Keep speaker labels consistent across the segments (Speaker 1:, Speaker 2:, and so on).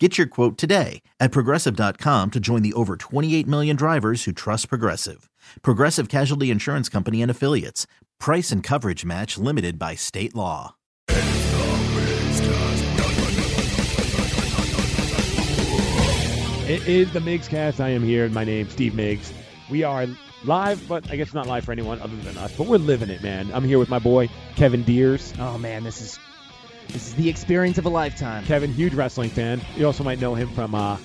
Speaker 1: Get your quote today at progressive.com to join the over 28 million drivers who trust Progressive. Progressive Casualty Insurance Company and Affiliates. Price and coverage match limited by state law.
Speaker 2: It is the Migs cast. I am here. My name's Steve Miggs. We are live, but I guess not live for anyone other than us, but we're living it, man. I'm here with my boy, Kevin Deers.
Speaker 3: Oh man, this is this is the experience of a lifetime.
Speaker 2: Kevin, huge wrestling fan. You also might know him from uh,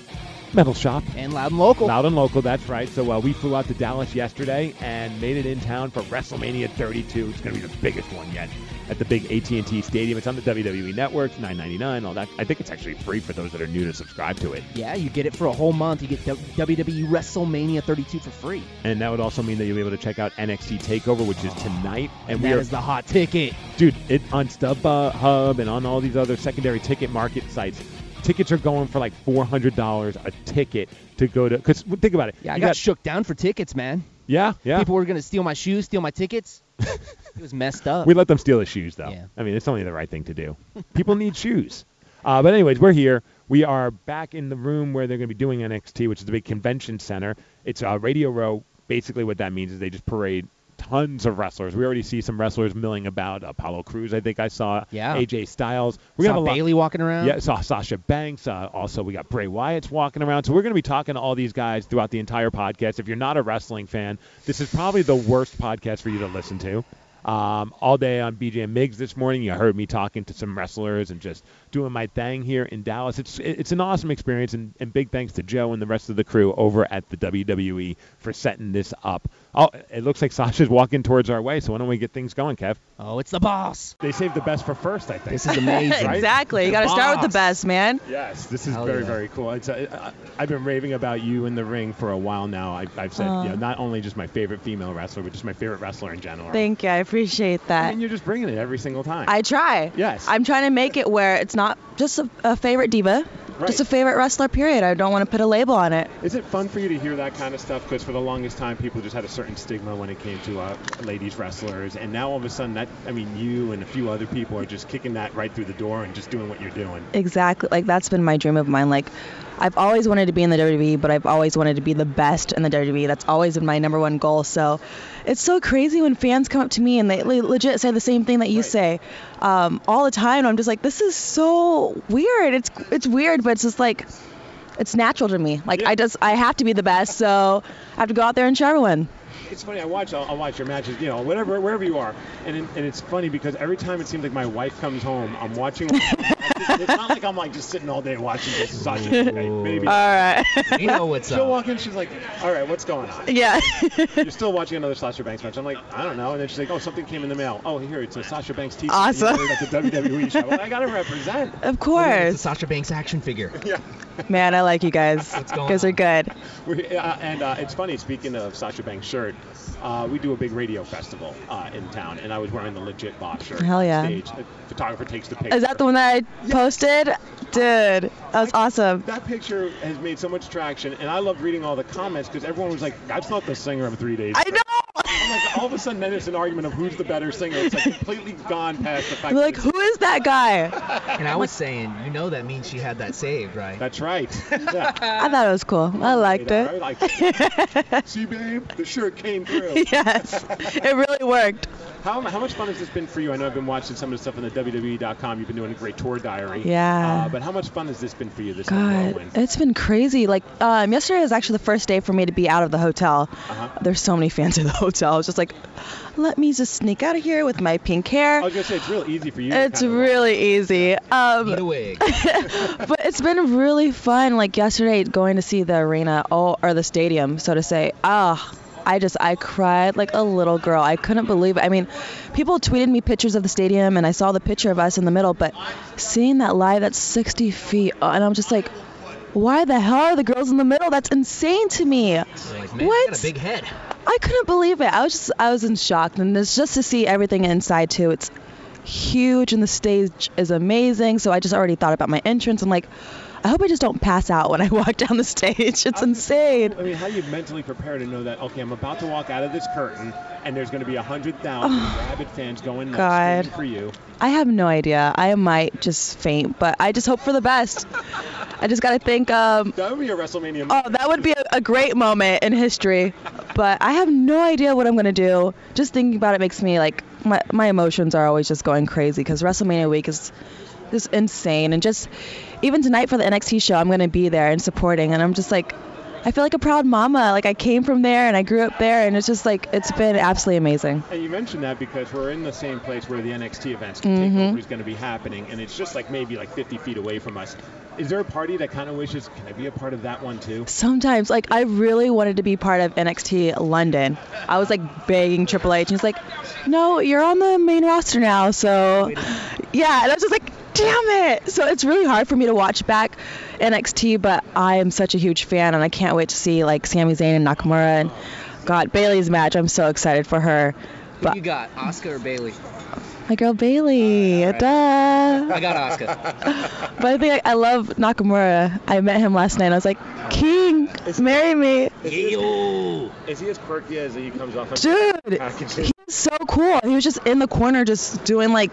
Speaker 2: Metal Shop.
Speaker 3: And loud and local.
Speaker 2: Loud and local, that's right. So uh, we flew out to Dallas yesterday and made it in town for WrestleMania 32. It's going to be the biggest one yet at the big AT&T Stadium. It's on the WWE Network, 9.99, all that. I think it's actually free for those that are new to subscribe to it.
Speaker 3: Yeah, you get it for a whole month. You get W- WWE WrestleMania 32 for free.
Speaker 2: And that would also mean that you'll be able to check out NXT Takeover, which is tonight. And we
Speaker 3: that
Speaker 2: are,
Speaker 3: is the hot ticket.
Speaker 2: dude, it on StubHub and on all these other secondary ticket market sites. Tickets are going for like four hundred dollars a ticket to go to. Because think about it.
Speaker 3: Yeah, I
Speaker 2: You
Speaker 3: got, shook down for tickets, man.
Speaker 2: yeah, yeah.
Speaker 3: People were gonna steal my shoes, steal my tickets. it was messed up.
Speaker 2: we let them steal his shoes, though.
Speaker 3: Yeah.
Speaker 2: I mean, it's only the right thing to do. People need shoes. Uh, but anyways, we're here. We are back in the room where they're going to be doing NXT, which is the big convention center. It's uh, Radio Row. Basically, what that means is they just parade tons of wrestlers. We already see some wrestlers milling about. Apollo Cruz, I think I saw.
Speaker 3: Yeah.
Speaker 2: AJ Styles.
Speaker 3: we
Speaker 2: We
Speaker 3: Saw
Speaker 2: got a lot.
Speaker 3: Bailey walking around.
Speaker 2: Yeah, saw Sasha Banks. Uh, also, we got Bray Wyatt's walking around. So we're going to be talking to all these guys throughout the entire podcast. If you're not a wrestling fan, this is probably the worst podcast for you to listen to. Um, all day on BJ and Miggs this morning, you heard me talking to some wrestlers and just doing my thing here in Dallas. It's it's an awesome experience, and, and big thanks to Joe and the rest of the crew over at the WWE for setting this up. Oh, it looks like Sasha's walking towards our way, so why don't we get things going, Kev?
Speaker 3: Oh, it's the boss.
Speaker 2: They saved the best for first, I think.
Speaker 3: This is amazing.
Speaker 2: Right?
Speaker 4: Exactly. You got to start with the
Speaker 2: Boss.
Speaker 4: best, man.
Speaker 2: Yes, this is
Speaker 3: Hell
Speaker 2: very,
Speaker 3: yeah.
Speaker 2: very cool. It's, uh, I- I've been raving about you in the ring for a while now. I, I've said,
Speaker 4: Uh.
Speaker 2: you know, not only just my favorite female wrestler, but just my favorite wrestler in general.
Speaker 4: Thank you. I appreciate
Speaker 2: I
Speaker 4: that.
Speaker 2: mean, you're just bringing it every single time.
Speaker 4: I try.
Speaker 2: Yes.
Speaker 4: I'm trying to make it where it's not just a, a favorite diva,
Speaker 2: Right.
Speaker 4: just a favorite wrestler, period. I don't want to put a label on it.
Speaker 2: is it fun for you to hear that kind of stuff? Because for the longest time, people just had a certain stigma when it came to uh, ladies wrestlers, and now all of a sudden, that I mean, you and a few other people are just kicking that right through the door and just doing what you're doing.
Speaker 4: Exactly. Like, that's been my dream of mine. Like, I've always wanted to be in the WWE, but I've always wanted to be the best in the WWE. That's always been my number one goal. So it's so crazy when fans come up to me and they le- legit say the same thing that you say um, all the time. And I'm just like, this is so weird. It's, it's weird, but it's just like, it's natural to me. Like, I just, I have to be the best. So I have to go out there and show everyone.
Speaker 2: It's funny. I watch. I'll, I'll watch your matches. You know, whatever, wherever you are, and it, and it's funny because every time it seems like my wife comes home, I'm watching. it's not like I'm like just sitting all day watching this Sasha Banks, baby.
Speaker 4: All right.
Speaker 3: You know what's
Speaker 2: She'll
Speaker 3: up.
Speaker 2: walk in. She's like, "All right, what's going on?
Speaker 4: yeah.
Speaker 2: You're still watching another Sasha Banks match." I'm like, "I don't know." And then she's like, "Oh, something came in the mail. Oh, here it's a Sasha Banks t-shirt that you
Speaker 4: Awesome.
Speaker 2: ordered at the WWE show. Well, I gotta represent."
Speaker 4: of
Speaker 3: It's a
Speaker 4: course.
Speaker 3: Sasha Banks action figure.
Speaker 2: Yeah.
Speaker 4: Man, I like you guys. You
Speaker 3: going
Speaker 4: guys are
Speaker 3: on?
Speaker 4: good.
Speaker 2: We, uh, and uh, it's funny, speaking of Sasha Banks shirt, uh, we do a big radio festival uh, in town, and I was wearing the legit Bob shirt.
Speaker 4: Hell
Speaker 2: on
Speaker 4: yeah.
Speaker 2: Stage. The photographer takes the picture.
Speaker 4: Is that the one that I posted? Dude, that was awesome.
Speaker 2: That picture has made so much traction, and I loved reading all the comments because everyone was like, "That's not the singer of Three Days."
Speaker 4: I
Speaker 2: Grace."
Speaker 4: know.
Speaker 2: I'm like, all of a sudden, then it's an argument of who's the better singer. It's like completely gone past the fact.
Speaker 4: I'm like,
Speaker 2: that
Speaker 4: who is that guy?
Speaker 3: And I was saying, you know that means she had that saved, right?
Speaker 2: That's right. Yeah.
Speaker 4: I thought it was cool. I liked
Speaker 2: I
Speaker 4: it.
Speaker 2: like it. See, babe, the shirt came through.
Speaker 4: Yes, it really worked.
Speaker 2: How, how much fun has this been for you? I know I've been watching some of the stuff on the WWE.com. You've been doing a great tour diary.
Speaker 4: Yeah.
Speaker 2: Uh, but how much fun has this been for you? This
Speaker 4: God,
Speaker 2: whirlwind?
Speaker 4: it's been crazy. Like, um, yesterday was actually the first day for me to be out of the hotel.
Speaker 2: Uh-huh.
Speaker 4: There's so many fans in the hotel. I was just like, let me just sneak out of here with my pink
Speaker 2: I
Speaker 4: hair.
Speaker 2: was gonna say it's real easy for you. to
Speaker 4: It's
Speaker 2: kinda-
Speaker 4: really easy. Um,
Speaker 3: Need a wig.
Speaker 4: but it's been really fun. Like yesterday, going to see the arena oh, or the stadium, so to say. Ah, I just I cried like a little girl. I couldn't believe. It. I mean, people tweeted me pictures of the stadium, and I saw the picture of us in the middle. But seeing that live, that's 60 feet, uh, and I'm just like, why the hell are the girls in the middle? That's insane to me.
Speaker 3: Like, man, you
Speaker 4: What?
Speaker 3: got a big head.
Speaker 4: I couldn't believe it. I was just I was in shock, and it's just to see everything inside too. It's huge, and the stage is amazing. So I just already thought about my entrance. I'm like, I hope I just don't pass out when I walk down the stage. It's insane.
Speaker 5: I mean, how do you mentally prepare to know that? Okay, I'm about to walk out of this curtain, and there's going to be a hundred thousand rabid fans going nuts
Speaker 4: Oh. God.
Speaker 5: screaming for you.
Speaker 4: I have no idea. I might just faint, but I just hope for the best. I just gotta think. Um,
Speaker 5: That would be a WrestleMania.
Speaker 4: oh, that would be a, a great moment in history, but I have no idea what I'm gonna do. Just thinking about it makes me like my my emotions are always just going crazy because WrestleMania week is just insane and just even tonight for the NXT show, I'm gonna be there and supporting, and I'm just like. I feel like a proud mama. Like I came from there and I grew up there, and it's just like it's been absolutely amazing.
Speaker 5: And you mentioned that because we're in the same place where the NXT events takeover is going to be happening, and it's just like maybe like 50 feet away from us. Is there a party that kind of wishes, can I be a part of that one too?
Speaker 4: Sometimes, like, I really wanted to be part of NXT London. I was like begging Triple H, and he's like, "No, you're on the main roster now." So, yeah, and I was just like, "Damn it!" So it's really hard for me to watch back NXT, but I am such a huge fan, and I can't wait to see like Sami Zayn and Nakamura and God Bailey's match. I'm so excited for her.
Speaker 6: Who you got, Oscar or Bailey?
Speaker 4: My girl Bailey, duh.
Speaker 6: I got Oscar.
Speaker 4: But I think I, I love Nakamura. I met him last night. and I was like, "King, marry me."
Speaker 6: Yo.
Speaker 5: Is he as quirky as he comes off?
Speaker 4: Dude,
Speaker 5: Packages.
Speaker 4: he's so cool. He was just in the corner, just doing like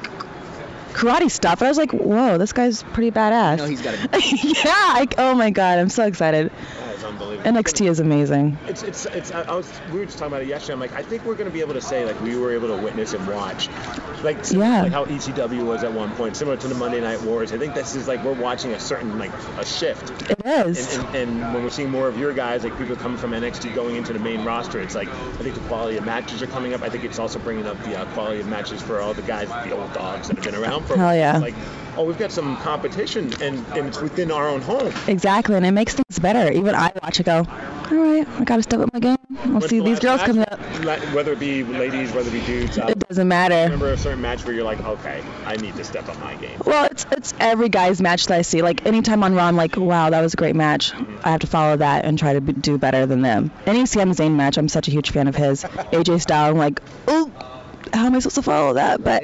Speaker 4: karate stuff, and I was like, "Whoa, this guy's pretty badass."
Speaker 6: No, he's got a.
Speaker 4: yeah, like, oh my god, I'm so excited.
Speaker 5: That is unbelievable.
Speaker 4: NXT is amazing.
Speaker 2: It's, it's, it's, I I was, we were just talking about it yesterday. I'm like, I think we're going to be able to say, like, we were able to witness and watch. Like, similar to,
Speaker 4: Yeah.
Speaker 2: like how ECW was at one point, similar to the Monday Night Wars. I think this is like, we're watching a certain, like, a shift.
Speaker 4: It is.
Speaker 2: And, and, and when we're seeing more of your guys, like people coming from NXT going into the main roster, it's like, I think the quality of matches are coming up. I think it's also bringing up the uh, quality of matches for all the guys, the old dogs that have been around for a
Speaker 4: Hell
Speaker 2: while.
Speaker 4: yeah.
Speaker 2: It's like, oh, we've got some competition, and, and it's within our own home.
Speaker 4: Exactly, and it makes things better. Even I watch it go, all right, I gotta step up my game. I'll
Speaker 2: What's
Speaker 4: see
Speaker 2: the
Speaker 4: these girls
Speaker 2: last
Speaker 4: coming
Speaker 2: match?
Speaker 4: up.
Speaker 2: La- Whether it be ladies, whether it be dudes. Uh,
Speaker 4: It doesn't matter.
Speaker 2: remember a certain match where you're like, okay, I need to step up my game.
Speaker 4: Well, it's it's every guy's match that I see. Like anytime on Raw, I'm like, wow, that was a great match.
Speaker 2: Mm-hmm.
Speaker 4: I have to follow that and try to be, do better than them. Any Sami Zayn match, I'm such a huge fan of his. AJ Styles, I'm like, oh, how am I supposed to follow that? But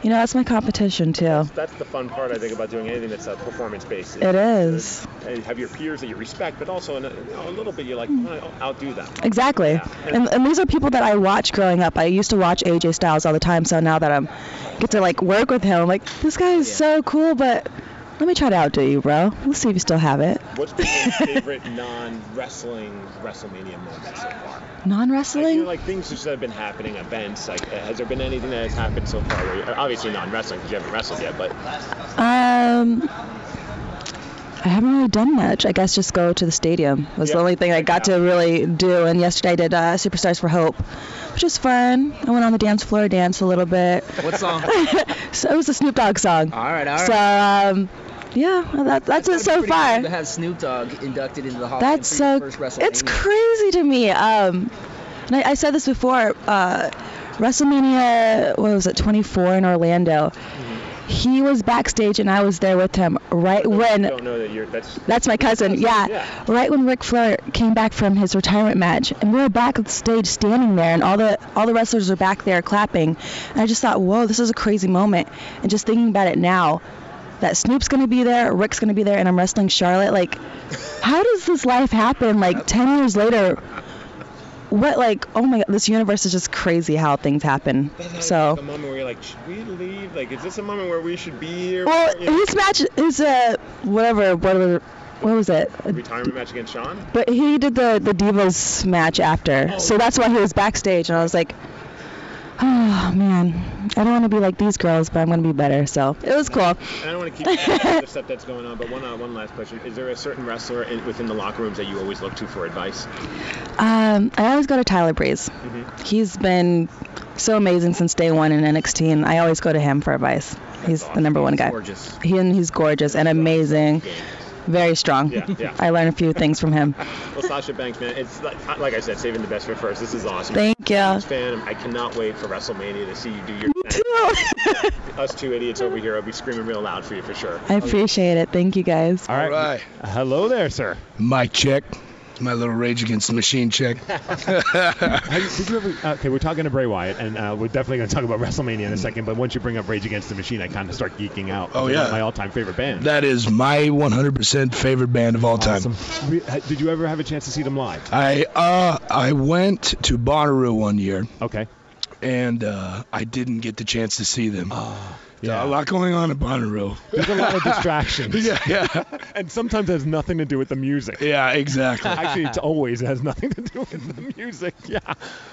Speaker 4: you know, that's my competition too.
Speaker 2: That's the fun part, I think, about doing anything that's uh, performance-based.
Speaker 4: It is
Speaker 2: And have your peers that you respect, but also in a, a little bit you're like, I want to outdo them.
Speaker 4: exactly. And, uh, and these are people that I watched growing up. I used to watch AJ Styles all the time. So now that I'm get to like work with him, I'm like, this guy is so cool. But let me try to outdo you, bro. Let's see if you still have it.
Speaker 2: What's been your favorite non-wrestling WrestleMania moment so far? Like, you
Speaker 4: Non-wrestling.
Speaker 2: know, like things just that have been happening, events. Like, uh, has there been anything that has happened so far? Where you, obviously non-wrestling because you haven't wrestled yet, but
Speaker 4: Um, I haven't really done much. I guess just go to the stadium was the
Speaker 2: Yeah.
Speaker 4: only thing I got to really do. And yesterday I did uh, Superstars for Hope, which was fun. I went on the dance floor, danced a little bit.
Speaker 6: What song?
Speaker 4: So it was a Snoop Dogg song.
Speaker 6: All right, all right.
Speaker 4: So um, yeah, well, that, that's it so
Speaker 6: Pretty cool
Speaker 4: far.
Speaker 6: To have Snoop Dogg inducted into the Hall of Fame
Speaker 4: That's
Speaker 6: for your
Speaker 4: so.
Speaker 6: First WrestleMania.
Speaker 4: It's crazy to me. Um, and I, I said this before. Uh, WrestleMania, what was it, 24 in Orlando?
Speaker 6: Mm-hmm.
Speaker 4: He was backstage and I was there with him right when.
Speaker 2: I don't know that you're. That's
Speaker 4: That's my cousin. Yeah.
Speaker 2: Yeah.
Speaker 4: Right when Ric Flair came back from his retirement match, and we were backstage standing there, and all the all the wrestlers are back there clapping, and I just thought, whoa, this is a crazy moment. And just thinking about it now, that Snoop's gonna be there, Rick's gonna be there, and I'm wrestling Charlotte. Like, how does this life happen? Like ten years later. What like oh my god this universe is just crazy how things happen so
Speaker 2: a moment where you're like, should we leave? Like, is this a moment where we should be here?
Speaker 4: well
Speaker 2: You know,
Speaker 4: his match is uh whatever whatever what was it
Speaker 2: retirement match against Sean.
Speaker 4: But he did the the Divas match after, so that's why he was backstage, and I was like, oh man, I don't want to be like these girls, but I'm gonna be better. So it was cool.
Speaker 2: And I don't want to keep the stuff that's going on, but one uh, one last question: Is there a certain wrestler in, within the locker rooms that you always look to for advice?
Speaker 4: Um, I always go to Tyler Breeze. He's been so amazing since day one in NXT, and I always go to him for advice. He's the number one guy.
Speaker 6: Gorgeous.
Speaker 4: He and he's gorgeous and amazing, very strong.
Speaker 2: Yeah, yeah.
Speaker 4: I learned a few things from him.
Speaker 2: Well, Sasha Banks, man, it's like, like I said, saving the best for first. This is awesome.
Speaker 4: Thank you.
Speaker 2: Huge fan, I cannot wait for WrestleMania to see you do your. thing. Us two idiots over here will be screaming real loud for you for sure.
Speaker 4: I appreciate it. Thank you guys.
Speaker 5: All right.
Speaker 7: All right.
Speaker 5: Hello there, sir.
Speaker 7: Mic check.
Speaker 5: My little Rage Against the Machine check.
Speaker 2: Have you- did you ever? uh, Okay, we're talking to Bray Wyatt, and uh, we're definitely going to talk about WrestleMania in a second. But once you bring up Rage Against the Machine, I kind of start geeking out.
Speaker 5: Oh,
Speaker 2: They're one of
Speaker 5: yeah.
Speaker 2: my all-time favorite band.
Speaker 5: That is my 100% favorite band of all time.
Speaker 2: Awesome. Re- ha- Did you ever have a chance to see them live?
Speaker 5: I uh I went to Bonnaroo one year
Speaker 2: Okay.
Speaker 5: and uh, I didn't get the chance to see them.
Speaker 2: Ah, yeah.
Speaker 5: A lot going on at Bonnaroo.
Speaker 2: There's a lot of distractions,
Speaker 5: yeah, yeah,
Speaker 2: and sometimes it has nothing to do with the music.
Speaker 5: yeah, exactly.
Speaker 2: Actually, it's always it has nothing to do with the music. Yeah,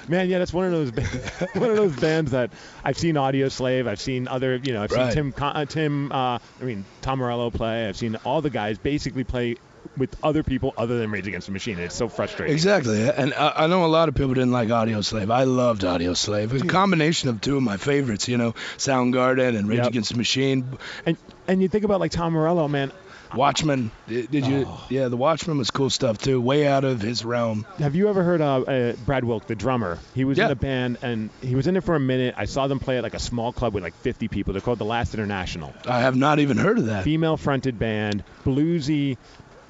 Speaker 2: man. Yeah, that's one of those ba- one of those bands that I've seen Audio Slave. I've seen other, you know, I've seen
Speaker 5: Right.
Speaker 2: Tim Con- uh, Tim. Uh, I mean, Tom Morello play. I've seen all the guys basically play with other people other than Rage Against the Machine. It's so frustrating.
Speaker 5: Exactly, and I, I know a lot of people didn't like Audio Slave. I loved Audio Slave. It was a combination of two of my favorites, you know, Soundgarden and Rage
Speaker 2: Yep.
Speaker 5: Against the Machine,
Speaker 2: And and you think about like Tom Morello, man. Oh.
Speaker 5: Watchmen. Did, did you? Yeah, the Watchmen was cool stuff too. Way out of his realm.
Speaker 2: Have you ever heard of uh, Brad Wilk, the drummer? He was
Speaker 5: Yeah.
Speaker 2: in a band and he was in it for a minute. I saw them play at like a small club with like 50 people. They're called the Last International.
Speaker 5: I have not even heard of that.
Speaker 2: female fronted band, bluesy,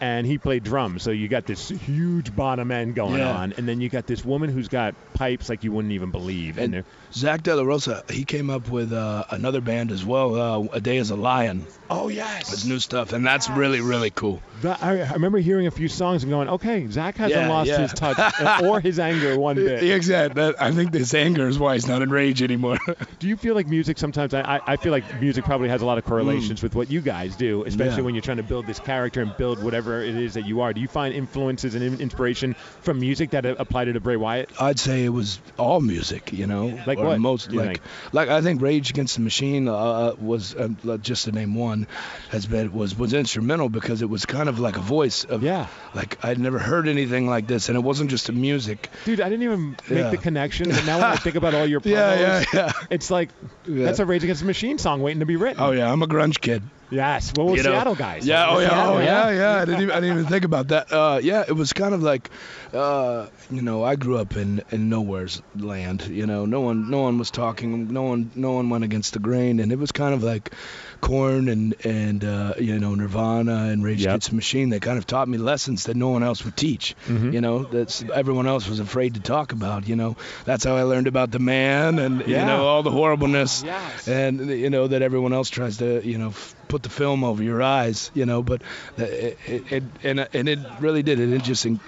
Speaker 2: and he played drums. So you got this huge bottom end going
Speaker 5: Yeah.
Speaker 2: on, and then you got this woman who's got pipes like you wouldn't even believe. And,
Speaker 5: And Zach De La Rosa, he came up with uh, another band as well, uh, A Day as a Lion.
Speaker 2: oh yes,
Speaker 5: It's new stuff, and that's really, really cool.
Speaker 2: I, I remember hearing a few songs and going, okay, Zach hasn't
Speaker 5: Yeah,
Speaker 2: lost
Speaker 5: yeah.
Speaker 2: his touch uh, or his anger one bit.
Speaker 5: exactly. That, I think this anger is why he's not in rage anymore.
Speaker 2: Do you feel like music sometimes? I, I- I feel like music probably has a lot of correlations with what you guys do, especially
Speaker 5: Mm. Yeah.
Speaker 2: when you're trying to build this character and build whatever it is that you are. Do you find influences and in- inspiration from music that uh, apply to Bray Wyatt?
Speaker 5: I'd say it was all music, you know,
Speaker 2: Like
Speaker 5: or
Speaker 2: what,
Speaker 5: Most
Speaker 2: do you
Speaker 5: like,
Speaker 2: think?
Speaker 5: like I think Rage Against the Machine uh, was um, like, just to name one, has been was was instrumental because it was kind of like a voice of
Speaker 2: Yeah.
Speaker 5: like I'd never heard anything like this, and it wasn't just a music.
Speaker 2: Dude, I didn't even make
Speaker 5: Yeah.
Speaker 2: the connection. And now when I think about all your promos,
Speaker 5: Yeah, yeah, yeah.
Speaker 2: it's like
Speaker 5: Yeah.
Speaker 2: that's a Rage Against the Machine song waiting to be written.
Speaker 5: Oh yeah, I'm a grunge kid.
Speaker 2: yes. Well, we're
Speaker 5: you know.
Speaker 2: Seattle guys.
Speaker 5: Yeah, oh
Speaker 2: We're
Speaker 5: yeah,
Speaker 2: Seattle,
Speaker 5: oh yeah, yeah. I didn't even, I didn't even think about that. Uh, yeah, it was kind of like, uh, you know, I grew up in, in nowhere's land. You know, no one no one was talking. No one no one went against the grain, and it was kind of like corn and and uh, you know Nirvana and Rage
Speaker 2: Yep.
Speaker 5: Against the Machine. They kind of taught me lessons that no one else would teach.
Speaker 2: Mm-hmm.
Speaker 5: You know, that everyone else was afraid to talk about. You know, that's how I learned about the man and
Speaker 2: Yeah.
Speaker 5: you know all the horribleness
Speaker 2: Yes.
Speaker 5: and you know that everyone else tries to you know f- put the film over your eyes you know but uh, it, it, it and and it really did it, it just en-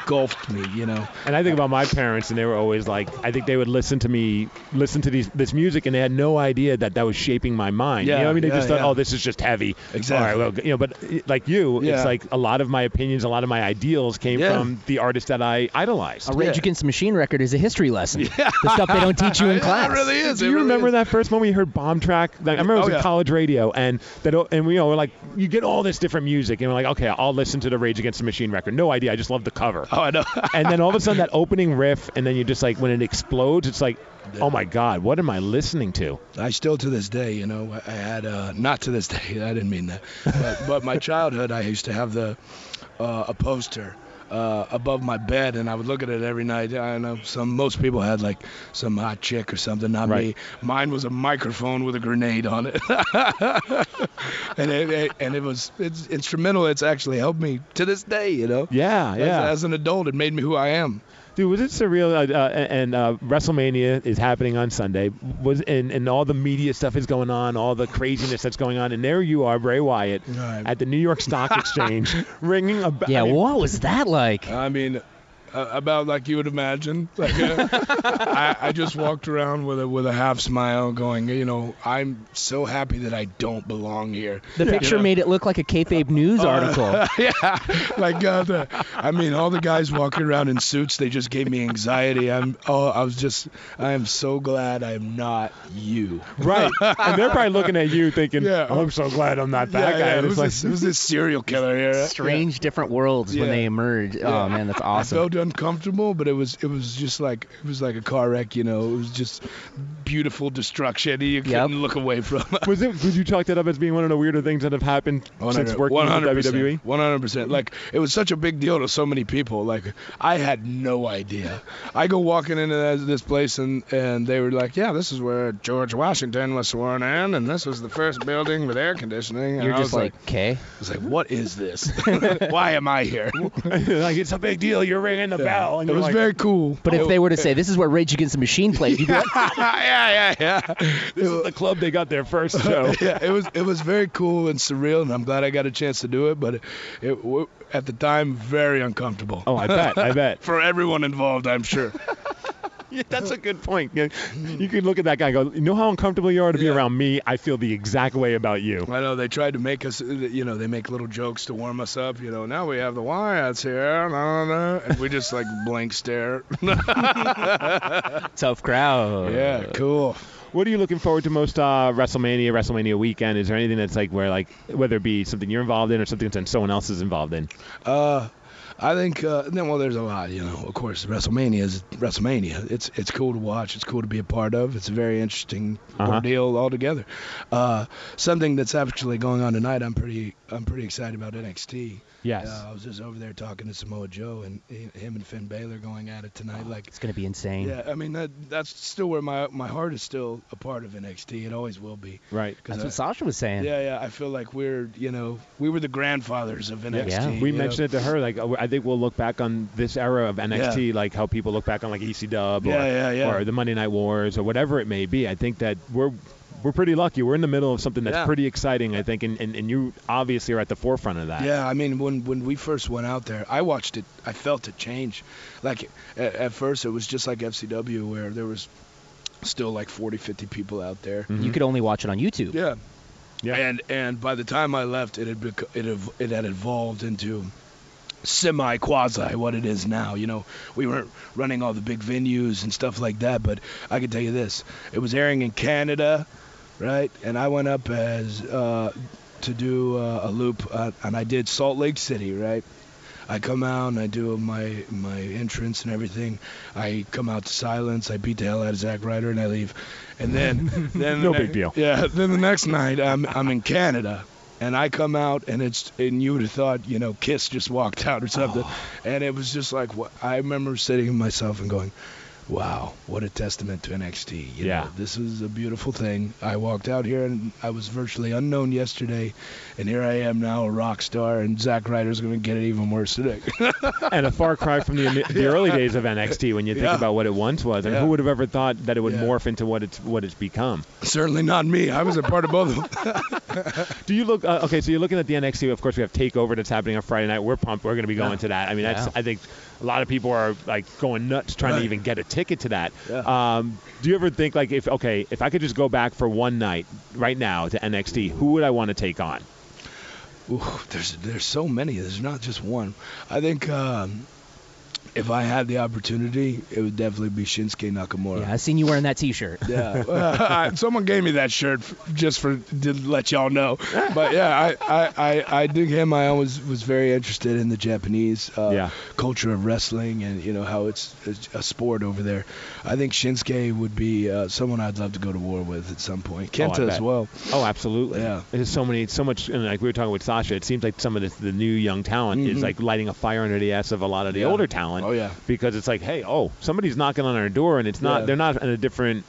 Speaker 5: engulfed me you know
Speaker 2: And I think about my parents, and they were always like, I think they would listen to me, listen to these this music, and they had no idea that that was shaping my mind. you
Speaker 5: Yeah,
Speaker 2: know what I mean? They
Speaker 5: yeah,
Speaker 2: just thought,
Speaker 5: yeah.
Speaker 2: oh, this is just heavy.
Speaker 5: Exactly.
Speaker 2: All right, well, you know, but eh, like you,
Speaker 5: Yeah.
Speaker 2: it's like a lot of my opinions, a lot of my ideals came
Speaker 5: Yeah.
Speaker 2: from the artist that I idolized.
Speaker 3: A Rage
Speaker 5: Yeah.
Speaker 3: Against the Machine record is a history lesson. The stuff they don't teach you in class.
Speaker 5: it really is
Speaker 2: Do you remember that first one we heard "Bomb Track"? Like, I remember it was
Speaker 5: Oh,
Speaker 2: in
Speaker 5: yeah.
Speaker 2: college radio, and that, and we you know, we're like, you get all this different music, and we're like, okay, I'll listen to the Rage Against the Machine record. No idea, I just love the cover.
Speaker 5: oh i know
Speaker 2: and then all of a sudden, that opening riff, and then you just like, when it explodes, it's like, oh my god, what am I listening to?
Speaker 5: i still to this day you know i I had uh not to this day i didn't mean that but, but my childhood i used to have the uh, a poster uh, above my bed, and I would look at it every night. I know some most people had like some hot chick or something, not
Speaker 2: Right.
Speaker 5: me. Mine was a microphone with a grenade on it. and it, it- and it was it's instrumental. It's actually helped me to this day, you know.
Speaker 2: Yeah,
Speaker 5: As,
Speaker 2: yeah.
Speaker 5: as an adult, it made me who I am.
Speaker 2: Dude, was it surreal? Uh, uh, and uh, WrestleMania is happening on Sunday. Was and, and all the media stuff is going on, all the craziness that's going on, and there you are, Bray Wyatt,
Speaker 5: Right.
Speaker 2: at the New York Stock Exchange, ringing a bell.
Speaker 3: Yeah, what was that like?
Speaker 5: I mean, uh, about like you would imagine. Like, uh, I, I just walked around with a with a half smile, going, you know, I'm so happy that I don't belong here.
Speaker 3: The picture made it look like a kayfabe news
Speaker 5: Oh, uh,
Speaker 3: article.
Speaker 5: yeah, like uh, the, I mean, all the guys walking around in suits, they just gave me anxiety. I'm, oh, I was just, I am so glad I'm not you.
Speaker 2: Right. and they're probably looking at you thinking, "Oh,
Speaker 5: Yeah.
Speaker 2: I'm so glad I'm not that
Speaker 5: Yeah,
Speaker 2: guy.
Speaker 5: yeah,
Speaker 2: and it's
Speaker 5: who's,
Speaker 2: like,
Speaker 5: this, who's this serial killer here?
Speaker 3: Strange, different worlds when
Speaker 5: Yeah.
Speaker 3: they emerge. Oh man, that's
Speaker 5: I
Speaker 3: awesome.
Speaker 5: felt, uh, uncomfortable, but it was it was just like it was like a car wreck, you know. It was just beautiful destruction. You couldn't look away from.
Speaker 2: Was it? Would you chalk that up as being one of the weirder things that have happened
Speaker 5: Oh,
Speaker 2: since working in WWE?
Speaker 5: 100 percent.
Speaker 2: Mm-hmm.
Speaker 5: Like it was such a big deal to so many people. Like I had no idea. I go walking into that- this place and and they were like, yeah, this is where George Washington was sworn in, and this was the first building with air conditioning. And
Speaker 6: You're
Speaker 5: I
Speaker 6: just
Speaker 5: was
Speaker 6: like, okay.
Speaker 5: I was like, what is this? Why am I here?
Speaker 2: like it's a big deal. You're ringing the bell. And
Speaker 5: it
Speaker 2: you're
Speaker 5: was
Speaker 2: like,
Speaker 5: very cool.
Speaker 6: But if they were to say this is where Rage Against the Machine played, you'd be like,
Speaker 5: yeah, yeah, yeah.
Speaker 2: This is the club they got their first show.
Speaker 5: yeah, it was it was very cool and surreal, and I'm glad I got a chance to do it. But it, it w- at the time very uncomfortable
Speaker 2: oh, I bet. I bet.
Speaker 5: for everyone involved, I'm sure.
Speaker 2: Yeah, that's a good point. Yeah, You can look at that guy and go, you know how uncomfortable you are to be
Speaker 5: Yeah.
Speaker 2: around me? I feel the exact way about you.
Speaker 5: I know they tried to make us, you know, they make little jokes to warm us up. You know, now we have the Wyatts here, no, no, no, and we just like blank stare.
Speaker 6: tough crowd.
Speaker 5: yeah, cool.
Speaker 2: What are you looking forward to most uh, WrestleMania, WrestleMania weekend? Is there anything that's like where like whether it be something you're involved in or something that someone else is involved in?
Speaker 5: Uh, I think uh, then well, there's a lot, you know. Of course, WrestleMania is WrestleMania. It's it's cool to watch. It's cool to be a part of. It's a very interesting
Speaker 2: Uh-huh.
Speaker 5: ordeal altogether. Uh, something that's actually going on tonight. I'm pretty I'm pretty excited about NXT.
Speaker 2: Yes.
Speaker 5: Uh, I was just over there talking to Samoa Joe and he- him and Finn Balor going at it tonight. Like
Speaker 6: It's gonna be insane.
Speaker 5: yeah, I mean that that's still where my my heart is still a part of NXT. It always will be.
Speaker 2: Right.
Speaker 5: 'Cause
Speaker 6: That's
Speaker 5: I-
Speaker 6: what Sasha was saying.
Speaker 5: yeah, yeah. I feel like we're, you know, we were the grandfathers of NXT.
Speaker 6: Yeah.
Speaker 2: We
Speaker 5: you know?
Speaker 2: mentioned it to her. Like I think we'll look back on this era of NXT, like how people look back on like ECW or,
Speaker 5: Yeah, yeah, yeah.
Speaker 2: or the Monday Night Wars or whatever it may be. I think that we're we're pretty lucky. We're in the middle of something that's
Speaker 5: Yeah.
Speaker 2: pretty exciting, I think, and, and, and you obviously are at the forefront of that.
Speaker 5: Yeah, I mean, when when we first went out there, I watched it. I felt it change. Like at, at first, it was just like FCW, where there was still like 40, 50 people out there.
Speaker 2: Mm-hmm.
Speaker 6: You could only watch it on YouTube.
Speaker 5: Yeah.
Speaker 2: Yeah.
Speaker 5: And and by the time I left, it had bec- it ev- it had evolved into semi quasi what it is now. You know, we weren't running all the big venues and stuff like that, but I can tell you this: it was airing in Canada, right? And I went up as uh, to do uh, a loop, uh, and I did Salt Lake City, right? I come out and I do my my entrance and everything. I come out to silence. I beat the hell out of Zack Ryder and I leave. And then then
Speaker 2: No
Speaker 5: the
Speaker 2: big
Speaker 5: ne-
Speaker 2: deal.
Speaker 5: Yeah. Then the next night I'm I'm in Canada and I come out and it's and you would have thought you know Kiss just walked out or something. And it was just like wha- I remember sitting with myself and going. Wow, what a testament to NXT. You
Speaker 2: Yeah.
Speaker 5: know, this is a beautiful thing. I walked out here and I was virtually unknown yesterday, and here I am now, a rock star, and Zack Ryder's going to get it even worse today.
Speaker 2: and a far cry from the, the early days of NXT when you think
Speaker 5: Yeah.
Speaker 2: about what it once was. And
Speaker 5: Yeah.
Speaker 2: who would have ever thought that it would
Speaker 5: Yeah.
Speaker 2: morph into what it's what it's become?
Speaker 5: Certainly not me. I was a part of both of them.
Speaker 2: Do you look uh, okay? So you're looking at the NXT. Of course, we have Takeover that's happening on Friday night. We're pumped. We're going to be going to that. I mean, that's
Speaker 6: Yeah.
Speaker 2: I think a lot of people are like going nuts trying to
Speaker 5: Right.
Speaker 2: even get a ticket to that.
Speaker 5: Yeah.
Speaker 2: Um, do you ever think like if okay, if I could just go back for one night right now to NXT, who would I want to take on?
Speaker 5: Ooh, there's there's so many. There's not just one. I think um, if I had the opportunity, it would definitely be Shinsuke Nakamura.
Speaker 6: Yeah, I seen you wearing that T-shirt.
Speaker 5: Yeah. Someone gave me that shirt f- just for to let y'all know. But yeah, I I, I, I dig him. I always was very interested in the Japanese uh,
Speaker 2: Yeah.
Speaker 5: culture of wrestling and you know how it's, it's a sport over there. I think Shinsuke would be uh, someone I'd love to go to war with at some point.
Speaker 2: I
Speaker 5: Kenta as
Speaker 2: bet.
Speaker 5: well.
Speaker 2: Oh, absolutely.
Speaker 5: Yeah.
Speaker 2: There's so many, so much, and like we were talking with Sasha, it seems like some of this, the new young talent is like lighting a fire under the ass of a lot of the
Speaker 5: Mm-hmm. Yeah.
Speaker 2: older talent.
Speaker 5: Oh, yeah.
Speaker 2: Because it's like, hey, oh, somebody's knocking on our door, and it's not,
Speaker 5: Yeah.
Speaker 2: they're not in a different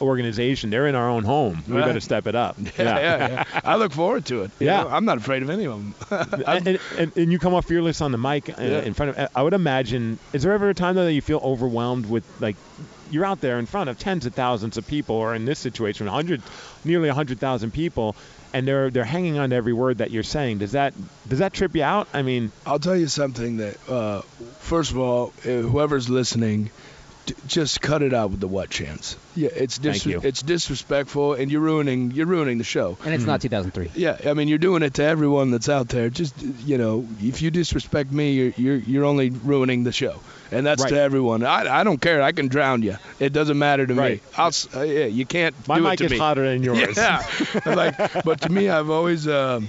Speaker 2: organization. They're in our own home. We
Speaker 5: Right.
Speaker 2: better step it up.
Speaker 5: Yeah, yeah, yeah. I look forward to it. you
Speaker 2: Yeah.
Speaker 5: know? I'm not afraid of any of them.
Speaker 2: And, and- and, and you come off fearless on the mic uh,
Speaker 5: Yeah.
Speaker 2: in front of. I would imagine. Is there ever a time though that you feel overwhelmed with like, you're out there in front of tens of thousands of people, or in this situation, hundred, nearly hundred thousand people, and they're they're hanging on to every word that you're saying. Does that does that trip you out? I mean,
Speaker 5: I'll tell you something that, uh, first of all, uh, whoever's listening, d- just cut it out with the what chance. Yeah, it's dis-
Speaker 2: Thank you.
Speaker 5: it's disrespectful, and you're ruining you're ruining the show.
Speaker 6: And it's not 2003.
Speaker 5: Mm-hmm. Yeah, I mean you're doing it to everyone that's out there. Just you know, if you disrespect me, you're you're, you're only ruining the show, and that's to
Speaker 2: Right.
Speaker 5: everyone. I, I don't care. I can drown you. It doesn't matter to
Speaker 2: Right.
Speaker 5: me. I'll s- uh, yeah, you can't
Speaker 2: my
Speaker 5: do it
Speaker 2: mic
Speaker 5: to
Speaker 2: is
Speaker 5: me.
Speaker 2: hotter than yours.
Speaker 5: Yeah. like, but to me, I've always, um,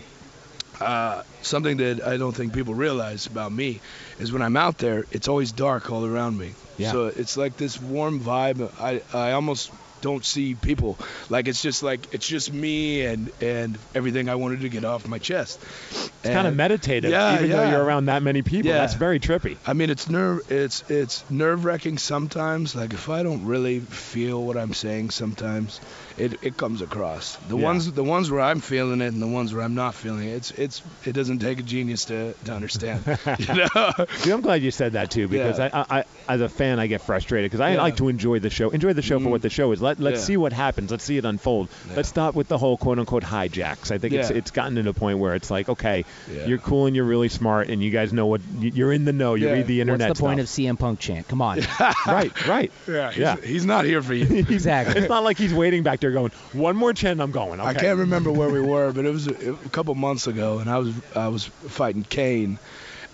Speaker 5: uh, something that I don't think people realize about me is when I'm out there, it's always dark all around me.
Speaker 2: Yeah.
Speaker 5: So it's like this warm vibe. I, I almost don't see people. Like it's just like it's just me and and everything I wanted to get off my chest.
Speaker 2: It's kind of meditative,
Speaker 5: Yeah,
Speaker 2: even though
Speaker 5: yeah.
Speaker 2: you're around that many people.
Speaker 5: Yeah.
Speaker 2: That's very trippy.
Speaker 5: I mean, it's nerve it's it's nerve wracking sometimes. Like if I don't really feel what I'm saying, sometimes it, it comes across. The
Speaker 2: Yeah.
Speaker 5: ones the ones where I'm feeling it and the ones where I'm not feeling it. It's it's it doesn't take a genius to, to understand. you know?
Speaker 2: Dude, I'm glad you said that too, because
Speaker 5: Yeah.
Speaker 2: I, I, I, as a fan, I get frustrated because I
Speaker 5: Yeah. Mm.
Speaker 2: like to enjoy the show. Enjoy the show for what the show is. Let Let's
Speaker 5: Yeah.
Speaker 2: see what happens. Let's see it unfold. Let's stop with the whole quote unquote hijacks. I think it's
Speaker 5: Yeah.
Speaker 2: it's gotten to the point where it's like, okay,
Speaker 5: Yeah.
Speaker 2: you're cool and you're really smart and you guys know what y- you're in the know. You
Speaker 5: Yeah.
Speaker 2: read the internet.
Speaker 6: What's the point of CM Punk chant? Come on.
Speaker 2: of right? Right.
Speaker 5: Yeah, he's,
Speaker 2: Yeah.
Speaker 5: he's not here for you.
Speaker 6: exactly.
Speaker 2: It's not like he's waiting back there going, one more chin, I'm going. Okay.
Speaker 5: I can't remember where we were, but it was a, a couple months ago, and I was I was fighting Kane,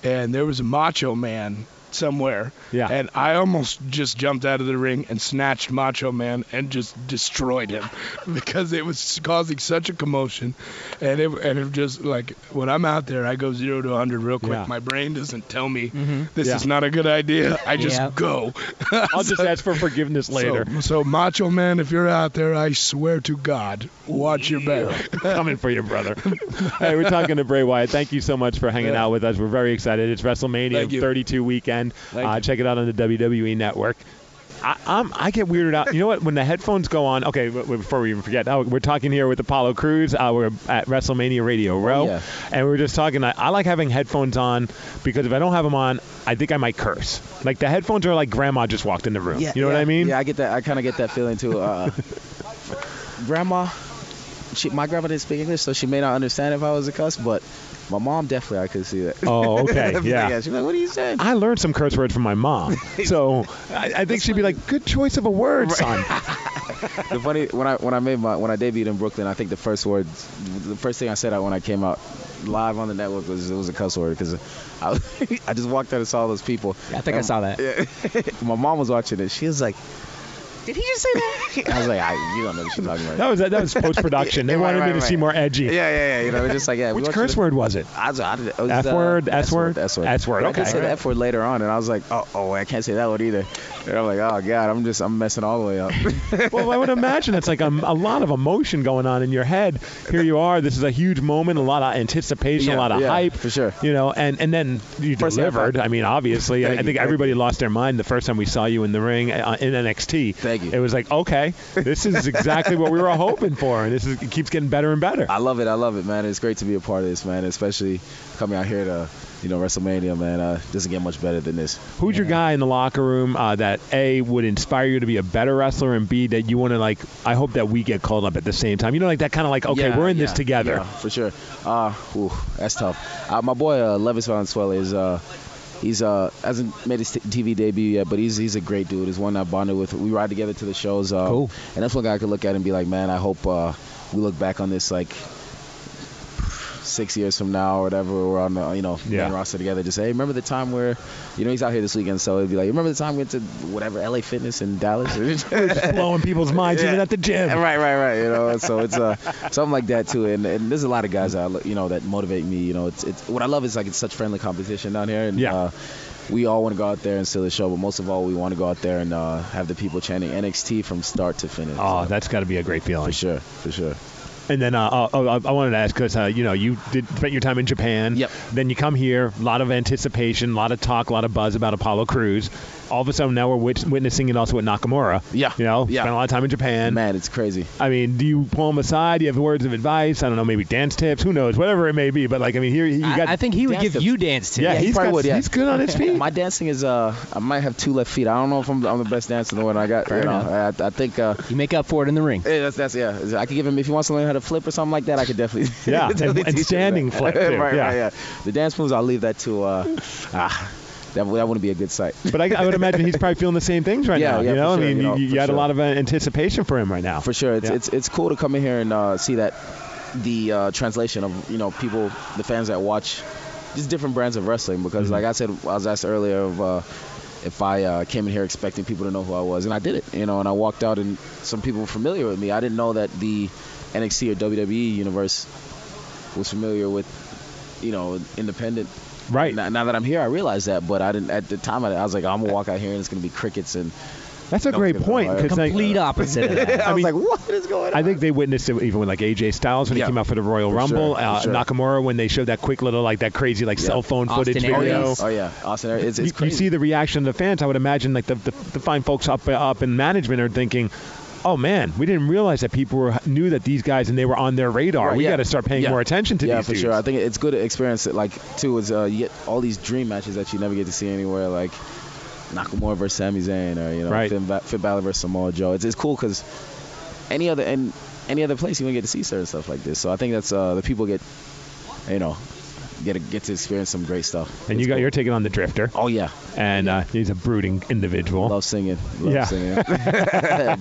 Speaker 5: and there was a Macho Man somewhere,
Speaker 2: Yeah.
Speaker 5: and I almost just jumped out of the ring and snatched Macho Man and just destroyed him because it was causing such a commotion, and it and it just like when I'm out there, I go zero to 100 real quick.
Speaker 2: Yeah.
Speaker 5: My brain doesn't tell me this
Speaker 2: Yeah.
Speaker 5: is not a good idea. I just
Speaker 6: Yeah.
Speaker 5: go.
Speaker 2: I'll just ask for forgiveness later.
Speaker 5: So, so Macho Man, if you're out there, I swear to God, watch your back.
Speaker 2: Coming for you, brother. hey, we're talking to Bray Wyatt. Thank you so much for hanging
Speaker 5: Yeah.
Speaker 2: out with us. We're very excited. It's WrestleMania
Speaker 5: Thank you.
Speaker 2: 32 weekend.
Speaker 5: Thank
Speaker 2: Uh,
Speaker 5: you.
Speaker 2: check it out on the WWE Network. I, I'm, I get weirded out. You know what? When the headphones go on, okay, w- w- before we even forget, oh, we're talking here with Apollo Cruz. Uh, we're at WrestleMania Radio Row.
Speaker 6: yeah.
Speaker 2: And we were just talking. I, I like having headphones on because if I don't have them on, I think I might curse. Like the headphones are like grandma just walked in the room. you know what I mean?
Speaker 8: Yeah, I get that. I kind of get that feeling too. Uh, grandma, she, my grandma didn't speak English, so she may not understand if I was a cuss, but my mom definitely, I could see that.
Speaker 2: Oh, okay. yeah.
Speaker 8: She's like, what are you saying?
Speaker 2: I learned some curse words from my mom, so I, I think she'd be like, "Good choice of a word, son."
Speaker 8: the funny when I when I made my when I debuted in Brooklyn, I think the first word, the first thing I said out when I came out live on the network was it was a cuss word because I, was- I just walked out and saw all those people.
Speaker 6: I think I saw that.
Speaker 8: My mom was watching it. She was like, "Did he just say that?" I was like, I, "You don't know what you're talking about."
Speaker 2: That was that was post production. They
Speaker 8: Yeah,
Speaker 2: wanted
Speaker 8: right,
Speaker 2: me to
Speaker 8: right,
Speaker 2: see
Speaker 8: right.
Speaker 2: more edgy.
Speaker 8: yeah, yeah, yeah. You know, they're just like, "Yeah." we
Speaker 2: Which
Speaker 8: want you
Speaker 2: curse
Speaker 8: to-
Speaker 2: word was it?
Speaker 8: I was, I did, it was,
Speaker 2: F word, S word?
Speaker 8: S word,
Speaker 2: S word,
Speaker 8: But I
Speaker 2: okay.
Speaker 8: did say the F word later on, and I was like, oh, oh, I can't say that word either. And I'm like, oh god, I'm just, I'm messing all the way up.
Speaker 2: well, I would imagine it's like a, a lot of emotion going on in your head. Here you are. This is a huge moment. A lot of anticipation.
Speaker 8: Yeah,
Speaker 2: a lot of
Speaker 8: yeah,
Speaker 2: hype.
Speaker 8: for sure.
Speaker 2: You know, and and then you
Speaker 8: First half,
Speaker 2: delivered. I mean, obviously, I, I
Speaker 8: Thank you,
Speaker 2: think
Speaker 8: thank
Speaker 2: everybody lost their mind the first time we saw you in the ring uh, in NXT.
Speaker 8: Thank you.
Speaker 2: It was like, okay, this is exactly what we were hoping for, and this is it keeps getting better and better.
Speaker 8: I love it, I love it, man. It's great to be a part of this, man. Especially coming out here to, you know, WrestleMania, man. Uh, doesn't get much better than this.
Speaker 2: Who's your guy in the locker room uh, that a would inspire you to be a better wrestler, and b that you want to like? I hope that we get called up at the same time. You know, like that kind of like, okay,
Speaker 8: Yeah,
Speaker 2: we're in
Speaker 8: yeah,
Speaker 2: this together.
Speaker 8: yeah, for sure. Uh, ooh, that's tough. Uh, my boy uh, Levis Valenzuela is uh, he's uh hasn't made his t- TV debut yet, but he's he's a great dude. He's one I bonded with. We ride together to the shows. Uh,
Speaker 6: Cool.
Speaker 8: And that's one guy I could look at and be like, man, I hope uh, we look back on this like six years from now or whatever. We're on the you know
Speaker 2: Yeah.
Speaker 8: main roster together. Just hey, remember the time where you know he's out here this weekend, so it'd be like, remember the time we went to whatever LA Fitness in Dallas.
Speaker 2: blowing people's minds even at the gym.
Speaker 8: Right, right, right. You know, so it's uh, something like that too. And, and there's a lot of guys that I lo- you know that motivate me. You know, it's it's what I love is like it's such friendly competition down here, and
Speaker 2: Yeah.
Speaker 8: uh, we all want to go out there and steal the show, but most of all, we want to go out there and uh, have the people chanting NXT from start to finish.
Speaker 2: Oh,
Speaker 8: So,
Speaker 2: that's got to be a great feeling.
Speaker 8: for sure, for sure.
Speaker 2: And then uh, oh, oh, I I wanted to ask because uh, you know you did spent your time in Japan.
Speaker 8: Yep.
Speaker 2: Then you come here, a lot of anticipation, a lot of talk, a lot of buzz about Apollo Crews. All of a sudden now we're wit- witnessing it also with Nakamura.
Speaker 8: Yeah,
Speaker 2: You know,
Speaker 8: yeah.
Speaker 2: spent a lot of time in Japan.
Speaker 8: Man, it's crazy.
Speaker 2: I mean, do you pull him aside? Do you have words of advice? I don't know, maybe dance tips. Who knows? Whatever it may be. But like, I mean, here you
Speaker 6: I,
Speaker 2: got.
Speaker 6: I think he would
Speaker 8: Dance
Speaker 6: give
Speaker 8: to-
Speaker 6: you dance to.
Speaker 2: Yeah,
Speaker 8: he
Speaker 2: he's
Speaker 8: probably
Speaker 2: got-
Speaker 8: would, yeah.
Speaker 2: He's good on his feet.
Speaker 8: My dancing is uh, I might have two left feet. I don't know if I'm, I'm the best dancer in the world. I got, you know, I, I think uh,
Speaker 6: You make up for it in the ring.
Speaker 8: Yeah, that's that's yeah. I could give him if he wants to learn how to flip or something like that. I could definitely
Speaker 2: Yeah, and-
Speaker 8: definitely
Speaker 2: and
Speaker 8: teach him
Speaker 2: standing
Speaker 8: that.
Speaker 2: flip, too,
Speaker 8: right,
Speaker 2: yeah.
Speaker 8: right, yeah. The dance moves I'll leave that to uh, ah, that that wouldn't be a good sight.
Speaker 2: but I, I would imagine he's probably feeling the same things right
Speaker 8: Yeah,
Speaker 2: now.
Speaker 8: yeah,
Speaker 2: you
Speaker 8: for
Speaker 2: know,
Speaker 8: sure,
Speaker 2: I mean,
Speaker 8: you know,
Speaker 2: you, you
Speaker 8: for
Speaker 2: had a
Speaker 8: sure.
Speaker 2: lot of uh, anticipation for him right now.
Speaker 8: For sure, it's
Speaker 2: Yeah.
Speaker 8: it's it's cool to come in here and uh, see that the uh, translation of you know people, the fans that watch just different brands of wrestling because
Speaker 2: Mm-hmm.
Speaker 8: like I said, I was asked earlier of. Uh, if I uh, came in here expecting people to know who I was, and I did it, you know, and I walked out, and some people were familiar with me. I didn't know that the NXT or WWE universe was E familiar with you know, independent.
Speaker 2: Right.
Speaker 8: Now, now that I'm here, I realize that, but I didn't. At the time, I, I was like, I'm gonna walk out here and it's gonna be crickets and.
Speaker 2: That's a
Speaker 8: No,
Speaker 2: great
Speaker 8: you know,
Speaker 2: point.
Speaker 8: I-
Speaker 2: 'cause, like,
Speaker 6: Complete opposite of that.
Speaker 8: I,
Speaker 2: mean-
Speaker 8: was like, what is going on?
Speaker 2: I think they witnessed it even with like AJ Styles when
Speaker 8: Yeah.
Speaker 2: he came out for the Royal
Speaker 8: For
Speaker 2: Rumble,
Speaker 8: sure, for
Speaker 2: uh,
Speaker 8: sure.
Speaker 2: Nakamura when they showed that quick little like that crazy like cell phone
Speaker 6: Austin
Speaker 2: footage
Speaker 6: Aries.
Speaker 2: video.
Speaker 8: Oh yeah, Austin, it's,
Speaker 2: You,
Speaker 8: it's
Speaker 2: you
Speaker 8: crazy.
Speaker 2: see the reaction of the fans. I would imagine like the, the, the fine folks up up in management are thinking, "Oh man, we didn't realize that people were, knew that these guys and they were on their radar.
Speaker 8: Right,
Speaker 2: we
Speaker 8: yeah.
Speaker 2: got to start paying
Speaker 8: Yeah.
Speaker 2: more attention to
Speaker 8: yeah,
Speaker 2: these
Speaker 8: for
Speaker 2: dudes."
Speaker 8: sure. I think it's good to experience it. Like too, is uh, you get all these dream matches that you never get to see anywhere. Like Nakamura versus Sami Zayn, or you know,
Speaker 2: Right.
Speaker 8: Finn, ba- Finn Balor versus Samoa Joe. It's, it's cool because any other and any other place you won't get to see certain stuff like this. So I think that's uh, the people get, you know, get to get to experience some great stuff.
Speaker 2: and you
Speaker 8: It's
Speaker 2: got
Speaker 8: cool.
Speaker 2: your taking on the Drifter,
Speaker 8: Oh yeah,
Speaker 2: and uh, he's a brooding individual.
Speaker 8: love singing, love
Speaker 2: Yeah.
Speaker 8: singing.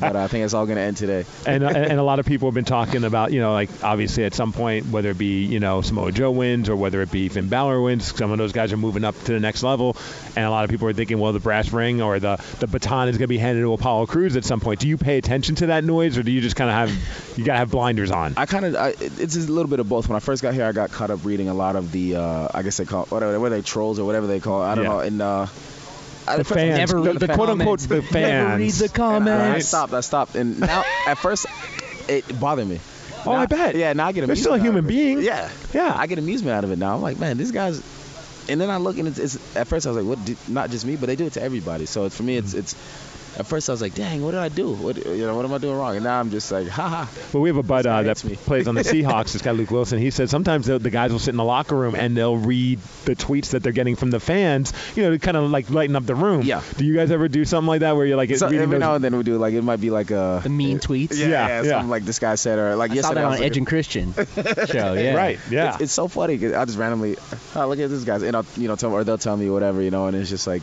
Speaker 8: but I think it's all gonna end today.
Speaker 2: and, uh, and a lot of people have been talking about, you know, like obviously at some point, whether it be, you know, Samoa Joe wins or whether it be Finn Balor wins, some of those guys are moving up to the next level. And a lot of people are thinking, well, the brass ring or the, the baton is going to be handed to Apollo Cruz at some point. Do you pay attention to that noise or do you just kind of have, you got to have blinders on?
Speaker 8: I kind of I, it- it's just a little bit of both. When I first got here, I got caught up reading a lot of the uh, I guess they call whatever were they trolls or whatever they call it. I don't
Speaker 2: Yeah.
Speaker 8: know. And uh, I,
Speaker 2: the
Speaker 8: at first-
Speaker 2: fans,
Speaker 6: never
Speaker 2: the,
Speaker 6: read
Speaker 2: the
Speaker 6: the
Speaker 2: quote unquote
Speaker 6: comments.
Speaker 2: the fans.
Speaker 6: Never read the
Speaker 8: and I, I
Speaker 6: comments.
Speaker 8: stopped. I stopped. And now at first it bothered me.
Speaker 2: Oh,
Speaker 8: Now-
Speaker 2: I bet.
Speaker 8: Yeah, now I get
Speaker 2: They're
Speaker 8: amusement
Speaker 2: still a
Speaker 8: out of
Speaker 2: human
Speaker 8: it.
Speaker 2: being.
Speaker 8: Yeah,
Speaker 2: Yeah.
Speaker 8: I get amusement out of it now. I'm like, man, these guys. And then I look and it's, it's at first I was like, what? Did, not just me, but they do it to everybody. So it's, for me,
Speaker 2: Mm-hmm.
Speaker 8: it's it's. At first I was like, dang, what did I do? What you know, what am I doing wrong? And now I'm just like, haha.
Speaker 2: Well, we have a bud uh,
Speaker 8: guy
Speaker 2: that
Speaker 8: hates me.
Speaker 2: plays on the Seahawks. This guy Luke Wilson. He said sometimes the, the guys will sit in the locker room and they'll read the tweets that they're getting from the fans. You know, to kind of like lighten up the room.
Speaker 8: Yeah.
Speaker 2: Do you guys ever do something like that where you're like
Speaker 8: So
Speaker 2: reading
Speaker 8: every
Speaker 2: those-
Speaker 8: now and then we do like it might be like a
Speaker 6: The mean tweets.
Speaker 8: Yeah,
Speaker 2: Yeah,
Speaker 8: yeah,
Speaker 2: yeah.
Speaker 8: something like this guy said, or like
Speaker 6: I saw
Speaker 8: yesterday. I
Speaker 6: that on
Speaker 8: was
Speaker 6: Edge
Speaker 8: looking-
Speaker 6: and Christian show. Yeah.
Speaker 2: Right. Yeah.
Speaker 8: It's, it's so funny 'cause I just randomly oh, look at this guy's, and I'll you know tell or they'll tell me whatever you know, and it's just like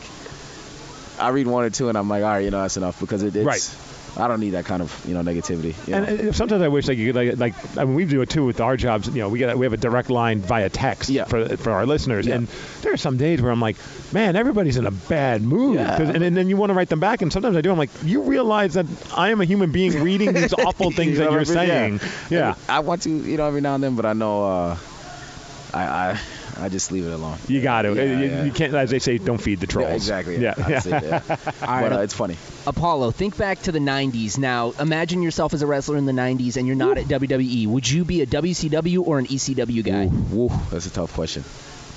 Speaker 8: I read one or two, and I'm like, all right, you know, that's enough because it, it's
Speaker 2: Right.
Speaker 8: I don't need that kind of you know negativity. You know?
Speaker 2: And uh, sometimes I wish like you could like, like I mean we do it too with our jobs. You know we got we have a direct line via text
Speaker 8: Yeah.
Speaker 2: for for our listeners.
Speaker 8: Yeah.
Speaker 2: And there are some days where I'm like, man, everybody's in a bad mood.
Speaker 8: Yeah.
Speaker 2: 'Cause- And, and then you want to write them back. And sometimes I do. I'm like, you realize that I am a human being reading these awful things
Speaker 8: You
Speaker 2: that
Speaker 8: know
Speaker 2: you're
Speaker 8: what I mean? Yeah.
Speaker 2: saying. Yeah.
Speaker 8: I want to you know every now and then, but I know uh, I I I just leave it alone.
Speaker 2: You got to.
Speaker 8: Yeah,
Speaker 2: you,
Speaker 8: yeah.
Speaker 2: you can't, as they say, don't feed the trolls.
Speaker 8: Yeah, exactly.
Speaker 2: Yeah.
Speaker 8: I'd say that.
Speaker 6: All right,
Speaker 8: but uh, it's funny.
Speaker 6: Apollo, think back to the 90s. Now, imagine yourself as a wrestler in the 90s and you're not at WWE. Would you be a WCW or an ECW guy?
Speaker 8: Woo, that's a tough question.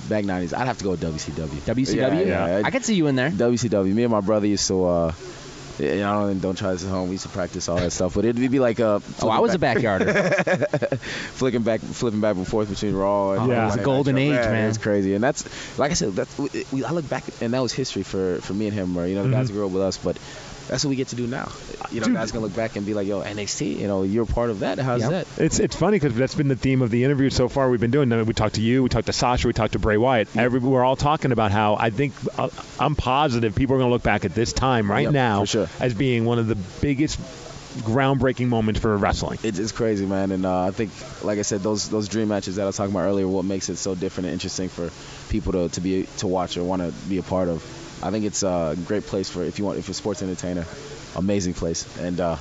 Speaker 8: Back 90s, I'd have to go with WCW.
Speaker 6: WCW?
Speaker 8: Yeah, yeah.
Speaker 6: I could see you in there.
Speaker 8: WCW. Me and my brother used to. Uh, yeah, you know, don't try this at home. We used to practice all that stuff, but it'd be like uh,
Speaker 6: Oh, I was a backyarder.
Speaker 8: flicking back, flipping back and forth between Raw. And
Speaker 2: Oh, Yeah. it was
Speaker 8: Monday
Speaker 2: a
Speaker 8: Night
Speaker 6: golden
Speaker 8: Raw.
Speaker 6: age,
Speaker 8: Yeah,
Speaker 6: man.
Speaker 8: It's crazy, and that's like I said. That's we, we, I look back, and that was history for for me and him, or you know, the
Speaker 6: Mm-hmm.
Speaker 8: guys who grew up with us. But that's what we get to do now. You know,
Speaker 2: Dude.
Speaker 8: guys can look back and be like, "Yo, NXT, you know, you're part of that. How's
Speaker 6: Yep.
Speaker 8: that?"
Speaker 2: It's it's funny because that's been the theme of the interview so far. We've been doing. I mean, we talked to you, we talked to Sasha, we talked to Bray Wyatt. Every, we're all talking about how I think uh, I'm positive people are going to look back at this time right
Speaker 8: Yep,
Speaker 2: now
Speaker 8: for sure.
Speaker 2: as being one of the biggest groundbreaking moments for wrestling.
Speaker 8: It's, it's crazy, man, and uh, I think, like I said, those those dream matches that I was talking about earlier, what makes it so different and interesting for people to, to be to watch or want to be a part of. I think it's a great place for if you want if you're a sports entertainer, amazing place, and uh,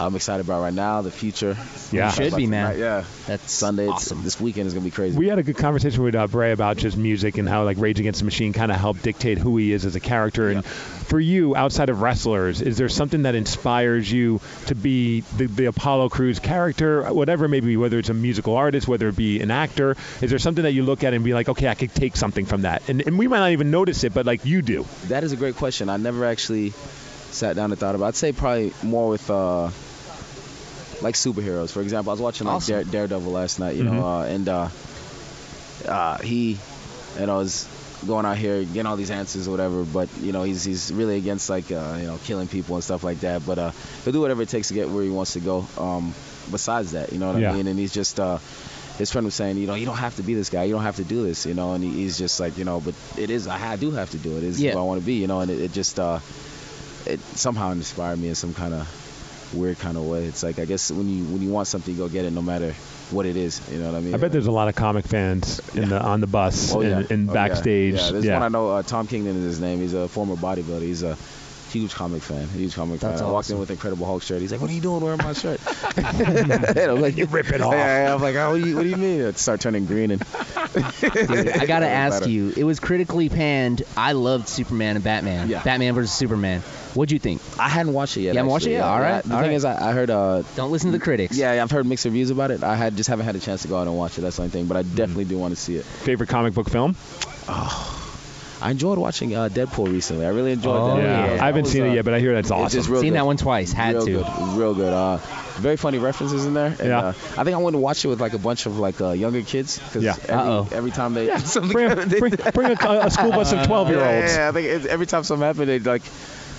Speaker 8: I'm excited about right now the future.
Speaker 2: Yeah. You
Speaker 6: should be, man.
Speaker 8: Right, yeah,
Speaker 6: That's
Speaker 8: Sunday. it's-
Speaker 6: awesome.
Speaker 8: This weekend is gonna be crazy.
Speaker 2: We had a good conversation with uh, Bray about just music and how like Rage Against the Machine kind of helped dictate who he is as a character. And for you, outside of wrestlers, is there something that inspires you to be the, the Apollo Crews character, whatever it may be, whether it's a musical artist, whether it be an actor? Is there something that you look at and be like, okay, I could take something from that? And, and we might not even notice it, but like you do.
Speaker 8: That is a great question. I never actually sat down and thought about. I'd say probably more with uh, like superheroes. For example, I was watching like
Speaker 6: Awesome.
Speaker 8: Dare, Daredevil last night, you
Speaker 2: Mhm.
Speaker 8: know, uh, and uh, uh, he, you know, is going out here getting all these answers or whatever. But you know, he's he's really against like uh, you know killing people and stuff like that. But uh, he'll do whatever it takes to get where he wants to go. Um, besides that, you know what
Speaker 2: Yeah.
Speaker 8: I mean? And he's just. Uh, his friend was saying, you know, you don't have to be this guy. You don't have to do this, you know. And he, he's just like, you know, but it is. I, ha- do have to do it. It's
Speaker 6: Yeah.
Speaker 8: who I want to be, you know. And it, it just uh, it somehow inspired me in some kind of weird kind of way. It's like I guess when you when you want something, you go get it, no matter what it is. You know what I mean?
Speaker 2: I bet there's a lot of comic fans in the on the bus
Speaker 8: Oh, yeah.
Speaker 2: and, and
Speaker 8: Oh, yeah.
Speaker 2: backstage.
Speaker 8: Yeah, there's one I know. Uh, Tom Kingdon is his name. He's a former bodybuilder. He's a Huge comic fan. Huge comic
Speaker 6: That's
Speaker 8: fan. I walked
Speaker 6: awesome.
Speaker 8: in with Incredible Hulk shirt. He's like, "What are you doing wearing my shirt?" and I'm like, "You rip it off." I'm like, oh, what, do you, "What do you mean?" It start turning green and
Speaker 6: Dude, I gotta ask
Speaker 8: Better.
Speaker 6: you. It was critically panned. I loved Superman and Batman.
Speaker 8: Yeah.
Speaker 6: Batman versus Superman. What'd you think?
Speaker 8: I hadn't watched it yet.
Speaker 6: You haven't watched it
Speaker 8: actually.
Speaker 6: yet? All
Speaker 8: Yeah,
Speaker 6: right,
Speaker 8: The
Speaker 6: all
Speaker 8: thing
Speaker 6: right.
Speaker 8: is, I, I heard. Uh,
Speaker 6: Don't listen to the critics.
Speaker 8: yeah, I've heard mixed reviews about it. I had just haven't had a chance to go out and watch it. That's the only thing. But I definitely do want to see it.
Speaker 2: Mm-hmm.
Speaker 8: Oh,
Speaker 2: Favorite comic book film?
Speaker 8: I enjoyed watching uh, Deadpool recently. I really enjoyed
Speaker 6: Oh,
Speaker 8: that.
Speaker 6: yeah.
Speaker 2: I haven't
Speaker 8: That was,
Speaker 2: seen
Speaker 8: uh,
Speaker 2: it yet, but I hear that's
Speaker 8: It's
Speaker 2: awesome.
Speaker 8: just real
Speaker 6: Seen
Speaker 8: good.
Speaker 6: that one twice. Had
Speaker 8: real
Speaker 6: to.
Speaker 8: good, real good. Uh, very funny references in there. And,
Speaker 2: Yeah.
Speaker 8: uh, I think I went to watch it with like a bunch of like uh, younger kids because
Speaker 2: Yeah.
Speaker 6: Uh-oh.
Speaker 8: every, every time they something
Speaker 2: Bring, bring, bring a, a school bus
Speaker 8: Uh,
Speaker 2: of 12 year
Speaker 8: yeah,
Speaker 2: olds.
Speaker 8: yeah, yeah, I think it, every time something happened, they like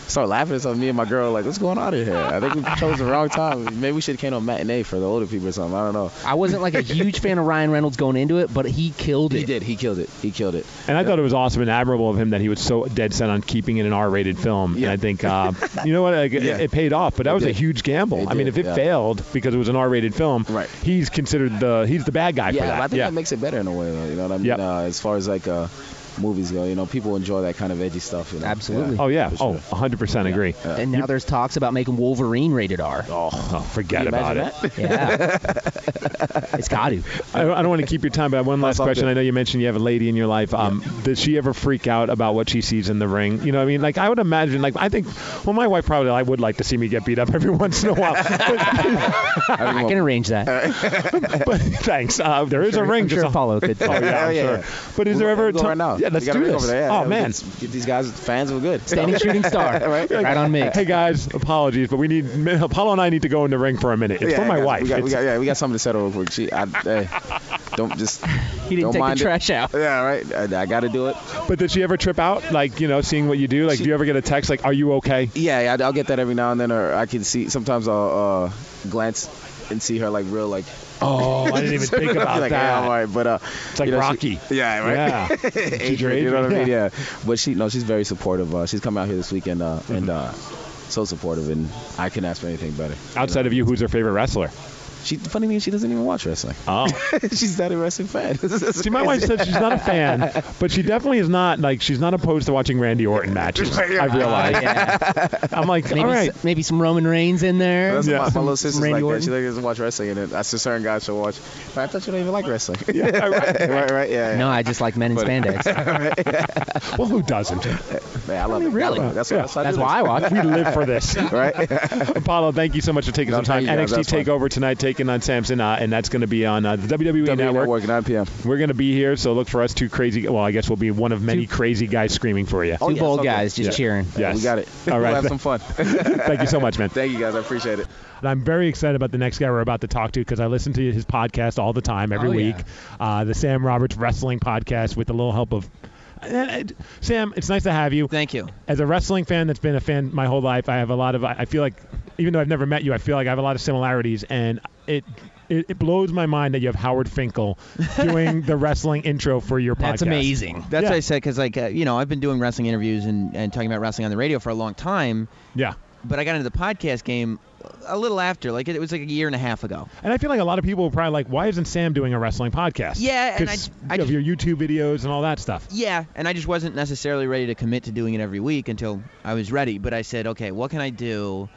Speaker 8: start laughing at something. Me and my girl like, what's going on in here? I think we chose the wrong time. Maybe we should have came to a matinee for the older people or something. I don't know.
Speaker 6: I wasn't like a huge fan of Ryan Reynolds going into it, but he killed it.
Speaker 8: He did. He killed it. He killed it.
Speaker 2: And I thought it was awesome and admirable of him that he was so dead set on keeping it an R-rated film.
Speaker 8: Yeah.
Speaker 2: And I think, uh, you know what, like, it-
Speaker 8: Yeah.
Speaker 2: it, paid off. But that was a
Speaker 8: did.
Speaker 2: huge gamble.
Speaker 8: It
Speaker 2: I mean,
Speaker 8: did,
Speaker 2: if it
Speaker 8: yeah.
Speaker 2: failed because it was an R-rated film,
Speaker 8: Right.
Speaker 2: he's considered the he's the bad guy for
Speaker 8: Yeah,
Speaker 2: that.
Speaker 8: but I think
Speaker 2: yeah.
Speaker 8: that makes it better in a way. Though, you know what I mean?
Speaker 2: Yep.
Speaker 8: Uh, as far as like uh, movies go, you know, people enjoy that kind of edgy stuff. You know?
Speaker 6: Absolutely.
Speaker 2: oh yeah.
Speaker 8: for
Speaker 2: Oh,
Speaker 8: sure.
Speaker 2: 100 percent agree.
Speaker 6: And now there's talks about making Wolverine rated R.
Speaker 2: Oh,
Speaker 8: Can
Speaker 2: forget
Speaker 8: you
Speaker 2: about
Speaker 8: imagine
Speaker 2: it.
Speaker 8: that?
Speaker 6: Yeah. it's got to.
Speaker 2: I, I don't want to keep your time, but I have one last
Speaker 8: That's all
Speaker 2: question.
Speaker 8: good.
Speaker 2: I know you mentioned you have a lady in your life. Um, Does she ever freak out about what she sees in the ring? You know, what I mean, like I would imagine, like I think, well, my wife probably, I would like to see me get beat up every once in a while. But-
Speaker 6: I can arrange that.
Speaker 2: but thanks. Uh, there is
Speaker 6: Sure,
Speaker 2: a ring.
Speaker 6: I'm sure
Speaker 2: just a-
Speaker 6: Apollo could.
Speaker 2: Oh yeah,
Speaker 8: Hell
Speaker 2: I'm
Speaker 8: yeah.
Speaker 2: sure. But is there
Speaker 8: We'll
Speaker 2: ever a
Speaker 8: go
Speaker 2: time?
Speaker 8: right now?
Speaker 2: Yeah, let's
Speaker 8: We got
Speaker 2: do
Speaker 8: a ring
Speaker 2: this.
Speaker 8: Over there. Yeah,
Speaker 2: oh
Speaker 8: we
Speaker 2: man.
Speaker 8: can Get these guys, fans were good.
Speaker 6: Standing shooting star.
Speaker 8: Right?
Speaker 6: Right on mix.
Speaker 2: Hey guys, apologies, but we need Apollo and I need to go in the ring for a minute. It's
Speaker 8: Yeah,
Speaker 2: for my
Speaker 8: I got-
Speaker 2: wife.
Speaker 8: We got, we
Speaker 2: It's-
Speaker 8: got, yeah, we got something to settle real quick. She, I, hey, don't just.
Speaker 6: He didn't
Speaker 8: don't
Speaker 6: take
Speaker 8: mind
Speaker 6: the
Speaker 8: it.
Speaker 6: trash out.
Speaker 8: Yeah, right. I, I got to do it.
Speaker 2: but did she ever trip out? Like you know, seeing what you do. Like, do you ever get a text like, "Are you okay?"
Speaker 8: Yeah, yeah, I'll get that every now and then, or I can see. Sometimes I'll uh, glance and see her like real, like.
Speaker 2: Oh, I didn't even think about
Speaker 8: like, Yeah,
Speaker 2: that.
Speaker 8: all right, but uh,
Speaker 2: it's like
Speaker 8: you know, she-
Speaker 2: Rocky.
Speaker 8: yeah, right.
Speaker 2: Yeah.
Speaker 8: Adrian, you know what I mean? Yeah. But she, no, she's very supportive. Uh, she's coming out here this weekend, uh,
Speaker 2: Mm-hmm.
Speaker 8: and uh, so supportive, and I couldn't ask for anything better.
Speaker 2: Outside of you, who's her favorite wrestler?
Speaker 8: She, funny thing, is she doesn't even watch wrestling.
Speaker 2: Oh.
Speaker 8: she's not a wrestling fan.
Speaker 2: See, my wife said she's not a fan, but she definitely is not like she's not opposed to watching Randy Orton matches. I've realized.
Speaker 6: Oh, yeah.
Speaker 2: I'm like,
Speaker 6: Maybe,
Speaker 2: all right,
Speaker 6: s- maybe some Roman Reigns in there.
Speaker 8: That's
Speaker 2: Yeah.
Speaker 8: my, my little sister's
Speaker 6: Randy
Speaker 8: like
Speaker 6: Orton.
Speaker 8: that. She like, doesn't watch wrestling, and then that's a certain guy she'll watch. But I thought you don't even like wrestling.
Speaker 2: yeah, right.
Speaker 8: right, right, yeah.
Speaker 6: No, I just like men in spandex.
Speaker 2: Well, who doesn't?
Speaker 8: Man, I love it.
Speaker 6: Really?
Speaker 8: I love it. That's, what-
Speaker 2: Yeah.
Speaker 8: that's,
Speaker 6: That's why I watch.
Speaker 2: We live for this.
Speaker 8: Right?
Speaker 2: Apollo, thank you so much for taking
Speaker 8: No,
Speaker 2: some time.
Speaker 8: thank you, guys.
Speaker 2: NXT
Speaker 8: That's fun.
Speaker 2: Takeover tonight, taking on Samson, uh, and that's going to be on uh, the WWE,
Speaker 8: WWE
Speaker 2: Network.
Speaker 8: E Network, 9 p.m.
Speaker 2: We're going to be here, so look for us two crazy. Well, I guess we'll be one of many crazy guys screaming for you.
Speaker 8: Oh,
Speaker 6: Two
Speaker 8: yeah,
Speaker 6: bold
Speaker 8: it's okay.
Speaker 6: guys just
Speaker 2: Yeah.
Speaker 6: cheering.
Speaker 2: yes,
Speaker 8: We got it.
Speaker 2: All right.
Speaker 8: We'll have some fun.
Speaker 2: Thank you so much, man.
Speaker 8: Thank you, guys. I appreciate it.
Speaker 2: And I'm very excited about the next guy we're about to talk to because I listen to his podcast all the time, every
Speaker 6: Oh, yeah.
Speaker 2: week. Uh, the Sam Roberts Wrestling Podcast with a little help of. Uh, Sam, it's nice to have you.
Speaker 9: Thank you.
Speaker 2: As a wrestling fan that's been a fan my whole life, I have a lot of. I I feel like, even though I've never met you, I feel like I have a lot of similarities, and it. It, it blows my mind that you have Howard Finkel doing the wrestling intro for your podcast.
Speaker 9: That's amazing. That's
Speaker 2: Yeah.
Speaker 9: what I said because, like, uh, you know, I've been doing wrestling interviews and, and talking about wrestling on the radio for a long time,
Speaker 2: Yeah.
Speaker 9: but I got into the podcast game a little after. Like, it, it was like a year and a half ago.
Speaker 2: And I feel like a lot of people are probably like, why isn't Sam doing a wrestling podcast?
Speaker 9: Yeah, and I-
Speaker 2: 'Cause
Speaker 9: I
Speaker 2: you have
Speaker 9: just-
Speaker 2: your YouTube videos and all that stuff.
Speaker 9: Yeah, and I just wasn't necessarily ready to commit to doing it every week until I was ready. But I said, okay, what can I do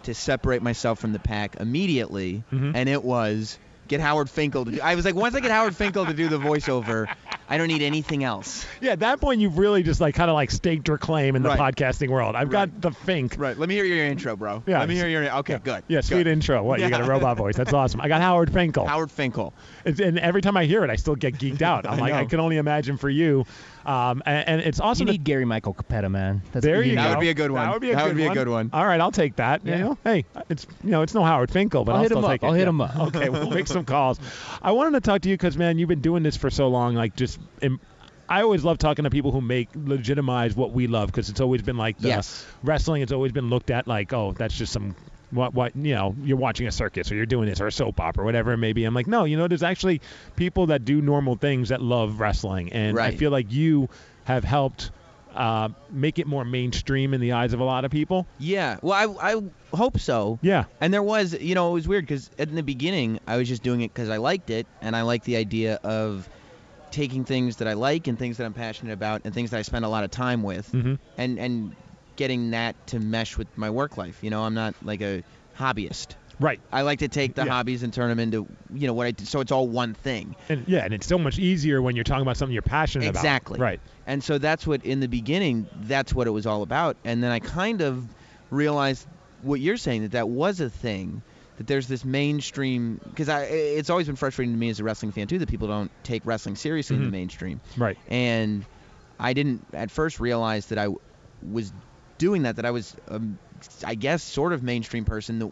Speaker 9: to separate myself from the pack immediately?
Speaker 2: Mhm.
Speaker 9: And it was get Howard Finkel to do. I was like, once I get Howard Finkel to do the voiceover, I don't need anything else.
Speaker 2: Yeah, at that point, you've really just like kind of like staked your claim in the
Speaker 9: Right.
Speaker 2: podcasting world. I've got the fink.
Speaker 9: Right. Let me hear your intro, bro.
Speaker 2: Yeah,
Speaker 9: Let me
Speaker 2: it's-
Speaker 9: hear your. Okay, good.
Speaker 2: Yeah, sweet
Speaker 9: good.
Speaker 2: intro. What you got a
Speaker 9: Yeah.
Speaker 2: robot voice? That's awesome. I got Howard Finkel.
Speaker 9: Howard Finkel.
Speaker 2: It's, and every time I hear it, I still get geeked out. I'm
Speaker 9: I
Speaker 2: like, I
Speaker 9: know.
Speaker 2: can only imagine for you. Um, and, and it's
Speaker 6: You
Speaker 2: awesome.
Speaker 6: need Gary Michael Capetta, man. That's
Speaker 2: there
Speaker 6: what
Speaker 2: you
Speaker 6: need.
Speaker 9: That
Speaker 2: go.
Speaker 9: would be a good one.
Speaker 2: That would be a,
Speaker 9: That
Speaker 2: good,
Speaker 9: would be a
Speaker 2: one.
Speaker 9: good one.
Speaker 2: All right, I'll take that. You
Speaker 6: Yeah.
Speaker 2: know, hey, it's you know, it's no Howard Finkel, but
Speaker 6: I'll
Speaker 2: I'll,
Speaker 6: hit
Speaker 2: still
Speaker 6: him up.
Speaker 2: take it.
Speaker 6: I'll hit
Speaker 2: Yeah.
Speaker 6: him up.
Speaker 2: okay, we'll make some calls. I wanted to talk to you because man, you've been doing this for so long. Like just. Im- I always love talking to people who make legitimize what we love because it's always been like the
Speaker 9: Yes.
Speaker 2: wrestling. It's always been looked at like, oh, that's just some what what you know. You're watching a circus or you're doing this or a soap opera, whatever it may be. I'm like, no, you know, there's actually people that do normal things that love wrestling, and I
Speaker 9: Right.
Speaker 2: feel like you have helped uh, make it more mainstream in the eyes of a lot of people.
Speaker 9: Yeah. Well, I, I hope so.
Speaker 2: Yeah,
Speaker 9: And there was, you know, it was weird because in the beginning, I was just doing it because I liked it, and I liked the idea of taking things that I like and things that I'm passionate about and things that I spend a lot of time with,
Speaker 2: Mhm.
Speaker 9: and and getting that to mesh with my work life. You know, I'm not like a hobbyist.
Speaker 2: Right.
Speaker 9: I like to take the
Speaker 2: Yeah.
Speaker 9: hobbies and turn them into, you know, what I do. So it's all one thing.
Speaker 2: And yeah, and it's so much easier when you're talking about something you're passionate about.
Speaker 9: Exactly.
Speaker 2: Right.
Speaker 9: And so that's what in the beginning, that's what it was all about. And then I kind of realized what you're saying that that was a thing. That there's this mainstream because I it's always been frustrating to me as a wrestling fan too that people don't take wrestling seriously in
Speaker 2: Mhm.
Speaker 9: the mainstream.
Speaker 2: Right.
Speaker 9: And I didn't at first realize that I w- was doing that. That I was, um, I guess, sort of mainstream person that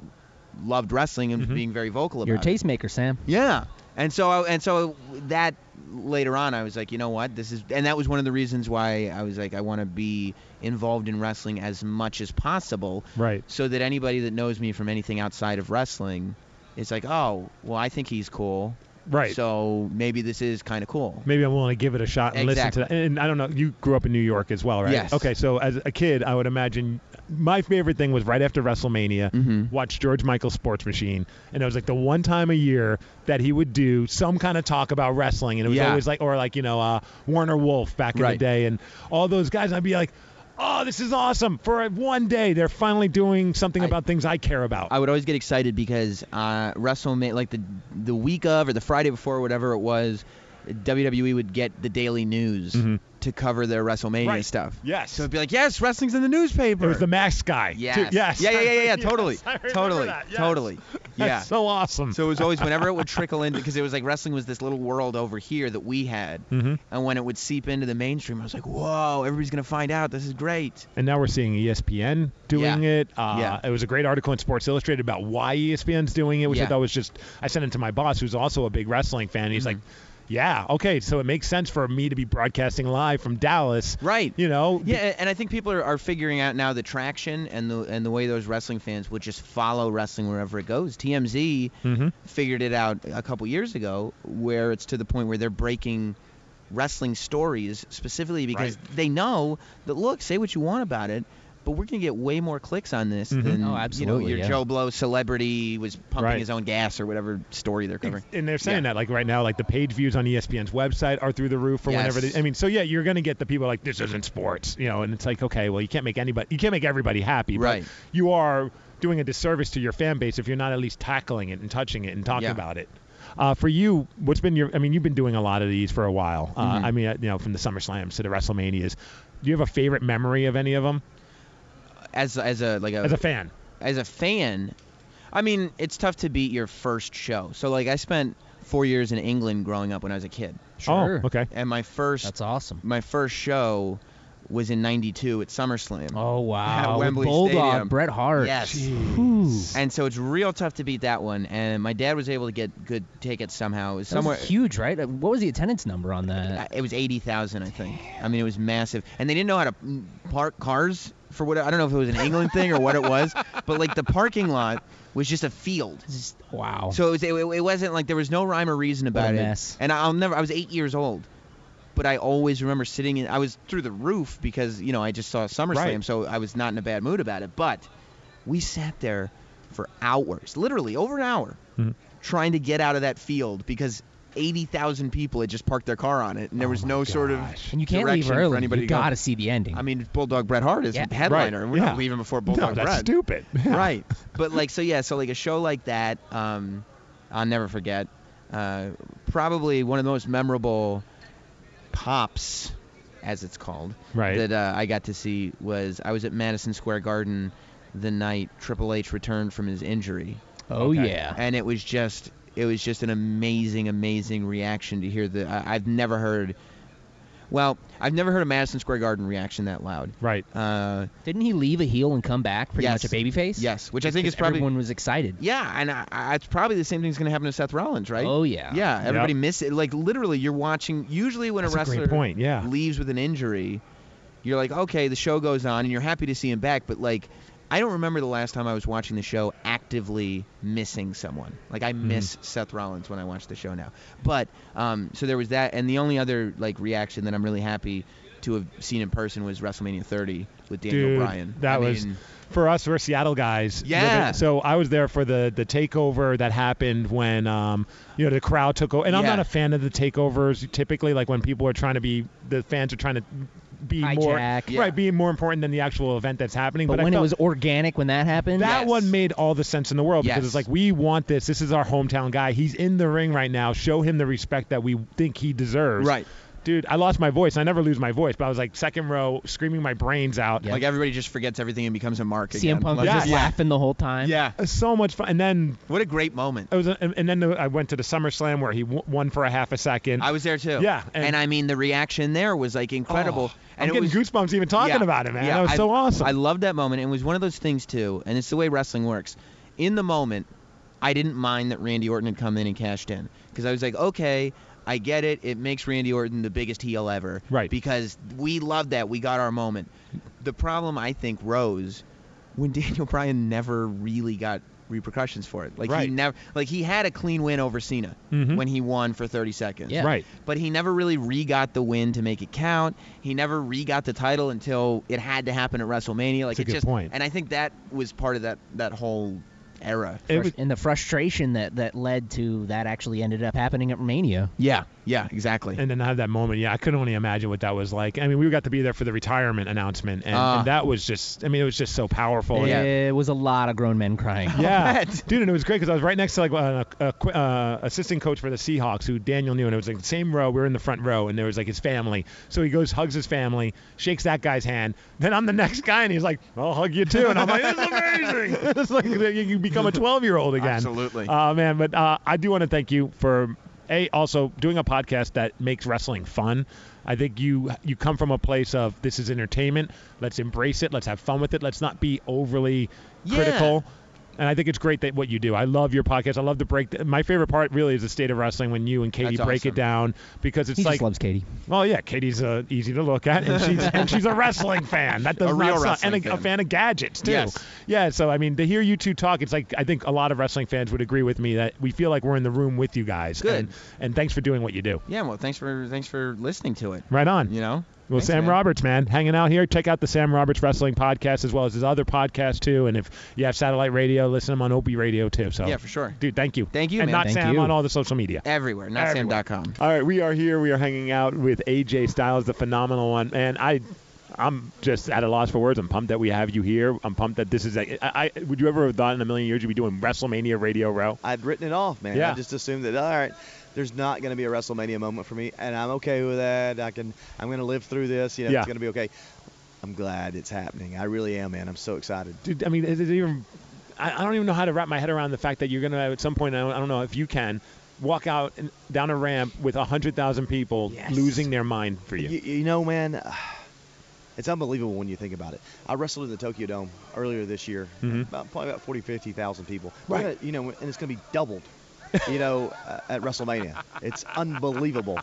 Speaker 9: loved wrestling and
Speaker 2: Mhm.
Speaker 9: being very vocal about
Speaker 6: You're a
Speaker 9: it.
Speaker 6: tastemaker, Sam.
Speaker 9: Yeah. And so I, and so that later on I was like, you know what? This is and that was one of the reasons why I was like I want to be involved in wrestling as much as possible
Speaker 2: Right.
Speaker 9: so that anybody that knows me from anything outside of wrestling is like, "Oh, well I think he's cool."
Speaker 2: Right.
Speaker 9: So maybe this is kind of cool.
Speaker 2: Maybe I'm willing to give it a shot and listen
Speaker 9: Exactly.
Speaker 2: to that. And I don't know, you grew up in New York as well, right?
Speaker 9: Yes.
Speaker 2: Okay, so as a kid, I would imagine my favorite thing was right after WrestleMania,
Speaker 9: Mhm.
Speaker 2: watch George Michael's Sports Machine. And it was like the one time a year that he would do some kind of talk about wrestling. And it was
Speaker 9: Yeah.
Speaker 2: always like, or like, you know, uh, Warner Wolf back in the
Speaker 9: Right.
Speaker 2: day and all those guys. I'd be like, oh, this is awesome. For one day, they're finally doing something
Speaker 9: I-
Speaker 2: about things I care about.
Speaker 9: I would always get excited because uh, WrestleMania, like the the week of or the Friday before, whatever it was, WWE would get the daily news
Speaker 2: Mhm.
Speaker 9: to cover their WrestleMania
Speaker 2: Right.
Speaker 9: stuff.
Speaker 2: Yes.
Speaker 9: So it'd be like, yes, wrestling's in the newspaper.
Speaker 2: it was the mask guy. too.
Speaker 9: Yes.
Speaker 2: Yes.
Speaker 9: Yeah, yeah, yeah, yeah, yeah.
Speaker 2: Yes,
Speaker 9: Totally.
Speaker 2: I remember
Speaker 9: totally.
Speaker 2: that. Yes.
Speaker 9: Totally.
Speaker 2: That's
Speaker 9: Yeah.
Speaker 2: so awesome.
Speaker 9: So it was always whenever it would trickle in because it was like wrestling was this little world over here that we had.
Speaker 2: hmm
Speaker 9: And when it would seep into the mainstream, I was like, whoa, everybody's going to find out. This is great.
Speaker 2: And now we're seeing E ESPN doing
Speaker 9: Yeah.
Speaker 2: it. Uh,
Speaker 9: Yeah.
Speaker 2: It was a great article in Sports Illustrated about why E ESPN's doing it, which I
Speaker 9: Yeah.
Speaker 2: thought was just. I sent it to my boss, who's also a big wrestling fan. And he's
Speaker 9: Mm-hmm.
Speaker 2: like, "Yeah, okay, so it makes sense for me to be broadcasting live from Dallas,
Speaker 9: Right.
Speaker 2: You know, be-
Speaker 9: Yeah, a- and I think people are, are figuring out now the traction and the and the way those wrestling fans will just follow wrestling wherever it goes. TMZ
Speaker 2: Mhm.
Speaker 9: figured it out a couple years ago, where it's to the point where they're breaking wrestling stories specifically because they know that look, say what you want about it. But we're gonna get way more clicks on this than
Speaker 6: Oh,
Speaker 9: you
Speaker 6: absolutely,
Speaker 9: know your
Speaker 6: yeah.
Speaker 9: Joe Blow celebrity was pumping
Speaker 2: Right.
Speaker 9: his own gas or whatever story they're covering.
Speaker 2: And they're saying
Speaker 9: Yeah.
Speaker 2: that like right now, like the page views on E ESPN's website are through the roof or whenever.
Speaker 9: Yes.
Speaker 2: They, I mean, so yeah, you're gonna get the people like this isn't sports, you know, and it's like okay, well you can't make anybody, you can't make everybody happy, but
Speaker 9: Right.
Speaker 2: You are doing a disservice to your fan base if you're not at least tackling it and touching it and talking
Speaker 9: Yeah.
Speaker 2: about it. Uh, for you, what's been your? I mean, you've been doing a lot of these for a while.
Speaker 9: Mm-hmm.
Speaker 2: Uh, I mean, you know, from the SummerSlams to the WrestleManias. Do you have a favorite memory of any of them
Speaker 9: As as a like
Speaker 2: as a fan?
Speaker 9: as a fan, I mean, it's tough to beat your first show. So like, I spent four years in England growing up when I was a kid,
Speaker 6: Sure.
Speaker 2: Oh, okay.
Speaker 9: and my first
Speaker 6: That's awesome.
Speaker 9: my first show was in '92 at SummerSlam.
Speaker 6: Oh
Speaker 9: At
Speaker 6: wow. With
Speaker 9: Wembley
Speaker 6: Bulldog
Speaker 9: Stadium.
Speaker 6: Bret Hart.
Speaker 9: Yes.
Speaker 6: Ooh.
Speaker 9: And so it's real tough to beat that one. And my dad was able to get good tickets somehow. It was
Speaker 6: That
Speaker 9: somewhere.
Speaker 6: was huge, right? Uh, What was the attendance number on
Speaker 9: I-
Speaker 6: that?
Speaker 9: Uh, It was eighty thousand, I think. I mean, it was massive, and they didn't know how to mm, park cars for what I don't know if it was an England thing or what it was, but like the parking lot was just a field.
Speaker 6: Just- wow.
Speaker 9: So it, was, it, it wasn't like there was no rhyme or reason about
Speaker 6: a
Speaker 9: it.
Speaker 6: mess.
Speaker 9: And I'll never. I was eight years old, but I always remember sitting in. I was through the roof because you know I just saw SummerSlam,
Speaker 2: Right.
Speaker 9: so I was not in a bad mood about it. But we sat there for hours, literally over an hour,
Speaker 6: Mm-hmm.
Speaker 2: Mhm.
Speaker 9: trying to get out of that field because. 80,000 people had just parked their car on it, and there was no sort of.
Speaker 6: Oh and you can't leave
Speaker 9: direction for
Speaker 6: early.
Speaker 9: anybody
Speaker 6: You
Speaker 9: to go.
Speaker 6: gotta see the ending.
Speaker 9: I mean, Bulldog Bret Hart is
Speaker 6: Yeah.
Speaker 9: the headliner,
Speaker 2: Right.
Speaker 9: and we're
Speaker 2: Yeah.
Speaker 9: not leaving before
Speaker 2: no,
Speaker 9: Bulldog
Speaker 2: that's
Speaker 9: Bret.
Speaker 2: stupid.
Speaker 9: Right. But like, so yeah, so like a show like that, um, I'll never forget. Uh, probably one of the most memorable pops, as it's called,
Speaker 2: Right.
Speaker 9: that uh, I got to see was I was at Madison Square Garden the night Triple H returned from his injury,
Speaker 6: oh
Speaker 2: Okay.
Speaker 6: yeah.
Speaker 9: and it was just it was just an amazing, amazing reaction to hear the I, I've never heard. Well, I've never heard a Madison Square Garden reaction that loud.
Speaker 2: Right.
Speaker 9: Uh,
Speaker 6: Didn't he leave a heel and come back pretty
Speaker 9: Yes.
Speaker 6: much a babyface?
Speaker 9: yes, which I
Speaker 6: Just
Speaker 9: think
Speaker 6: 'cause
Speaker 9: is probably
Speaker 6: everyone was excited.
Speaker 9: yeah, and I, I, it's probably the same thing's gonna happen to Seth Rollins, right?
Speaker 6: Oh yeah.
Speaker 9: Yeah, everybody
Speaker 2: Yep.
Speaker 9: miss it. Like literally, you're watching. Usually, when
Speaker 2: That's
Speaker 9: a
Speaker 2: a
Speaker 9: wrestler
Speaker 2: great point. Yeah.
Speaker 9: leaves with an injury, you're like, okay, the show goes on, and you're happy to see him back. But like, I don't remember the last time I was watching the show actively missing someone. Like I miss Seth Rollins when I watch the show now. But um, so there was that, and the only other like reaction that I'm really happy to have seen in person was WrestleMania 30 with Daniel
Speaker 2: Dude,
Speaker 9: Bryan.
Speaker 2: that
Speaker 9: I
Speaker 2: was
Speaker 9: mean,
Speaker 2: for us. We're Seattle guys. You know,
Speaker 9: Yeah.
Speaker 2: that- so I was there for the the takeover that happened when um you know the crowd took over, and I'm
Speaker 9: Yeah.
Speaker 2: not a fan of the takeovers typically. Like when people are trying to be the fans are trying to being more
Speaker 6: Hijack.
Speaker 9: Yeah.
Speaker 2: right being more important than the actual event that's happening.
Speaker 6: But,
Speaker 2: I
Speaker 6: when it
Speaker 2: felt
Speaker 6: was organic, when that happened,
Speaker 2: that
Speaker 9: Yes.
Speaker 2: one made all the sense in the world because
Speaker 9: Yes.
Speaker 2: it's like we want this. This is our hometown guy. He's in the ring right now. Show him the respect that we think he deserves.
Speaker 9: Right.
Speaker 2: Dude, I lost my voice. I never lose my voice, but I was like second row screaming my brains out.
Speaker 6: Yeah.
Speaker 9: Like everybody just forgets everything and becomes a mark again.
Speaker 6: CM Punk was
Speaker 9: Like,
Speaker 6: just
Speaker 2: Yeah.
Speaker 6: laughing the whole time.
Speaker 9: yeah.
Speaker 2: It was so much fun. And then
Speaker 9: What a great moment.
Speaker 2: it was, and and then I went to the SummerSlam where he w- won for a half a second.
Speaker 9: I was there too.
Speaker 2: Yeah, and-
Speaker 9: And, I mean, the reaction there was like incredible.
Speaker 2: Oh,
Speaker 9: and
Speaker 2: I'm
Speaker 9: it
Speaker 2: getting
Speaker 9: was,
Speaker 2: goosebumps even talking
Speaker 9: yeah,
Speaker 2: about it, man.
Speaker 9: yeah,
Speaker 2: that was
Speaker 9: I-
Speaker 2: so awesome.
Speaker 9: I loved that moment. It was one of those things too, and it's the way wrestling works. In the moment, I didn't mind that Randy Orton had come in and cashed in because I was like, okay, I get it. It makes Randy Orton the biggest heel ever.
Speaker 2: Right.
Speaker 9: Because we loved that. We got our moment. The problem I think rose when Daniel Bryan never really got repercussions for it. Like
Speaker 2: Right.
Speaker 9: he never like he had a clean win over Cena
Speaker 2: Mhm.
Speaker 9: when he won for 30 seconds
Speaker 6: Yeah.
Speaker 2: Right.
Speaker 9: but he never really re-got the win to make it count. He never re-got the title until it had to happen at WrestleMania. Like
Speaker 2: That's a
Speaker 9: it
Speaker 2: good
Speaker 9: just,
Speaker 2: point.
Speaker 9: and I think that was part of that that whole era.
Speaker 2: It was-
Speaker 6: And the frustration that, that led to that actually ended up happening at Romania.
Speaker 9: yeah, yeah, exactly.
Speaker 2: and then have that moment. Yeah, I could only imagine what that was like. I mean, we got to be there for the retirement announcement, and,
Speaker 9: Ah.
Speaker 2: and that was just, I mean, it was just so powerful.
Speaker 9: Yeah.
Speaker 6: It was a lot of grown men crying.
Speaker 2: Yeah,
Speaker 9: bet.
Speaker 2: dude, and it was great because I was right next to like a, a, qu uh, assistant coach for the Seahawks, who Daniel knew, and it was like the same row. We were in the front row, and there was like his family. So he goes, hugs his family, shakes that guy's hand. Then I'm the next guy, and he's like, "I'll hug you too," and I'm like, "This is amazing! it's like that you can become a 12 year old again."
Speaker 9: Absolutely.
Speaker 2: Oh man, but uh, I do want to thank you for a also doing a podcast that makes wrestling fun. I think you you come from a place of this is entertainment. Let's embrace it. Let's have fun with it. Let's not be overly
Speaker 9: Yeah.
Speaker 2: critical. And I think it's great that what you do. I love your podcast. I love the break. My favorite part really is the state of wrestling when you and Katie
Speaker 9: That's
Speaker 2: break it
Speaker 9: awesome.
Speaker 2: down because it's
Speaker 6: He
Speaker 2: like,
Speaker 6: just loves Katie.
Speaker 2: well, yeah, Katie's uh, easy to look at, and she's and she's a wrestling fan. That does
Speaker 9: A
Speaker 2: not
Speaker 9: real
Speaker 2: sound-
Speaker 9: wrestling
Speaker 2: and a, a
Speaker 9: fan.
Speaker 2: fan of gadgets too.
Speaker 9: Yes.
Speaker 2: Yeah. So I mean, to hear you two talk, it's like I think a lot of wrestling fans would agree with me that we feel like we're in the room with you guys.
Speaker 9: Good.
Speaker 2: And, and thanks for doing what you do.
Speaker 9: yeah, well, thanks for thanks for listening to it.
Speaker 2: Right on.
Speaker 9: You know.
Speaker 2: Well,
Speaker 9: Thanks,
Speaker 2: Sam
Speaker 9: man.
Speaker 2: Roberts, man, hanging out here. Check out the Sam Roberts Wrestling Podcast as well as his other podcast too. And if you have satellite radio, listen to him on Opie Radio too. So
Speaker 9: Yeah, for sure.
Speaker 2: dude, thank you.
Speaker 9: Thank you,
Speaker 2: and
Speaker 9: man.
Speaker 2: not
Speaker 9: Thank
Speaker 2: Sam
Speaker 6: you.
Speaker 2: on all the social media.
Speaker 9: Everywhere, not
Speaker 2: Everywhere.
Speaker 9: Sam.com.
Speaker 2: All right, we are here. We are hanging out with AJ Styles, the phenomenal one. Man, I, I'm just at a loss for words. I'm pumped that we have you here. I'm pumped that this is. A, I, I would you ever have thought in a million years you'd be doing WrestleMania Radio Row?
Speaker 10: I'd written it off, man.
Speaker 2: Yeah.
Speaker 10: I just assumed that all right, there's not going to be a WrestleMania moment for me, and I'm okay with that. I can, I'm going to live through this. You know,
Speaker 2: Yeah.
Speaker 10: it's going to be okay. I'm glad it's happening. I really am, man. I'm so excited.
Speaker 2: Dude, I mean, is it even? I, I don't even know how to wrap my head around the fact that you're gonna at some point. I don't, I don't know if you can walk out and, down a ramp with a hundred thousand people
Speaker 10: Yes.
Speaker 2: losing their mind for you.
Speaker 10: You, you know, man, it's unbelievable when you think about it. I wrestled in the Tokyo Dome earlier this year,
Speaker 2: Mhm.
Speaker 10: about, probably about 40, 50,000 people.
Speaker 2: Right.
Speaker 10: We're gonna- you know, and it's going to be doubled. you know, uh, at WrestleMania, it's unbelievable.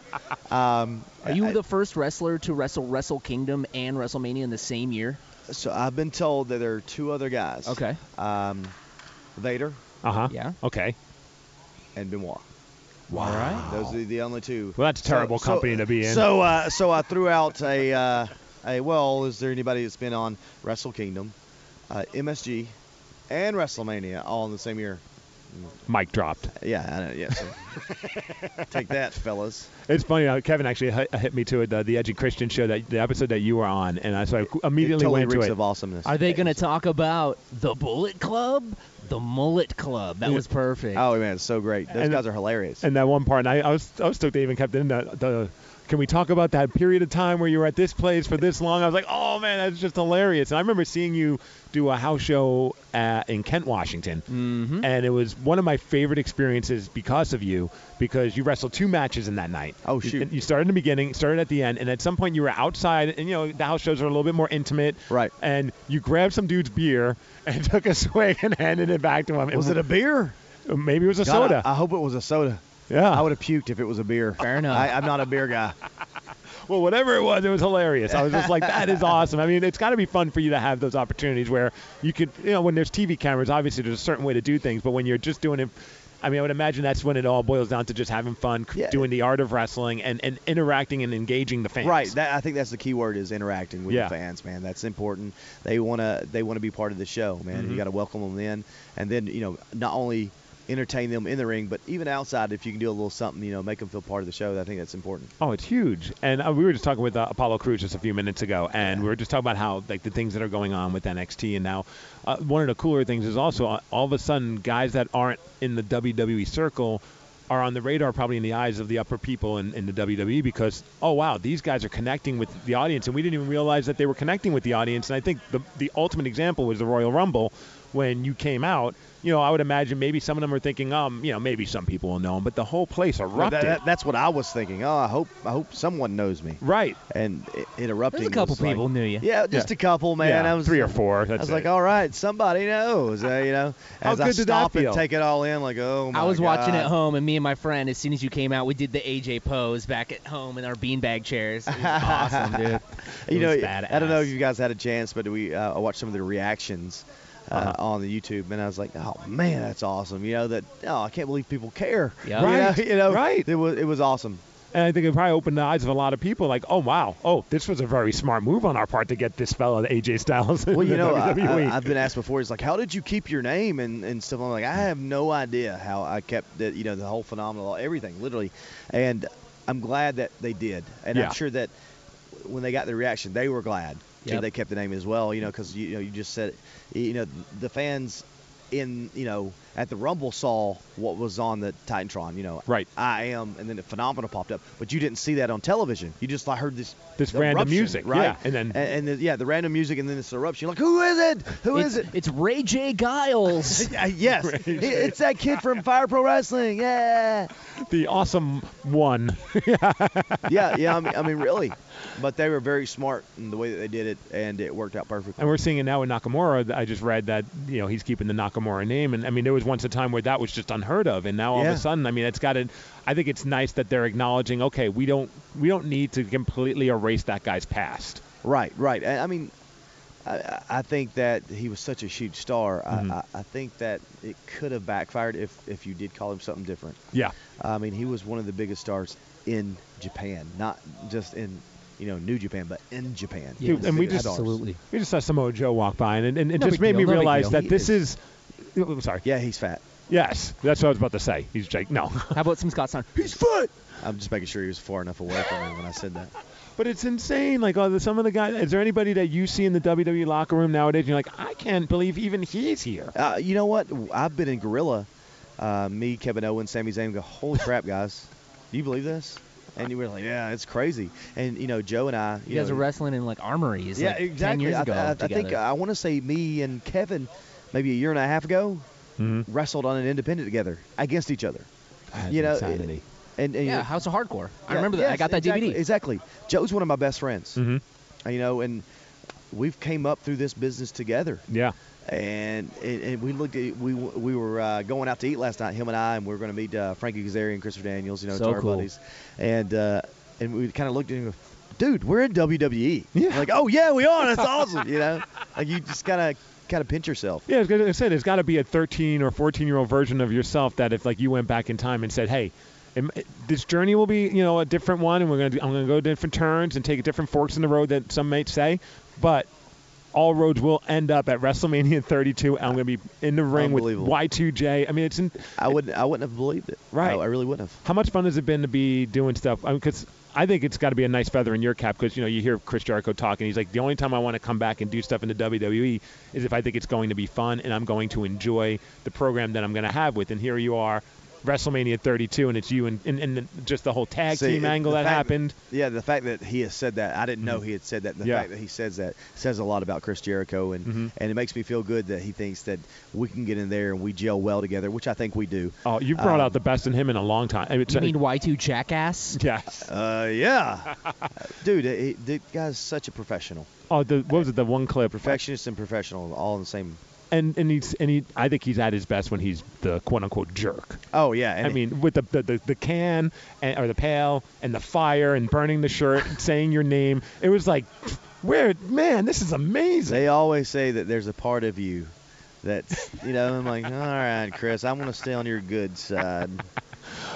Speaker 10: Um,
Speaker 6: Are you
Speaker 10: I-
Speaker 6: the first wrestler to wrestle Wrestle Kingdom and WrestleMania in the same year?
Speaker 10: so I've been told that there are two other guys.
Speaker 6: Okay.
Speaker 10: Um, Vader
Speaker 2: Uh huh.
Speaker 6: Yeah.
Speaker 2: Okay.
Speaker 10: and Benoit.
Speaker 2: Wow.
Speaker 10: Those are the only two.
Speaker 2: Well, that's a terrible
Speaker 10: So- so-
Speaker 2: company to be in.
Speaker 10: So, uh, so I threw out a, uh, a well. Is there anybody that's been on Wrestle Kingdom, uh, MSG, and WrestleMania all in the same year?
Speaker 2: Mic dropped.
Speaker 10: Yeah, I know, yeah. So take that, fellas.
Speaker 2: It's funny. Uh, Kevin actually hit, hit me to it, the, the Edge and Christian show, that the episode that you were on, and I, so I
Speaker 10: It
Speaker 2: immediately
Speaker 10: totally
Speaker 2: went to
Speaker 10: reeks
Speaker 2: it.
Speaker 10: of awesomeness.
Speaker 6: Are they going to talk about the Bullet Club? The Mullet Club. That was perfect.
Speaker 10: Oh man, it's so great. Those
Speaker 2: And-
Speaker 10: guys are hilarious.
Speaker 2: And that one part, and I, I was I was stoked they even kept in that. The, can we talk about that period of time where you were at this place for this long? I was like, oh man, that's just hilarious. And I remember seeing you do a house show uh in Kent, Washington, mm-hmm. and it was one of my favorite experiences because of you, because you wrestled two matches in that night.
Speaker 10: Oh,
Speaker 2: You-
Speaker 10: shoot.
Speaker 2: You started in the beginning, started at the end, and at some point you were outside, and you know the house shows are a little bit more intimate.
Speaker 10: Right.
Speaker 2: And you grabbed some dude's beer and took a swig and handed it back to him.
Speaker 10: was it a beer?
Speaker 2: Maybe it was a
Speaker 10: God,
Speaker 2: soda.
Speaker 10: I, I hope it was a soda.
Speaker 2: yeah.
Speaker 10: I would have puked if it was a beer.
Speaker 6: Fair enough.
Speaker 10: I, I'm not a beer guy.
Speaker 2: well, whatever it was, it was hilarious. I was just like, that is awesome. I mean, it's got to be fun for you to have those opportunities where you could, you know, when there's TV cameras, obviously there's a certain way to do things, but when you're just doing it, I mean, I would imagine that's when it all boils down to just having fun, c-
Speaker 10: Yeah.
Speaker 2: doing the art of wrestling, and, and interacting and engaging the fans.
Speaker 10: Right. That, I think that's the key word is interacting with
Speaker 2: Yeah.
Speaker 10: the fans, man. That's important.
Speaker 2: Mm-hmm.
Speaker 10: They wanna they wanna be part of the show, man. You got to welcome them in, and then you know not only entertain them in the ring, but even outside, if you can do a little something, you know, make them feel part of the show, I think that's important.
Speaker 2: Oh, it's huge. And uh, we were just talking with uh, Apollo Cruz just a few minutes ago, and we were just talking about how like the things that are going on with NXT, and now uh, one of the cooler things is also uh, all of a sudden guys that aren't in the WWE circle are on the radar probably in the eyes of the upper people in, in the WWE because oh wow these guys are connecting with the audience and we didn't even realize that they were connecting with the audience and I think the the ultimate example was the Royal Rumble when you came out you know I would imagine maybe some of them are thinking um you know maybe some people will know them but the whole place
Speaker 10: Well,
Speaker 2: erupted
Speaker 10: that- that- that's what I was thinking. Oh, I hope I hope someone knows me.
Speaker 2: right
Speaker 10: And it, it erupted.
Speaker 6: There's a couple people knew you.
Speaker 10: yeah, just a couple, man.
Speaker 2: Yeah,
Speaker 10: I was
Speaker 2: three or four.
Speaker 10: I
Speaker 2: That's
Speaker 10: was
Speaker 2: it.
Speaker 10: like, all right, somebody knows, uh, you know.
Speaker 2: How
Speaker 10: As I
Speaker 2: good did that
Speaker 10: stop
Speaker 2: feel?
Speaker 10: and take it all in, like, oh my
Speaker 6: I was watching
Speaker 10: God.
Speaker 6: at home, and me and my friend, as soon as you came out, we did the AJ pose back at home in our beanbag chairs. It was awesome, dude. It
Speaker 10: you know,
Speaker 6: was
Speaker 10: I don't know if
Speaker 6: badass.
Speaker 10: you guys had a chance, but we uh, I watched some of the reactions uh,
Speaker 6: Uh-huh.
Speaker 10: on the YouTube, and I was like, oh man, that's awesome. You know that? Oh, I can't believe people care. You
Speaker 6: Yeah.
Speaker 10: know-
Speaker 2: Right,
Speaker 10: You know,
Speaker 2: right.
Speaker 10: It was it was awesome.
Speaker 2: And I think it probably opened the eyes of a lot of people. Like, oh wow, oh this was a very smart move on our part to get this fellow AJ Styles.
Speaker 10: Well,
Speaker 2: in
Speaker 10: you
Speaker 2: the E.
Speaker 10: know, I,
Speaker 6: E.
Speaker 2: WWE.
Speaker 10: I, I've been asked before. It's like, how did you keep your name and, and stuff? I'm like, I have no idea how I kept the, you know, the whole phenomenal, everything, literally. And I'm glad that they did, and
Speaker 2: Yeah.
Speaker 10: I'm sure that when they got the reaction, they were glad that
Speaker 6: Yep.
Speaker 10: they kept the name as well. You know, because you, you know, you just said, it, you know, the fans in you know at the Rumble saw what was on the Titantron. You know,
Speaker 2: Right.
Speaker 10: I am, and then the phenomenal popped up, but you didn't see that on television. You just I heard this
Speaker 2: This random
Speaker 10: eruption,
Speaker 2: music,
Speaker 10: right?
Speaker 2: yeah, and then-
Speaker 10: and, and the, yeah, the random music, and then this eruption. You're like, who is it? Who
Speaker 6: it's,
Speaker 10: is it?
Speaker 6: It's Ray J. Giles.
Speaker 10: Uh, yes, it- it's that kid from Fire Pro Wrestling. Yeah,
Speaker 2: the awesome one.
Speaker 10: yeah, yeah. I mean, I mean, really, but they were very smart in the way that they did it, and it worked out perfectly.
Speaker 2: And we're seeing it now with Nakamura. I just read that you know he's keeping the Nakamura name, and I mean there was once a time where that was just unheard of, and now all of
Speaker 10: Yeah.
Speaker 2: a sudden, I mean it's got to. I think it's nice that they're acknowledging, okay, we don't we don't need to completely erase that guy's past.
Speaker 10: Right, right. I, I mean, I- I, I think that he was such a huge star.
Speaker 2: Mm-hmm.
Speaker 10: I, I, I think that it could have backfired if if you did call him something different.
Speaker 2: Yeah.
Speaker 10: I mean, he was one of the biggest stars in Japan, not just in you know New Japan, but in Japan. He
Speaker 2: Dude,
Speaker 10: was
Speaker 2: and
Speaker 10: the
Speaker 2: we
Speaker 10: biggest
Speaker 2: just-
Speaker 10: stars.
Speaker 6: Absolutely.
Speaker 2: We just saw Samoa Joe walk by, and, and, and it
Speaker 6: No
Speaker 2: just
Speaker 6: big
Speaker 2: made
Speaker 6: deal,
Speaker 2: me
Speaker 6: no big
Speaker 2: realize
Speaker 6: deal.
Speaker 2: that
Speaker 6: He
Speaker 2: this is. oh, I'm sorry.
Speaker 10: Yeah, he's fat.
Speaker 2: Yes, that's what I was about to say. He's Jake. No.
Speaker 6: How about some Scott Steiner? He's
Speaker 10: I'm just making sure he was far enough away from me when I said that.
Speaker 2: But it's insane. Like, oh, the- some of the guys. Is there anybody that you see in the WWE locker room nowadays? And you're like, I can't believe even he's here.
Speaker 10: Uh, you know what? I've been in Gorilla. Uh, me, Kevin Owens, Sami Zayn go, holy crap, guys. Do you believe this? And you were like, yeah, it's crazy. And, you know, Joe and I. You
Speaker 6: You guys
Speaker 10: know,
Speaker 6: are wrestling in like armories.
Speaker 10: Yeah,
Speaker 6: like,
Speaker 10: exactly.
Speaker 6: Ten years
Speaker 10: I,
Speaker 6: ago,
Speaker 10: I, I
Speaker 6: together.
Speaker 10: think uh, I want to say me and Kevin, maybe a year and a half ago,
Speaker 2: Mhm.
Speaker 10: wrestled on an independent together against each other. you know,
Speaker 2: insanity.
Speaker 10: and, and
Speaker 6: yeah, House of Hardcore. I
Speaker 10: yeah,
Speaker 6: remember that. I
Speaker 10: yes,
Speaker 6: got that
Speaker 10: exactly,
Speaker 6: DVD.
Speaker 10: Exactly. Joe's one of my best friends.
Speaker 2: Mhm.
Speaker 10: You know, and we've came up through this business together.
Speaker 2: Yeah.
Speaker 10: And, and and we looked at we we were uh, going out to eat last night, him and I, and we were going to meet uh, Frankie Kazarian and Christopher Daniels, you know,
Speaker 6: So
Speaker 10: to our
Speaker 6: cool.
Speaker 10: buddies, and uh, and we kind of looked at him, dude, we're in WWE.
Speaker 2: Yeah.
Speaker 10: Like, oh yeah, we are. That's awesome. You know, like you just gotta kind of pinch yourself.
Speaker 2: Yeah, as I said, there's got to be a 13 or 14 year old version of yourself that if like you went back in time and said, hey, am- this journey will be you know a different one, and we're gonna do, I'm gonna go different turns and take different forks in the road that some might say, but all roads will end up at WrestleMania 32. I'm gonna be in the ring with
Speaker 10: Unbelievable.
Speaker 2: Y2J. I mean, it's in,
Speaker 10: I wouldn't I wouldn't have believed it.
Speaker 2: Right.
Speaker 10: I, I really wouldn't have.
Speaker 2: How much fun has it been to be doing stuff? Because I, mean, 'cause I think it's got to be a nice feather in your cap because you know you hear Chris Jericho talking. He's like, the only time I want to come back and do stuff in the WWE is if I think it's going to be fun and I'm going to enjoy the program that I'm going to have with. And here you are, WrestleMania 32, and it's you and and, and just the whole tag
Speaker 10: See,
Speaker 2: team
Speaker 10: it-
Speaker 2: angle
Speaker 10: the
Speaker 2: that
Speaker 10: fact
Speaker 2: happened. Mm-hmm.
Speaker 10: yeah, the fact that he has said that, I didn't know he had said that. The
Speaker 2: Yeah. Mm-hmm.
Speaker 10: fact that he says that says a lot about Chris Jericho, and and it makes me feel good that he thinks that we can get in there and we gel well together, which I think we do.
Speaker 2: oh, you
Speaker 10: um,
Speaker 2: brought out the best in him in a long time. I mean, it's-
Speaker 6: You mean Y2 Jackass?
Speaker 2: yes.
Speaker 10: Uh, yeah, dude, he, the guy's such a professional,
Speaker 2: Oh, the, what was it? The one clip.
Speaker 10: perfectionist and professional, all in the same.
Speaker 2: And and he's and he. I think he's at his best when he's the quote unquote jerk.
Speaker 10: Oh yeah, and
Speaker 2: I mean, with the the, the, the can and, or the pail and the fire and burning the shirt, and saying your name. It was like, where, man, this is amazing.
Speaker 10: they always say that there's a part of you that's, you know, I'm like, all right, Chris, I'm gonna stay on your good side.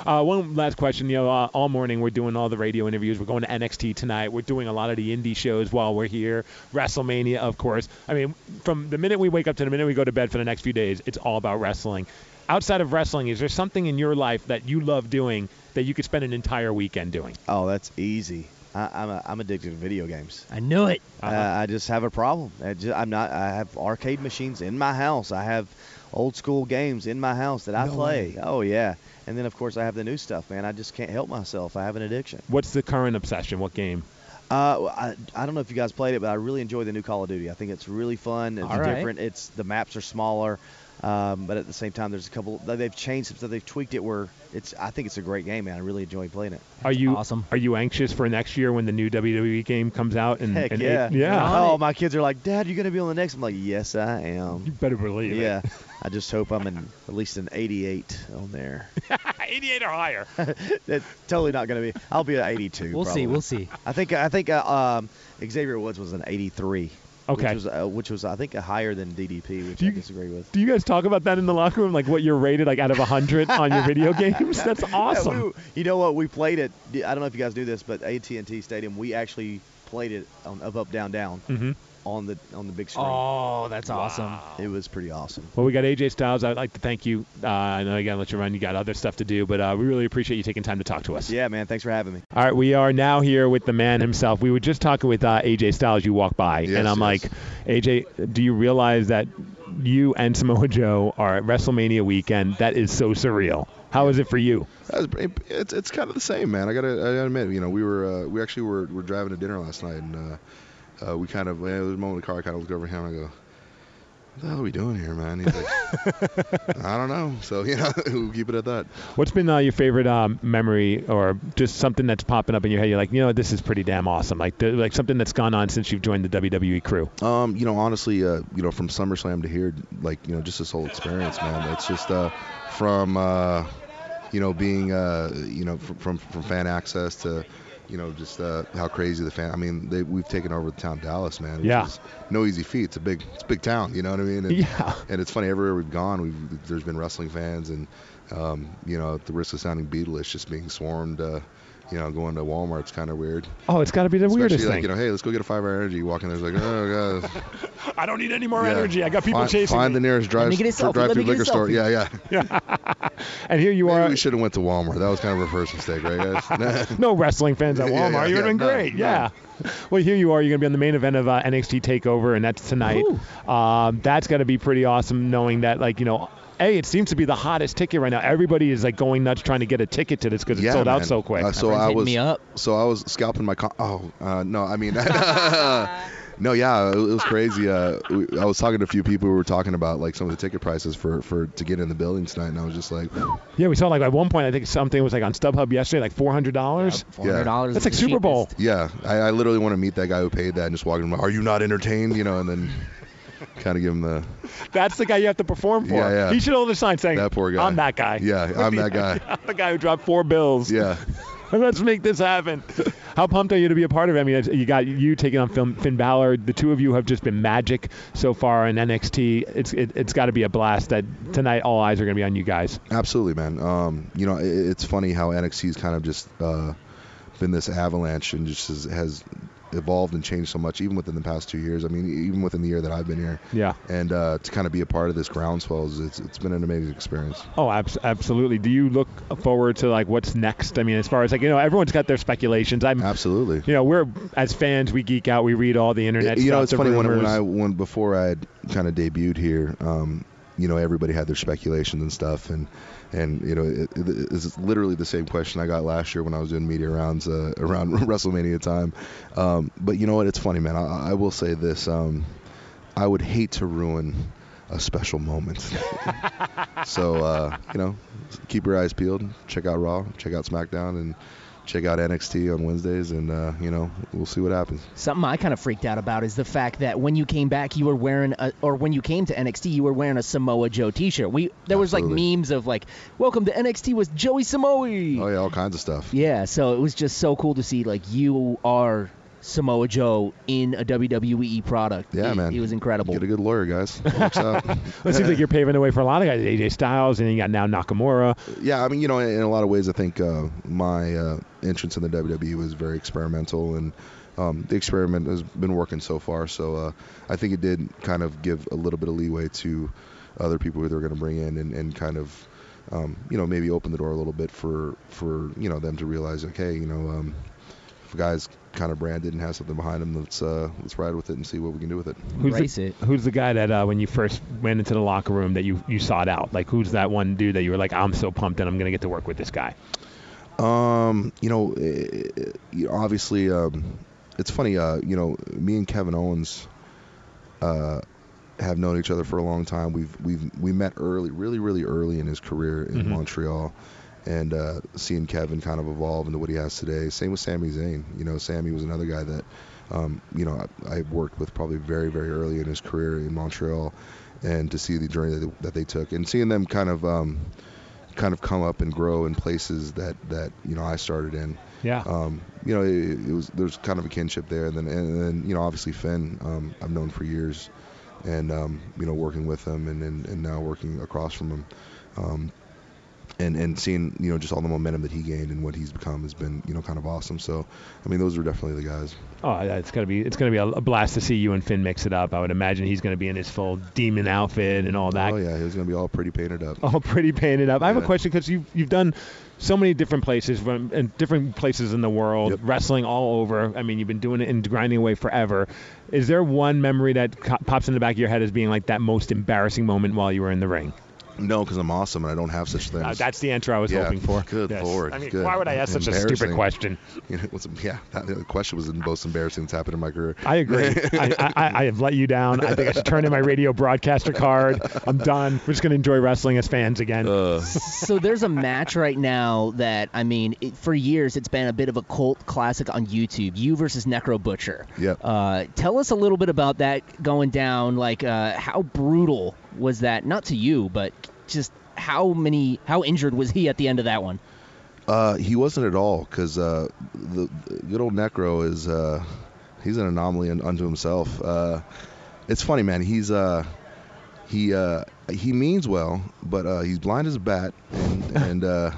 Speaker 2: Uh, one last question. You know, uh, all morning we're doing all the radio interviews. We're going to NXT tonight. We're doing a lot of the indie shows while we're here. WrestleMania, of course. I mean, from the minute we wake up to the minute we go to bed for the next few days, it's all about wrestling. outside of wrestling, is there something in your life that you love doing that you could spend an entire weekend doing?
Speaker 10: Oh, that's easy. I, I'm, a, I'm addicted to video games.
Speaker 6: I knew it.
Speaker 2: Uh-huh.
Speaker 10: Uh, I just have a problem. I ju- I'm not. I have arcade machines in my house. I have old school games in my house that I
Speaker 2: No
Speaker 10: play. Oh yeah. And then of course I have the new stuff, man. I just can't help myself. I have an addiction.
Speaker 2: What's the current obsession? What game?
Speaker 10: Uh, well, I, I don't know if you guys played it, but I really enjoy the new Call of Duty. I think it's really fun. It's
Speaker 6: All right.
Speaker 10: different. It's the maps are smaller, um, but at the same time, there's a couple. they- They've changed some stuff. They've tweaked it where it's. I think it's a great game, man. I really enjoy playing it.
Speaker 2: Are you awesome. Are you anxious for next year when the new WWE game comes out? And,
Speaker 10: Heck
Speaker 2: Mm-hmm. and
Speaker 10: yeah.
Speaker 2: yeah.
Speaker 10: Oh, my kids are like, Dad, you're gonna be on the next. I'm like, Yes, I am. You
Speaker 2: better believe
Speaker 10: it. Yeah. I just hope I'm in at least an 88 on there.
Speaker 2: 88 or higher.
Speaker 10: That's totally not gonna be. I'll be at 82.
Speaker 2: We'll see,
Speaker 10: probably.
Speaker 2: we'll see.
Speaker 10: I think. I think uh, um, Xavier Woods was an 83.
Speaker 2: Okay.
Speaker 10: Which was, uh, which was I think, uh, higher than DDP, which I disagree with.
Speaker 2: Do you guys talk about that in the locker room? Like what you're rated like out of 100 on your video games? That's
Speaker 10: Yeah,
Speaker 2: awesome.
Speaker 10: we- you know what? We played it. I don't know if you guys do this, but AT&T Stadium, we actually played it on up, up, down, down
Speaker 2: Mhm.
Speaker 10: on the on the big screen.
Speaker 6: Oh, that's awesome.
Speaker 10: It was pretty awesome.
Speaker 2: Well, we got AJ Styles. I'd like to thank you. Uh, I know I got to let you run. You got other stuff to do, but uh, we really appreciate you taking time to talk to us.
Speaker 10: Yeah, man. Thanks for having me.
Speaker 2: All right, we are now here with the man himself. We were just talking with uh, AJ Styles. You walk by, and I'm like, AJ, do you realize that you and Samoa Joe are at WrestleMania weekend? That is so surreal. How is it for you?
Speaker 11: That's- It's, it's kind of the same, man. I gotta, I gotta admit, you know, we were uh, we actually were, were driving to dinner last night, and uh, uh, we kind of there was a moment in the car. I kind of looked over at him and I go, "What the hell are we doing here, man?" He's like, "I don't know." So you know, we'll keep it at that.
Speaker 2: What's been uh, your favorite um, memory, or just something that's popping up in your head? You're like, you know, what, this is pretty damn awesome. Like, th- like something that's gone on since you've joined the WWE crew.
Speaker 11: Um, you know, honestly, uh, you know, from SummerSlam to here, like, you know, just this whole experience, man. It's just uh, from, uh, you know, being, uh, you know, from, from from fan access to, you know, just uh, how crazy the fan. I mean, they, we've taken over the town Dallas, man. which
Speaker 2: Yeah.
Speaker 11: is no easy feat. It's a big, it's a big town. You know what I mean? And,
Speaker 2: Yeah.
Speaker 11: And it's funny everywhere we've gone, we've, there's been wrestling fans, and um, you know, at the risk of sounding beatleish, just being swarmed. Uh, you know, going to Walmart's kind of weird.
Speaker 2: Oh, it's got to be the weirdest
Speaker 11: Especially like,
Speaker 2: thing.
Speaker 11: you know, hey, let's go get a five hour energy. You walk in there, it's like, oh god,
Speaker 2: I don't need any more
Speaker 11: yeah.
Speaker 2: energy. I got people
Speaker 11: find,
Speaker 2: chasing
Speaker 11: Find
Speaker 2: me.
Speaker 11: the nearest drive, drive through liquor store. Yeah, yeah.
Speaker 2: and here you
Speaker 11: Maybe are. We should have went to Walmart. That was kind of our first mistake, right, guys?
Speaker 2: no wrestling fans at Walmart.
Speaker 11: Yeah, yeah,
Speaker 2: you would have
Speaker 11: yeah,
Speaker 2: been
Speaker 11: no,
Speaker 2: great.
Speaker 11: no.
Speaker 2: Yeah. Well, here you are. You're going to be on the main event of uh, NXT Takeover, and that's tonight. Um, that's going to be pretty awesome, knowing that, like, you know, a it seems to be the hottest ticket right now. Everybody is like going nuts trying to get a ticket to this because it's
Speaker 11: Yeah,
Speaker 2: sold out
Speaker 11: man.
Speaker 2: so quick.
Speaker 11: Uh, so I was So I was scalping my con- oh uh, no, I mean no, yeah, it, it was crazy. Uh, we, I was talking to a few people who were talking about like some of the ticket prices for for to get in the building tonight, and I was just like, whew.
Speaker 2: Yeah, we saw like at one point I think something was like on StubHub yesterday, like four hundred dollars.
Speaker 11: $400
Speaker 2: That's like Super Bowl.
Speaker 11: yeah, I, I literally want to meet that guy who paid that and just walk in. Are you not entertained? You know, and then kind of give him the
Speaker 2: That's the guy you have to perform for.
Speaker 11: Yeah, yeah.
Speaker 2: He should hold a sign saying,
Speaker 11: That poor guy.
Speaker 2: "I'm that guy."
Speaker 11: Yeah, I'm that guy.
Speaker 2: I'm the guy who dropped four bills.
Speaker 11: Yeah.
Speaker 2: Let's make this happen. How pumped are you to be a part of it? I mean, it's- you got you taking on Finn, Finn Balor. The two of you have just been magic so far in NXT. It's it, it's got to be a blast. That tonight, all eyes are going to be on you guys.
Speaker 11: Absolutely, man. Um, you know, it, it's funny how NXT's kind of just uh, been this avalanche and just has, has evolved and changed so much, even within the past two years. I mean, e-, even within the year that I've been here.
Speaker 2: Yeah.
Speaker 11: And uh, to kind of be a part of this groundswell, is- it's, it's been an amazing experience.
Speaker 2: Oh, abs- absolutely. Do you look forward to like what's next? I mean, as far as like you know, everyone's got their speculations. I'm
Speaker 11: absolutely.
Speaker 2: You know, we're as fans, we geek out. We read all the internet.
Speaker 11: you
Speaker 2: stuff,
Speaker 11: know, it's
Speaker 2: the
Speaker 11: funny when,
Speaker 2: rumors.
Speaker 11: when I when before I had kind of debuted here, um, you know, everybody had their speculations and stuff, and and you know, it, it, it's literally the same question I got last year when I was doing media rounds uh, around WrestleMania time. Um, but you know what? It's funny, man. I, I will say this. Um, I would hate to ruin a special moment. so uh, you know, keep your eyes peeled. Check out Raw. Check out SmackDown. And check out NXT on Wednesdays. And uh, you know, we'll see what happens.
Speaker 6: Something I kind of freaked out about is the fact that when you came back, you were wearing, a, or when you came to NXT, you were wearing a Samoa Joe T-shirt. We there was like memes of like, "Welcome to NXT with Joey Samoa." Oh
Speaker 11: yeah, all kinds of stuff.
Speaker 6: Yeah, so it was just so cool to see like you are Samoa Joe in a WWE product.
Speaker 11: Yeah,
Speaker 6: It-
Speaker 11: man.
Speaker 6: it was incredible.
Speaker 11: Get a good lawyer, guys. It works out.
Speaker 2: Well, it seems like you're paving the way for a lot of guys. AJ Styles, and then you got now Nakamura.
Speaker 11: yeah, I mean, you know, in a lot of ways, I think uh, my uh, entrance in the WWE was very experimental, and um, the experiment has been working so far. So uh, I think it did kind of give a little bit of leeway to other people who they're going to bring in and, and kind of um, you know maybe open the door a little bit for for you know them to realize like hey you know um, if a guy's kind of branded and has something behind him let's uh, let's ride with it and see what we can do with it.
Speaker 2: the, Who's the guy that uh, when you first went into the locker room that you you sought out? Like who's that one dude that you were like, I'm so pumped and I'm gonna get to work with this guy?
Speaker 11: Um, you know, eh, eh, you know, obviously, um, it's funny. Uh, you know, me and Kevin Owens, uh, have known each other for a long time. We've we've we met early, really, really early in his career in
Speaker 12: Mhm.
Speaker 11: Montreal, and uh, seeing Kevin kind of evolve into what he has today. Same with Sami Zayn. You know, Sammy was another guy that, um, you know, I, I worked with probably very, very early in his career in Montreal, and to see the journey that they, that they took, and seeing them kind of. Um, kind of come up and grow in places that that you know I started in.
Speaker 2: Yeah.
Speaker 11: Um, you know, it, it was there's kind of a kinship there, and then and then you know obviously Finn, um, I've known for years, and um, you know working with him and, and and now working across from him, um, and and seeing you know just all the momentum that he gained and what he's become has been you know kind of awesome. So, I mean, those are definitely the guys.
Speaker 2: Oh, yeah, it's gonna be it's gonna be a, a blast to see you and Finn mix it up. I would imagine he's gonna be in his full demon outfit and all that.
Speaker 11: Oh yeah, he was gonna be all pretty painted up.
Speaker 2: all pretty painted up. I have a
Speaker 11: Yeah.
Speaker 2: question because you've you've done so many different places from and different places in the world, wrestling all over. I mean, you've been doing it and grinding away forever. Is there one memory that co- pops in the back of your head as being like that most embarrassing moment while you were in the ring?
Speaker 11: No, because I'm awesome and I don't have such things.
Speaker 2: Uh, that's the answer I was
Speaker 11: Yeah,
Speaker 2: hoping for.
Speaker 11: Good
Speaker 2: Yes.
Speaker 11: lord.
Speaker 2: I mean,
Speaker 11: good.
Speaker 2: why would I ask such a stupid
Speaker 11: Embarrassing.
Speaker 2: question?
Speaker 11: You know, it was- yeah, that, the question was the most embarrassing that's happened in my career.
Speaker 2: I agree. I, I- I, I have let you down. I think I should turn in my radio broadcaster card. I'm done. We're just going to enjoy wrestling as fans again.
Speaker 6: so there's a match right now that I mean, it, for years it's been a bit of a cult classic on YouTube. You versus Necro Butcher.
Speaker 11: Yep.
Speaker 6: Uh, tell us a little bit about that going down. Like, uh, how brutal was that? Not to you, but just how many, how injured was he at the end of that one?
Speaker 11: Uh, he wasn't at all because uh, the, the good old Necro is uh, he's an anomaly un- unto himself. Uh, it's funny, man. He's uh, he uh, he means well, but uh, he's blind as a bat, and, and uh,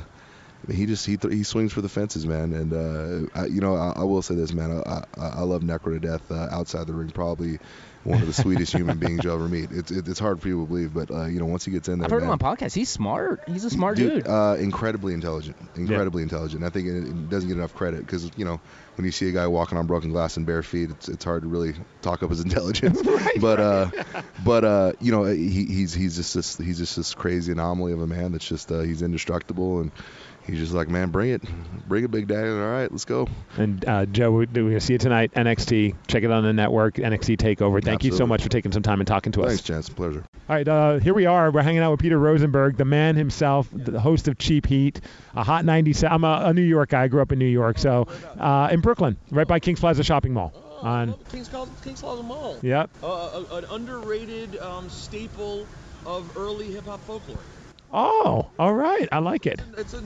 Speaker 11: he just he, th- he swings for the fences, man. And uh, I, you know, I, I will say this, man. I, I, I love Necro to death. Uh, outside the ring, probably one of the sweetest human beings you'll ever meet. It's it's hard for people to believe, but uh, you know, once he gets in there,
Speaker 6: I've heard
Speaker 11: man,
Speaker 6: him on podcasts. He's smart. He's a smart dude.
Speaker 11: uh, incredibly intelligent. Incredibly intelligent. I think it, it doesn't get enough credit because you know when you see a guy walking on broken glass and bare feet, it's, it's hard to really talk up his intelligence. but uh, but uh, you know he, he's he's just this he's just this crazy anomaly of a man that's just uh, he's indestructible and he's just like man, bring it, bring it, big daddy. All right, let's go.
Speaker 2: And uh, Joe, we're going to see you tonight, NXT. Check it on the network, NXT TakeOver. Thank you so
Speaker 11: Absolutely.
Speaker 2: much for taking some time and talking to us.
Speaker 11: Thanks, Chance. Pleasure.
Speaker 2: All right, uh, here we are. We're hanging out with Peter Rosenberg, the man himself, the host of Cheap Heat, a hot 97. I'm a, a New York guy. I grew up in New York, so uh, in Brooklyn, right by Kings Plaza Shopping Mall. On
Speaker 13: Kings Plaza, Kings Plaza Mall.
Speaker 2: Yep.
Speaker 13: Uh, a- an underrated um, staple of early hip hop folklore.
Speaker 2: oh, all right, I like it.
Speaker 13: It's a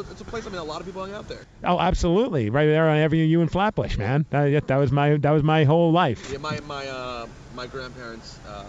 Speaker 13: it's a place. I mean, a lot of people hang out there.
Speaker 2: Oh, absolutely, right there on Avenue U in Flatbush, man. That, yeah, that was my that was my whole life.
Speaker 13: Yeah, my my uh, my grandparents uh,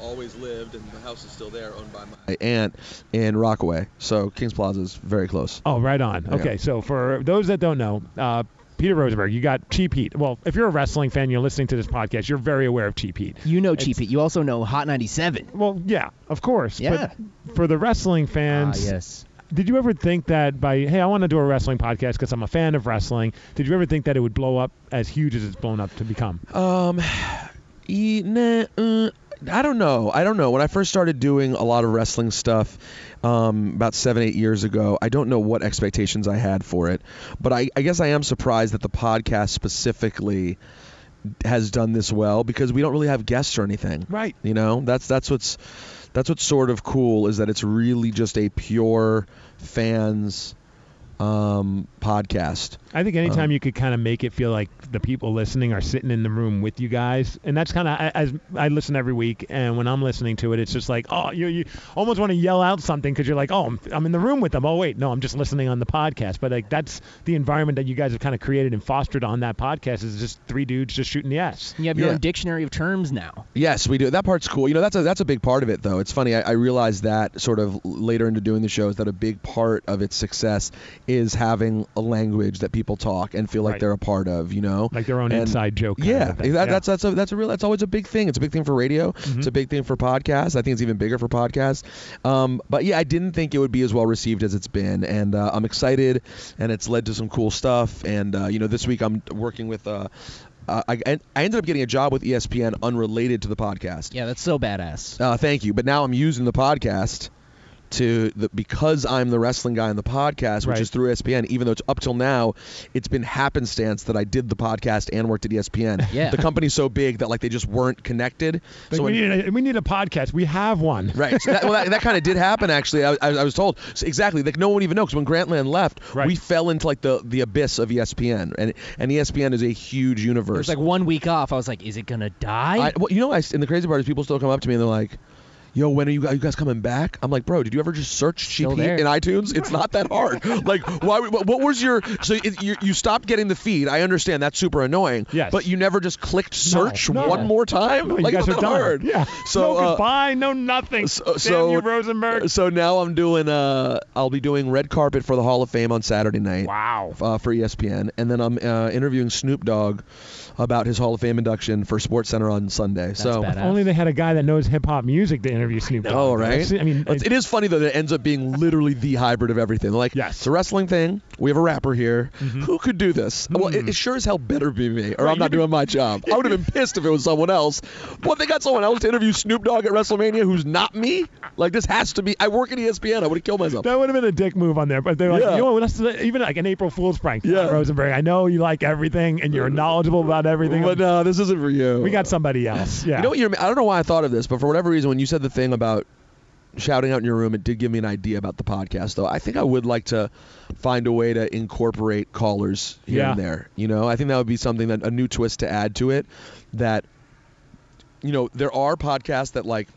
Speaker 13: always lived, and the house is still there, owned by my.
Speaker 14: My aunt in Rockaway, so Kings Plaza is very close.
Speaker 2: Oh, right on.
Speaker 14: Yeah.
Speaker 2: Okay, so for those that don't know, uh, Peter Rosenberg, you got Cheap Heat. Well, if you're a wrestling fan, you're listening to this podcast, you're very aware of Cheap Heat.
Speaker 6: You know Cheap Heat. You also know Hot 97.
Speaker 2: Well, yeah, of course.
Speaker 6: Yeah. Ah,
Speaker 2: But for the wrestling fans,
Speaker 6: yes.
Speaker 2: Did you ever think that by hey, I want to do a wrestling podcast because I'm a fan of wrestling? Did you ever think that it would blow up as huge as it's blown up to become?
Speaker 14: Um, e- nah, uh, I don't know. I don't know. When I first started doing a lot of wrestling stuff, um, about seven, eight years ago, I don't know what expectations I had for it, but I, I guess I am surprised that the podcast specifically has done this well because we don't really have guests or anything.
Speaker 2: Right.
Speaker 14: You know, that's that's what's that's what's sort of cool is that it's really just a pure fans um, podcast.
Speaker 2: I think
Speaker 14: Um,
Speaker 2: anytime you could kind of make it feel like the people listening are sitting in the room with you guys, and that's kind of as I listen every week, and when I'm listening to it, it's just like, oh, you you almost want to yell out something because you're like, oh, I'm, I'm in the room with them. Oh wait, no, I'm just listening on the podcast. But like that's the environment that you guys have kind of created and fostered on that podcast is just three dudes just shooting the s.
Speaker 6: You have your
Speaker 14: Yeah.
Speaker 6: own dictionary of terms now.
Speaker 14: Yes, we do. That part's cool. You know, that's a that's a big part of it, though. It's funny. I, I realized that sort of later into doing the show is that a big part of its success is having a language that people people talk and feel like
Speaker 2: Right.
Speaker 14: they're a part of, you know,
Speaker 2: Like their own
Speaker 14: And-
Speaker 2: inside joke kind of
Speaker 14: Yeah,
Speaker 2: a
Speaker 14: that,
Speaker 2: thing. Yeah.
Speaker 14: that's that's a that's a real that's always a big thing. It's a big thing for radio. It's a big thing for podcasts. I think it's even bigger for podcasts. Um, but yeah, I didn't think it would be as well received as it's been, and uh, I'm excited, and it's led to some cool stuff. And uh, you know, this week I'm working with. Uh, uh, I, I ended up getting a job with E ESPN unrelated to the podcast.
Speaker 6: Yeah, that's so badass.
Speaker 14: Uh, thank you. But now I'm using the podcast to the, because I'm the wrestling guy on the podcast, which
Speaker 2: Right.
Speaker 14: is through E ESPN. Even though it's up till now, it's been happenstance that I did the podcast and worked at E ESPN.
Speaker 2: Yeah.
Speaker 14: The company's so big that like they just weren't connected.
Speaker 2: Like,
Speaker 14: so
Speaker 2: we,
Speaker 14: when-
Speaker 2: need a, we need a podcast. We have one.
Speaker 14: Right. So that, well, that, that kind of did happen, actually. I, I, I was told So exactly. Like no one even knows because when Grantland left, we fell into like the, the abyss of E ESPN, and and E ESPN is a huge
Speaker 6: It was
Speaker 14: universe.
Speaker 6: like one week off. I was like, is it gonna die?
Speaker 14: I, well, you know, I, and the crazy part is people still come up to me and they're like, "Yo, when are you, are you guys coming back?" I'm like, "Bro, did you ever just search cheap heat
Speaker 6: there.
Speaker 14: in iTunes? It's not that hard. like, why? What, what was your? So it, you, you stopped getting the feed. I understand that's super annoying. Yes. But you never just clicked search
Speaker 2: no.
Speaker 14: one more time.
Speaker 2: No, you
Speaker 14: like, it's
Speaker 2: guys
Speaker 14: not
Speaker 2: are
Speaker 14: that
Speaker 2: done.
Speaker 14: hard.
Speaker 2: Yeah.
Speaker 14: So
Speaker 2: No
Speaker 14: uh,
Speaker 2: goodbye, no nothing.
Speaker 14: So,
Speaker 2: Damn
Speaker 14: so
Speaker 2: you, Rosenberg.
Speaker 14: So now I'm doing. Uh, I'll be doing red carpet for the Hall of Fame on Saturday night.
Speaker 2: Wow.
Speaker 14: Uh, for ESPN, and then I'm uh, interviewing Snoop Dogg about his Hall of Fame induction for Sports Center on Sunday. so
Speaker 2: if only they had a guy that knows hip hop music to interview Snoop Dogg.
Speaker 14: Oh, right.
Speaker 2: I mean,
Speaker 14: It's- it is funny though that it ends up being literally the hybrid of everything. Like, it's a wrestling thing. We have a rapper here.
Speaker 2: Mm-hmm.
Speaker 14: Who could do this?
Speaker 2: Hmm.
Speaker 14: Well, it, it sure as hell better be me, or I'm not doing my job. I would have been pissed if it was someone else. What they got someone else to interview Snoop Dogg at WrestleMania who's not me? Like, this has to be. I work at E ESPN. I would have killed myself.
Speaker 2: That would have been a dick move on there, but they're like,
Speaker 14: Yeah.
Speaker 2: you know what? Let's even like an April Fool's prank. Yeah, Rosenberg. I know you like everything and you're knowledgeable about everything,
Speaker 14: But no, this isn't for you.
Speaker 2: We got somebody else. Yeah.
Speaker 14: You know what? You're, I don't know why I thought of this, but for whatever reason, when you said the thing about shouting out in your room, it did give me an idea about the podcast. Though I think I would like to find a way to incorporate callers here and
Speaker 2: Yeah.
Speaker 14: there. You know, I think that would be something that a new twist to add to it. That you know, there are podcasts that like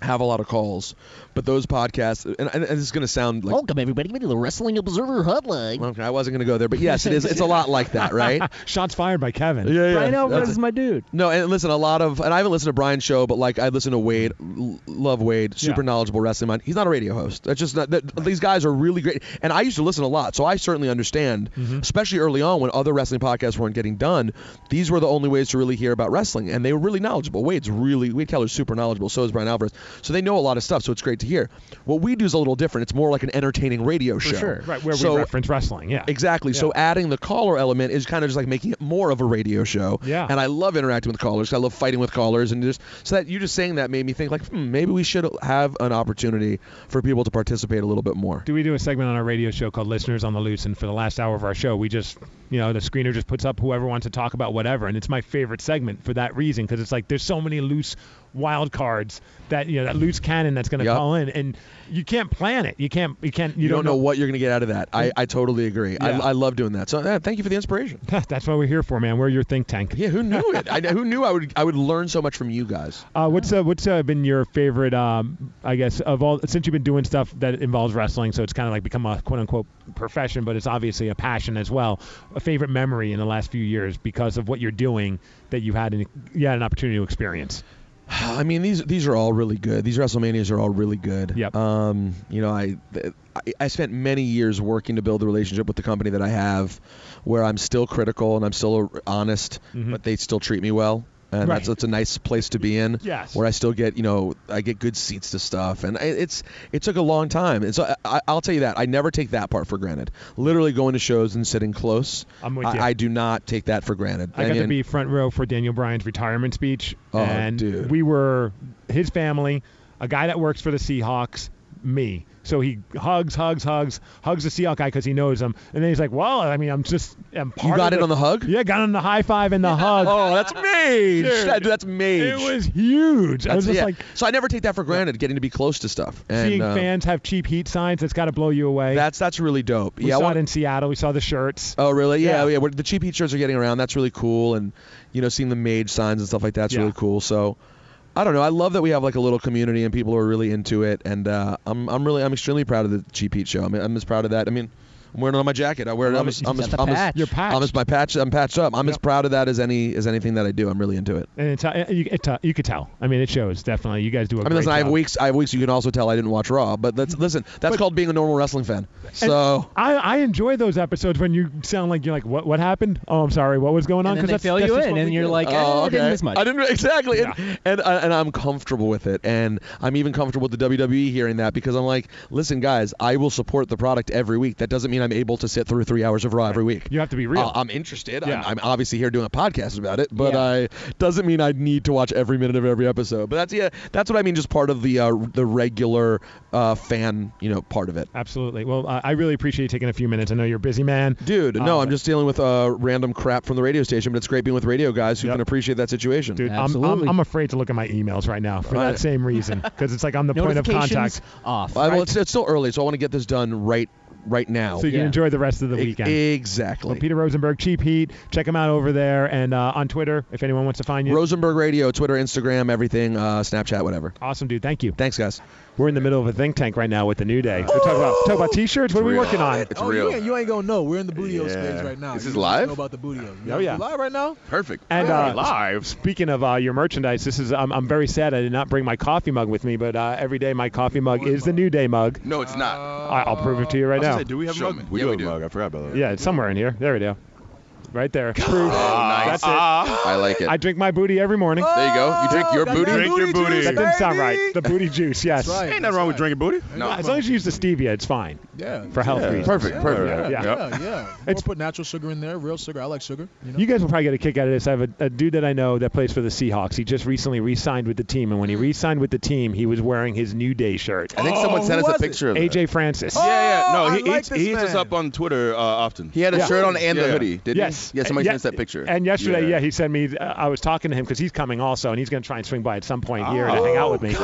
Speaker 14: have a lot of calls, but those podcasts, and, and this is going to sound like
Speaker 6: Welcome everybody to the Wrestling Observer Hotline.
Speaker 14: Okay, I wasn't going to go there, but yes, it is. It's a lot like that, right?
Speaker 2: Shots fired by Kevin.
Speaker 14: Yeah, yeah.
Speaker 6: Brian Alvarez
Speaker 14: That's-
Speaker 6: is my dude.
Speaker 14: No, and listen, a lot of, and I haven't listened to Brian's show, but like I listen to Wade, l- love Wade, super knowledgeable wrestling mind. He's not a radio host. That's just not. That, These guys are really great, and I used to listen a lot, so I certainly understand,
Speaker 2: Mm-hmm.
Speaker 14: especially early on when other wrestling podcasts weren't getting done. These were the only ways to really hear about wrestling, and they were really knowledgeable. Wade's really Wade Keller's super knowledgeable. So is Brian Alvarez. So they know a lot of stuff. So it's great to hear. What we do is a little different. It's more like an entertaining radio show.
Speaker 2: Right, where
Speaker 14: So-
Speaker 2: we reference wrestling. Yeah.
Speaker 14: Exactly. So adding the caller element is kind of just like making it more of a radio show.
Speaker 2: Yeah.
Speaker 14: And I love interacting with callers. I love fighting with callers, and just so that you just saying that made me think like hmm, maybe we should have an opportunity for people to participate a little bit more.
Speaker 2: Do we do a segment on our radio show called Listeners on the Loose? And for the last hour of our show, we just, you know, the screener just puts up whoever wants to talk about whatever. And it's my favorite segment for that reason because it's like there's so many loose wild cards that, you know, that loose cannon that's going to call in. And you can't plan it. You can't, you can't, you,
Speaker 14: You, don't, know, what you're gonna get out of that. I, I totally agree.
Speaker 2: Yeah.
Speaker 14: I, I love doing that. So yeah, thank you for the inspiration.
Speaker 2: That's what we're here for, man. We're your think tank.
Speaker 14: Yeah, who knew it? I, who knew I would I would learn so much from you guys.
Speaker 2: Uh, what's uh, what's uh, been your favorite? Um, I guess of all since you've been doing stuff that involves wrestling, so it's kind of like become a quote unquote profession, but it's obviously a passion as well. A favorite memory in the last few years because of what you're doing that you had an you had an opportunity to experience.
Speaker 14: I mean, these these are all really good. These WrestleManias are all really good. Yep. Um, you know, I, th- I I spent many years working to build the relationship with the company that I have, where I'm still critical and I'm still honest, but they still treat me well. And that's,
Speaker 2: Mm-hmm. Right.
Speaker 14: that's a nice place to be in.
Speaker 2: Yes.
Speaker 14: Where I still get, you know, I get good seats to stuff, and I, it's it took a long time. And so I- I, I'll tell you that I never take that part for granted. Literally going to shows and sitting close.
Speaker 2: I'm with
Speaker 14: I,
Speaker 2: you.
Speaker 14: I do not take that for granted.
Speaker 2: I got
Speaker 14: mean-
Speaker 2: to be front row for Daniel Bryan's retirement speech,
Speaker 14: Oh,
Speaker 2: and
Speaker 14: dude.
Speaker 2: we were his family, a guy that works for the Seahawks, me. So he hugs, hugs, hugs, hugs the Seahawk guy because he knows him, and then he's like, "Well, I mean, I'm just, I'm part."
Speaker 14: got
Speaker 2: of
Speaker 14: in on the hug?
Speaker 2: Yeah, got in the high five and the hug.
Speaker 14: Oh, that's mage.
Speaker 2: Dude,
Speaker 14: That- that's mage.
Speaker 2: It was huge. I
Speaker 14: That's-
Speaker 2: was just
Speaker 14: yeah.
Speaker 2: like
Speaker 14: so I never take that for granted, getting to be close to stuff. And,
Speaker 2: seeing
Speaker 14: uh,
Speaker 2: fans have cheap heat signs. That's got to blow you away.
Speaker 14: That's that's really dope.
Speaker 2: we
Speaker 14: yeah. I
Speaker 2: saw
Speaker 14: want-
Speaker 2: it in Seattle. We saw the shirts.
Speaker 14: oh really? Yeah. Yeah. we're- the cheap heat shirts are getting around. That's really cool. And you know, seeing the mage signs and stuff like that's
Speaker 2: Yeah.
Speaker 14: really cool. So. I don't know. I love that we have like a little community and people are really into it, and uh, I'm I'm really I'm extremely proud of the Cheap Heat show. I'm, I'm as proud of that. I mean, I'm wearing it on my jacket. I wear it.
Speaker 2: Love
Speaker 14: I'm
Speaker 2: it.
Speaker 14: as,
Speaker 2: You
Speaker 14: I'm,
Speaker 2: got
Speaker 14: as,
Speaker 2: the
Speaker 14: I'm, as,
Speaker 2: patch. You're patched.
Speaker 14: I'm as my patch. I'm patched up. I'm as proud of that as any as anything that I do. I'm really into it.
Speaker 2: And it's, uh, you, it, uh, you could tell. I mean, it shows definitely. You guys do a
Speaker 14: I mean,
Speaker 2: great
Speaker 14: listen. I have
Speaker 2: job. Mm-hmm.
Speaker 14: weeks. I have weeks. You can also tell I didn't watch Raw, but that's listen. That's called being a normal wrestling fan. So
Speaker 2: I, I enjoy those episodes when you sound like you're like, what what happened? Oh, I'm sorry, what was going on?
Speaker 6: And then they
Speaker 2: that's-
Speaker 6: fill
Speaker 2: that's
Speaker 6: you
Speaker 2: just
Speaker 6: in,
Speaker 2: what
Speaker 6: and
Speaker 2: we
Speaker 6: you're
Speaker 2: do.
Speaker 6: like, "Eh,
Speaker 14: Oh,
Speaker 6: I didn't
Speaker 14: okay.
Speaker 6: miss much.
Speaker 14: I didn't exactly, and and, I- and I'm comfortable with it, and I'm even comfortable with the WWE hearing that because I'm like, listen, guys, I will support the product every week. That doesn't mean I'm able to sit through three hours of Raw every week.
Speaker 2: You have to be real.
Speaker 14: Uh, I'm interested.
Speaker 2: Yeah.
Speaker 14: I'm, I'm obviously here doing a podcast about it, but I doesn't mean I need to watch every minute of every episode. But that's yeah, that's what I mean. Just part of the uh, the regular uh, fan, you know, part of it.
Speaker 2: Absolutely. Well, I I really appreciate you taking a few minutes. I know you're a busy man.
Speaker 14: Dude, no,
Speaker 2: Um,
Speaker 14: I'm just dealing with uh, random crap from the radio station, but it's great being with radio guys who can appreciate that situation.
Speaker 2: Dude, I'm- I'm, I'm, afraid to look at my emails right now for
Speaker 14: Right.
Speaker 2: that same reason because it's like I'm the point of contact.
Speaker 6: off.
Speaker 14: well, it's, it's still early, so I want to get this done right right now.
Speaker 2: So you can enjoy the rest of the
Speaker 14: Oh, E-
Speaker 2: weekend.
Speaker 14: Exactly.
Speaker 2: Well, Peter Rosenberg, Cheap Heat. Check him out over there and uh, on Twitter if anyone wants to find you.
Speaker 14: Rosenberg Radio, Twitter, Instagram, everything, uh, Snapchat, whatever.
Speaker 2: Awesome, dude. Thank you.
Speaker 14: Thanks, guys.
Speaker 2: We're in the middle of a think tank right now with the New Day. We're talking about, talking about t-shirts. What are we
Speaker 11: real.
Speaker 2: working on?
Speaker 11: It's
Speaker 12: oh, You ain't, you ain't gonna know. We're in the Budio
Speaker 2: Yeah.
Speaker 12: stage right now.
Speaker 2: This
Speaker 12: You
Speaker 2: is
Speaker 12: don't
Speaker 2: live?
Speaker 12: Know about the Budio.
Speaker 2: Oh, yeah.
Speaker 12: live right now.
Speaker 11: Perfect.
Speaker 2: And
Speaker 12: Really?
Speaker 2: uh, Speaking of uh, your merchandise, this is I'm, I'm very sad I did not bring my coffee mug with me, but uh, every day my coffee mug is the New Day mug.
Speaker 11: No, it's
Speaker 12: Uh,
Speaker 11: not.
Speaker 2: I, I'll prove it to you right now.
Speaker 11: Show me.
Speaker 12: We do have a mug. I forgot about
Speaker 2: Yeah, it's somewhere in here. There we go. Right there. Proof.
Speaker 11: Oh, nice. Ah,
Speaker 2: That's it.
Speaker 11: I like it.
Speaker 2: I drink my booty every morning.
Speaker 11: there you go. You drink your booty.
Speaker 2: That didn't sound right. The booty juice, yes.
Speaker 12: That's right. Ain't
Speaker 2: nothing wrong with drinking booty.
Speaker 11: No.
Speaker 2: As long as you use the stevia, it's fine.
Speaker 12: Yeah.
Speaker 2: For health
Speaker 12: yeah.
Speaker 2: reasons.
Speaker 12: Yeah, Yeah. Yeah. yeah. We'll put natural sugar in there. Real sugar. I like sugar. You know.
Speaker 2: You guys will probably get a kick out of this. I have a, a dude that I know that plays for the Seahawks. He just recently re-signed with the team, and when he re-signed with the team, he was wearing his New Day shirt.
Speaker 11: I think Mm. Oh, someone sent who us a was it? Oh, picture of
Speaker 2: AJ Francis.
Speaker 11: yeah, yeah. No,
Speaker 12: Oh, I
Speaker 11: he,
Speaker 12: like
Speaker 11: he, he hits us up on Twitter uh, often. He
Speaker 2: had a Yeah. shirt on
Speaker 11: and
Speaker 2: Yeah.
Speaker 11: the hoodie, didn't
Speaker 2: yes.
Speaker 11: he? Yeah, somebody
Speaker 2: Yeah.
Speaker 11: sent us that picture.
Speaker 2: And yesterday, yeah, he sent me. I was talking to him because he's coming also, and he's going to try and swing by at some
Speaker 11: Ah.
Speaker 2: point here
Speaker 11: Oh,
Speaker 2: to hang out with me.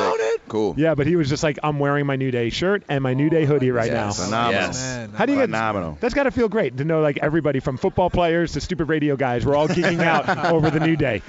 Speaker 11: Cool.
Speaker 2: Yeah, but he was just like, I'm wearing my New Day shirt and my New Day hoodie right
Speaker 11: Yes.
Speaker 2: now.
Speaker 11: Oh, Phenomenal. Yes.
Speaker 2: How do you get
Speaker 11: Phenomenal.
Speaker 2: That's got to feel great to know like everybody from football players to stupid radio guys, we're all geeking out over the New Day.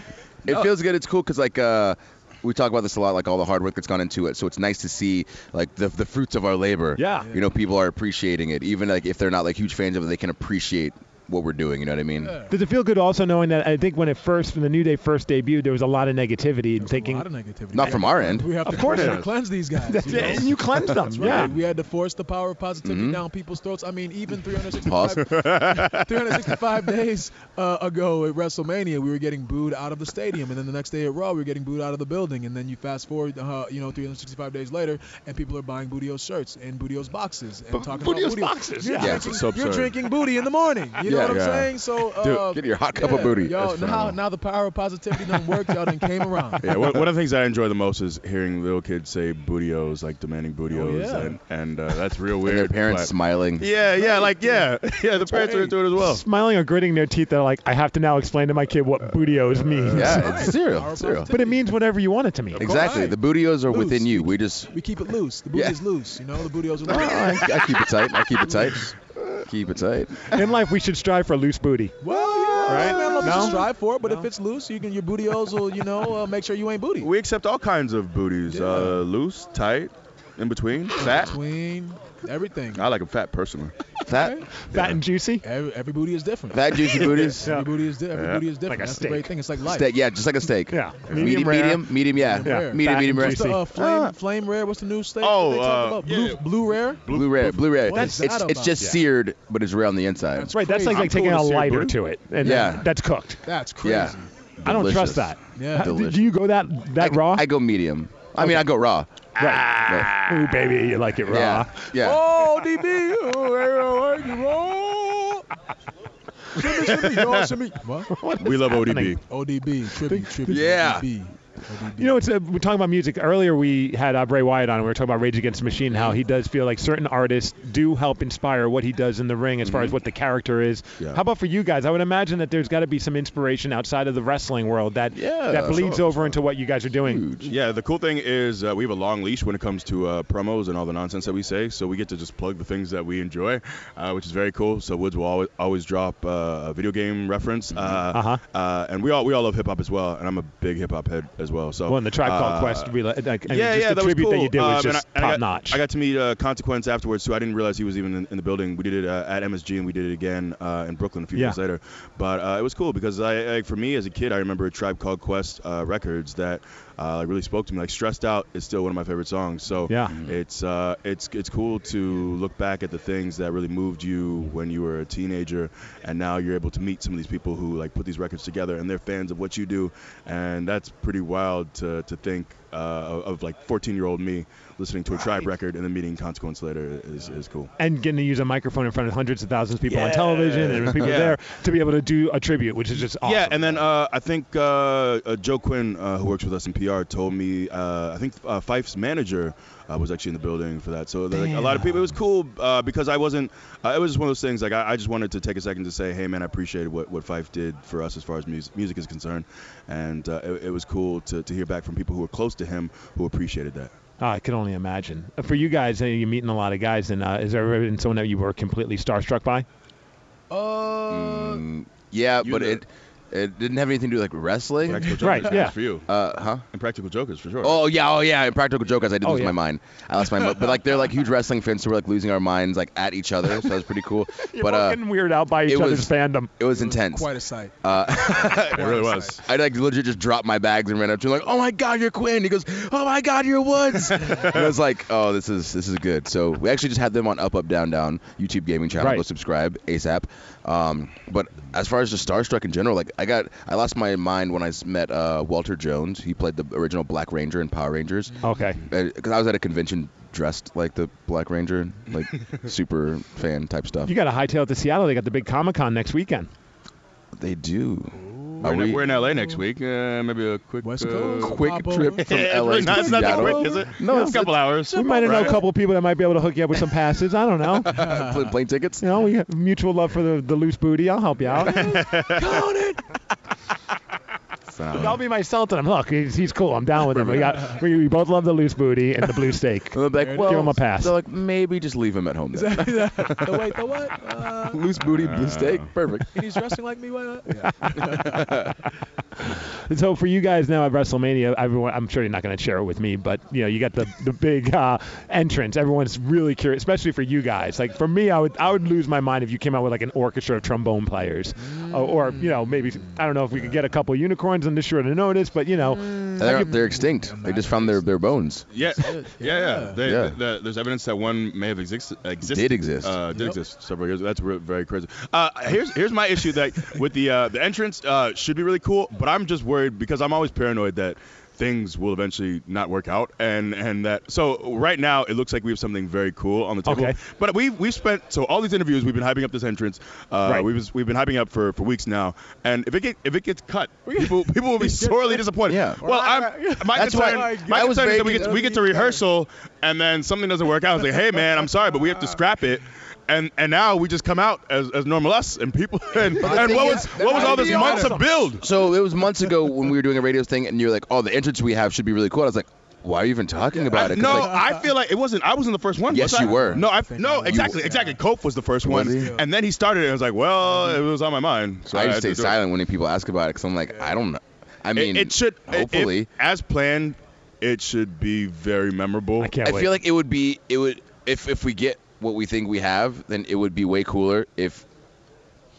Speaker 11: It feels good. It's cool because like uh, we talk about this a lot, like all the hard work that's gone into it. So it's nice to see like the, the fruits of our labor.
Speaker 2: Yeah.
Speaker 11: You know, people are appreciating it, even like if they're not like huge fans of it, they can appreciate what we're doing. You know what I mean?
Speaker 2: Does it feel good also knowing that I think when it first, when the New Day first debuted, there was a lot of negativity and thinking. A lot of
Speaker 12: negativity.
Speaker 11: Not from our end.
Speaker 12: We have to
Speaker 2: of course,
Speaker 12: we have
Speaker 2: not.
Speaker 12: to cleanse these guys.
Speaker 2: That's
Speaker 12: you
Speaker 2: it,
Speaker 12: know?
Speaker 2: and you cleanse them,
Speaker 12: That's right.
Speaker 2: yeah.
Speaker 12: We had to force the power of positivity
Speaker 11: Mhm.
Speaker 12: down people's throats. I mean, even
Speaker 11: Pause.
Speaker 12: 365, 365 days uh, ago at WrestleMania, we were getting booed out of the stadium, and then the next day at Raw, we were getting booed out of the building. And then you fast forward, uh, you know, 365 days later, and people are buying Budio shirts and Budio's boxes and talking
Speaker 11: Budio's
Speaker 12: about Budio.
Speaker 11: boxes,
Speaker 12: You're
Speaker 11: yeah. Yeah,
Speaker 12: drinking,
Speaker 11: it's so
Speaker 12: you're
Speaker 11: absurd.
Speaker 12: drinking booty in the morning. You know
Speaker 11: Yeah,
Speaker 12: what I'm
Speaker 11: yeah.
Speaker 12: saying? So
Speaker 11: Dude,
Speaker 12: uh,
Speaker 11: get your hot cup of
Speaker 12: yeah,
Speaker 11: booty.
Speaker 12: Yo,
Speaker 11: That's
Speaker 12: now,
Speaker 11: phenomenal.
Speaker 12: now the power of positivity done worked out and came around.
Speaker 15: yeah, one, one of the things I enjoy the most is hearing little kids say "bootios," like demanding
Speaker 2: Oh,
Speaker 15: "bootios,"
Speaker 12: yeah.
Speaker 15: and, and uh, that's real weird.
Speaker 11: And their parents
Speaker 15: but-
Speaker 11: smiling.
Speaker 15: Yeah, yeah, like yeah, yeah. The parents are into it as well.
Speaker 2: Smiling or gritting their teeth, they're like, I have to now explain to my kid what bootios means.
Speaker 11: Uh, Yeah, it's cereal. cereal.
Speaker 2: But it means whatever you want it to mean.
Speaker 11: Exactly. The bootios are within you. We just
Speaker 12: We keep it loose. The booty
Speaker 11: Yeah.
Speaker 12: is loose. You know, the booty is loose.
Speaker 11: I, I keep it tight. I keep it tight. Keep it tight.
Speaker 2: In life, we should strive for a loose booty.
Speaker 12: Well, yeah,
Speaker 2: Right?
Speaker 12: man, let's
Speaker 2: No?
Speaker 12: just strive for it. But if it's loose, you can your bootios will, you know, uh, make sure you ain't booty.
Speaker 15: We accept all kinds of booties, uh, loose, tight, in between, fat.
Speaker 12: Between everything.
Speaker 15: I like a fat personally.
Speaker 11: Fat,
Speaker 2: fat and juicy.
Speaker 12: Every, every booty is different.
Speaker 11: Fat juicy booties?
Speaker 12: every booty is di- every
Speaker 11: Yeah.
Speaker 12: booty is different.
Speaker 11: Like a
Speaker 12: That's the great
Speaker 11: steak.
Speaker 12: thing. It's like life.
Speaker 11: Steak, yeah, just like a steak. Yeah.
Speaker 12: Medium
Speaker 11: Medium,
Speaker 12: rare.
Speaker 11: medium, medium, yeah.
Speaker 12: Medium rare.
Speaker 11: Medium, medium rare.
Speaker 12: What's the, uh, flame, flame rare. What's the new steak?
Speaker 11: Oh,
Speaker 12: that they talk
Speaker 11: uh,
Speaker 12: about? Blue, blue rare.
Speaker 11: Blue rare, blue rare.
Speaker 12: What is
Speaker 11: It's,
Speaker 12: that
Speaker 11: it's,
Speaker 12: about?
Speaker 11: just
Speaker 12: Yeah.
Speaker 11: seared, but it's rare on the inside. That's
Speaker 2: right. That's like, like taking a lighter to it. And
Speaker 11: Yeah.
Speaker 2: that- that's cooked.
Speaker 12: That's
Speaker 11: Yeah.
Speaker 2: I don't trust
Speaker 11: Delicious.
Speaker 2: that. How- do- Do you go that that
Speaker 11: I,
Speaker 2: raw?
Speaker 11: I go medium. I mean, I go raw. Ah.
Speaker 2: Right. Ooh, baby, you like it raw.
Speaker 11: Yeah. yeah.
Speaker 12: Oh, DB. Oh, hey, oh, hey, oh. Shimmy, shimmy, y'all, shimmy. What?
Speaker 15: We love ODB.
Speaker 12: ODB. Tribute, tribute.
Speaker 11: Yeah.
Speaker 12: ODB.
Speaker 2: You know, it's uh, we're talking about music. Earlier, we had uh, Bray Wyatt on, and we were talking about Rage Against the Machine, how he does feel like certain artists do help inspire what he does in the ring as far
Speaker 15: Mm-hmm.
Speaker 2: as what the character is. How about for you guys? I would imagine that there's got to be some inspiration outside of the wrestling world that that bleeds
Speaker 15: sure,
Speaker 2: over into what you guys are doing.
Speaker 15: Yeah, the cool thing is uh, we have a long leash when it comes to uh, promos and all the nonsense that we say, so we get to just plug the things that we enjoy, uh, which is very cool. So Woods will always, always drop uh, a video game reference, uh,
Speaker 2: Uh-huh.
Speaker 15: uh, and we all we all love hip hop as well, and I'm a big hip hop head as as well. So
Speaker 2: Well, and the Tribe Called
Speaker 15: uh,
Speaker 2: Quest, rela- like, I mean,
Speaker 15: yeah,
Speaker 2: just
Speaker 15: yeah,
Speaker 2: the
Speaker 15: that
Speaker 2: tribute
Speaker 15: was
Speaker 2: that
Speaker 15: cool.
Speaker 2: you did
Speaker 15: Um,
Speaker 2: was
Speaker 15: and
Speaker 2: just
Speaker 15: I, and I got-
Speaker 2: top notch.
Speaker 15: I got to meet uh, Consequence afterwards too. I didn't realize he was even in, in the building. We did it uh, at MSG and we did it again uh, in Brooklyn a few
Speaker 2: Yeah.
Speaker 15: years later. But uh, it was cool because I, I, for me as a kid, I remember Tribe Called Quest uh, records that uh, really spoke to me. Like Stressed Out is still one of my favorite songs. So
Speaker 2: Yeah.
Speaker 15: it's uh, it's it's cool to look back at the things that really moved you when you were a teenager, and now you're able to meet some of these people who like put these records together and they're fans of what you do, and that's pretty wild to to think uh, of, of, like 14 year old me listening to a Tribe record and then meeting Consequence later is is cool.
Speaker 2: and getting to use a microphone in front of hundreds of thousands of people on
Speaker 15: Yeah.
Speaker 2: television and people
Speaker 15: Yeah.
Speaker 2: there to be able to do a tribute, which is just awesome.
Speaker 15: Yeah, and then uh, I think uh, uh, Joe Quinn, uh, who works with us in PR, told me uh, I think uh, Fife's manager uh, was actually in the building for that. So like, a lot of people, it was cool uh, because I wasn't. Uh, it was just one of those things. Like I, I just wanted to take a second to say, hey man, I appreciate what, what Fife did for us as far as music, music is concerned, and uh, it, it was cool to, to hear back from people who were close to him who appreciated that.
Speaker 2: Oh, I can only imagine. For you guys, uh, you're meeting a lot of guys, and uh, has there ever been someone that you were completely starstruck by?
Speaker 16: Mm, yeah, but it it didn't have anything to do with like wrestling.
Speaker 15: Practical Right, Jokers, yeah. that's for you.
Speaker 16: Uh, huh?
Speaker 15: Impractical Jokers for sure.
Speaker 16: Oh yeah, oh yeah. Impractical Jokers. I did
Speaker 15: Oh,
Speaker 16: lose
Speaker 15: yeah.
Speaker 16: my mind. I lost my. mi- but like they're like huge wrestling fans, so we're like losing our minds like at each other. So that was pretty cool. but uh,
Speaker 2: Getting weirded out by each
Speaker 16: it
Speaker 2: other's
Speaker 16: was-
Speaker 2: fandom.
Speaker 16: it was intense.
Speaker 12: Quite a sight.
Speaker 16: Uh,
Speaker 15: it really was.
Speaker 16: I like legit just dropped my bags and ran up to him like, "Oh my God, you're Quinn!" He goes, "Oh my God, you're Woods!" and I was like, "Oh, this is this is good." So we actually just had them on Up Up Down Down YouTube gaming channel.
Speaker 2: Right.
Speaker 16: Go subscribe ASAP. Um, but as far as just starstruck in general, like I got I lost my mind when I s- met uh, Walter Jones. He played the original Black Ranger in Power Rangers.
Speaker 2: Okay.
Speaker 16: Because I was at a convention dressed like the Black Ranger, like super fan type stuff.
Speaker 2: You got a hightail to Seattle. They got the big Comic Con next weekend.
Speaker 16: They do.
Speaker 15: We're in, we're in LA next week. Uh, maybe a quick uh,
Speaker 16: Quick trip from
Speaker 15: Yeah,
Speaker 16: LA
Speaker 15: it's not,
Speaker 16: to
Speaker 15: it's not that
Speaker 16: Seattle.
Speaker 15: quick, is it? it's a couple hours.
Speaker 2: We might know a
Speaker 15: Right.
Speaker 2: couple people that might be able to hook you up with some passes. I don't know.
Speaker 16: Plane- Plane tickets.
Speaker 2: You know, we have mutual love for the, the loose booty. I'll help you out. I'll be my Sultan. Look, he's, he's cool. I'm down with him. We got we, we both love the loose booty and the blue steak.
Speaker 16: like,
Speaker 2: Give
Speaker 16: well,
Speaker 2: him a pass.
Speaker 16: They're like, maybe just leave him at home. then."
Speaker 12: The wait, the what? Uh,
Speaker 16: Loose booty, blue steak, perfect.
Speaker 12: and he's dressing like me. Why not?
Speaker 2: And so for you guys now at WrestleMania, everyone, I'm sure you're not going to share it with me, but you know, you got the the big uh, entrance. Everyone's really curious, especially for you guys. Like for me, I would I would lose my mind if you came out with like an orchestra of trombone players, Uh, or, or you know maybe I don't know if we could get a couple unicorns on this short of notice, but you know,
Speaker 16: They're, they're extinct. They just found their, their bones.
Speaker 15: Yeah, yeah, yeah. They,
Speaker 16: Yeah.
Speaker 15: The, there's evidence that one may have existed. existed
Speaker 16: Did exist.
Speaker 15: Uh, did
Speaker 16: Yep.
Speaker 15: exist several years. ago. That's re- very crazy. Uh, here's here's my issue that with the uh, the entrance uh, should be really cool, but I'm just worried because I'm always paranoid that things will eventually not work out and and that so right now it looks like we have something very cool on the table
Speaker 2: Okay.
Speaker 15: but we we've spent so all these interviews we've been hyping up this entrance uh
Speaker 2: Right.
Speaker 15: we've, we've been hyping up for, for weeks now and if it get, if it gets cut people people will be sorely disappointed yeah well i'm my
Speaker 16: That's
Speaker 15: concern,
Speaker 16: why-
Speaker 15: my
Speaker 16: I was
Speaker 15: concern is that we
Speaker 16: making-
Speaker 15: get, we get to rehearsal and then something doesn't work out. It's like, hey man, I'm sorry, but we have to scrap it. And and now we just come out as, as normal us and people and, and what was what was all this months of build?
Speaker 16: So it was months ago when we were doing a radio thing, and you're like, "Oh, the entrance we have should be really cool." I was like, "Why are you even talking about it?" 'Cause,
Speaker 15: No,
Speaker 16: like,
Speaker 15: I feel like it wasn't. I wasn't the first one.
Speaker 16: Yes,
Speaker 15: was I?
Speaker 16: you were.
Speaker 15: No, I no exactly exactly. Cope was the first one, and then he started it. and I was like, well, it was on my mind. So
Speaker 16: Uh-huh. I
Speaker 15: had to
Speaker 16: just
Speaker 15: do
Speaker 16: stay
Speaker 15: it.
Speaker 16: silent when people ask about it because I'm like, I don't know. I mean,
Speaker 15: it, it should it- it-
Speaker 16: hopefully.
Speaker 15: as planned. It should be very memorable. I
Speaker 2: can't
Speaker 16: I feel like it would be it would if if we get what we think we have, then it would be way cooler if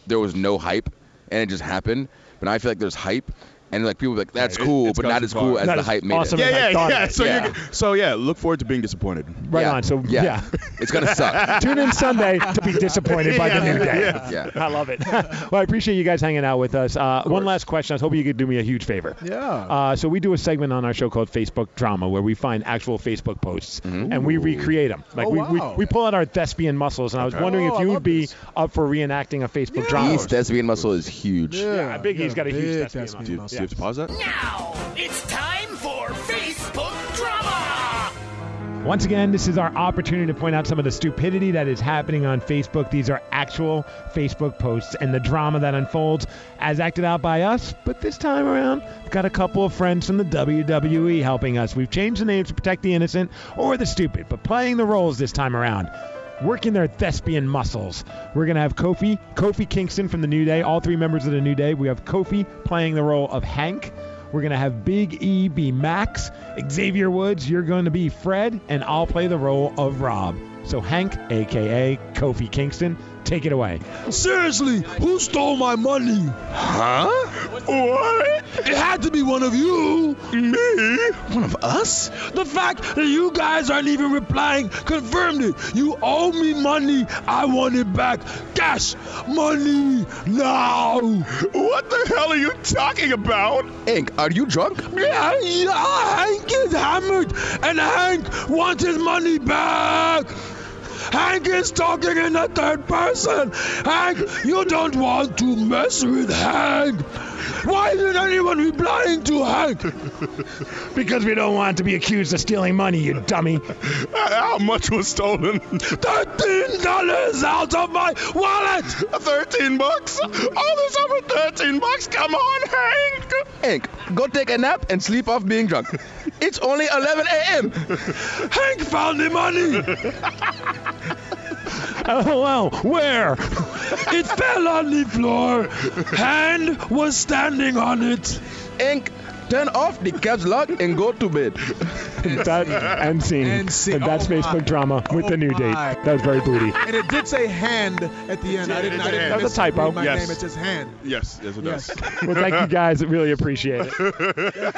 Speaker 16: there was no hype and it just happened. But now I feel like there's hype and like people be like that's
Speaker 15: It-
Speaker 16: cool,
Speaker 15: it's
Speaker 16: but
Speaker 15: gone
Speaker 16: not
Speaker 15: too
Speaker 16: as cool
Speaker 15: far.
Speaker 16: as the hype made it.
Speaker 15: Yeah, yeah, yeah. So,
Speaker 16: Yeah.
Speaker 15: You're, so yeah, look forward to being disappointed.
Speaker 2: Right on, so, yeah.
Speaker 16: it's gonna suck.
Speaker 2: Tune in Sunday to be disappointed by the new day.
Speaker 16: Yeah.
Speaker 2: I love it. well, I appreciate you guys hanging out with us. Uh, one last question. I was hoping you could do me a huge favor.
Speaker 12: Yeah.
Speaker 2: Uh, so we do a segment on our show called Facebook Drama, where we find actual Facebook posts and we recreate them. Like
Speaker 12: Oh,
Speaker 2: we,
Speaker 12: wow.
Speaker 2: we we pull out our thespian muscles, and I was
Speaker 16: Okay.
Speaker 2: wondering
Speaker 12: Oh,
Speaker 2: if
Speaker 12: I
Speaker 2: you would be up for reenacting a Facebook drama.
Speaker 16: East thespian muscle is huge.
Speaker 2: Yeah, Biggie's got a huge
Speaker 12: big
Speaker 2: thespian
Speaker 16: Do
Speaker 2: muscle.
Speaker 16: you, do you have to pause that?
Speaker 17: It's time for Facebook drama.
Speaker 2: Once again, this is our opportunity to point out some of the stupidity that is happening on Facebook. These are actual Facebook posts and the drama that unfolds as acted out by us. But this time around, we've got a couple of friends from the WWE helping us. We've changed the names to protect the innocent or the stupid, but playing the roles this time around. Working their thespian muscles. We're gonna have Kofi, Kofi Kingston from the New Day, all three members of the New Day. We have Kofi playing the role of Hank. We're going to have Big E be Max, Xavier Woods, you're going to be Fred, and I'll play the role of Rob. So Hank, aka Kofi Kingston, take it away.
Speaker 12: Seriously, who stole my money?
Speaker 2: Huh?
Speaker 12: What? It had to be one of you.
Speaker 18: Me?
Speaker 12: One of us? The fact that you guys aren't even replying confirmed it. You owe me money. I want it back. Cash money now. What the hell are you talking about?
Speaker 16: Hank, are you drunk?
Speaker 12: Yeah, yeah, Hank is hammered, and Hank wants his money back. Hank is talking in the third person. Hank, you don't want to mess with Hank. Why isn't anyone replying to Hank?
Speaker 19: Because we don't want to be accused of stealing money, you dummy.
Speaker 18: How much was stolen?
Speaker 12: Thirteen dollars out of my wallet.
Speaker 18: Thirteen bucks? All
Speaker 12: Oh,
Speaker 18: this over thirteen bucks? Come on, Hank.
Speaker 16: Hank, go take a nap and sleep off being drunk. It's only 11 a.m.
Speaker 12: Hank found the money.
Speaker 16: Oh,
Speaker 2: LOL, where?
Speaker 12: it fell on the floor. Hand was standing on it.
Speaker 16: Ink, turn off the cash lock and go to bed.
Speaker 2: that end scene.
Speaker 12: End scene.
Speaker 2: And that's
Speaker 12: Oh my.
Speaker 2: Facebook drama with the
Speaker 19: Oh
Speaker 2: new date.
Speaker 12: my.
Speaker 2: That was very booty.
Speaker 12: and it did say hand at the end. I didn't. I didn't
Speaker 2: That was a
Speaker 12: misread
Speaker 2: typo.
Speaker 12: My
Speaker 2: Yes.
Speaker 12: name. It says hand.
Speaker 15: Yes, yes, it
Speaker 12: Yes.
Speaker 15: does.
Speaker 2: well, thank you guys. Really appreciate it.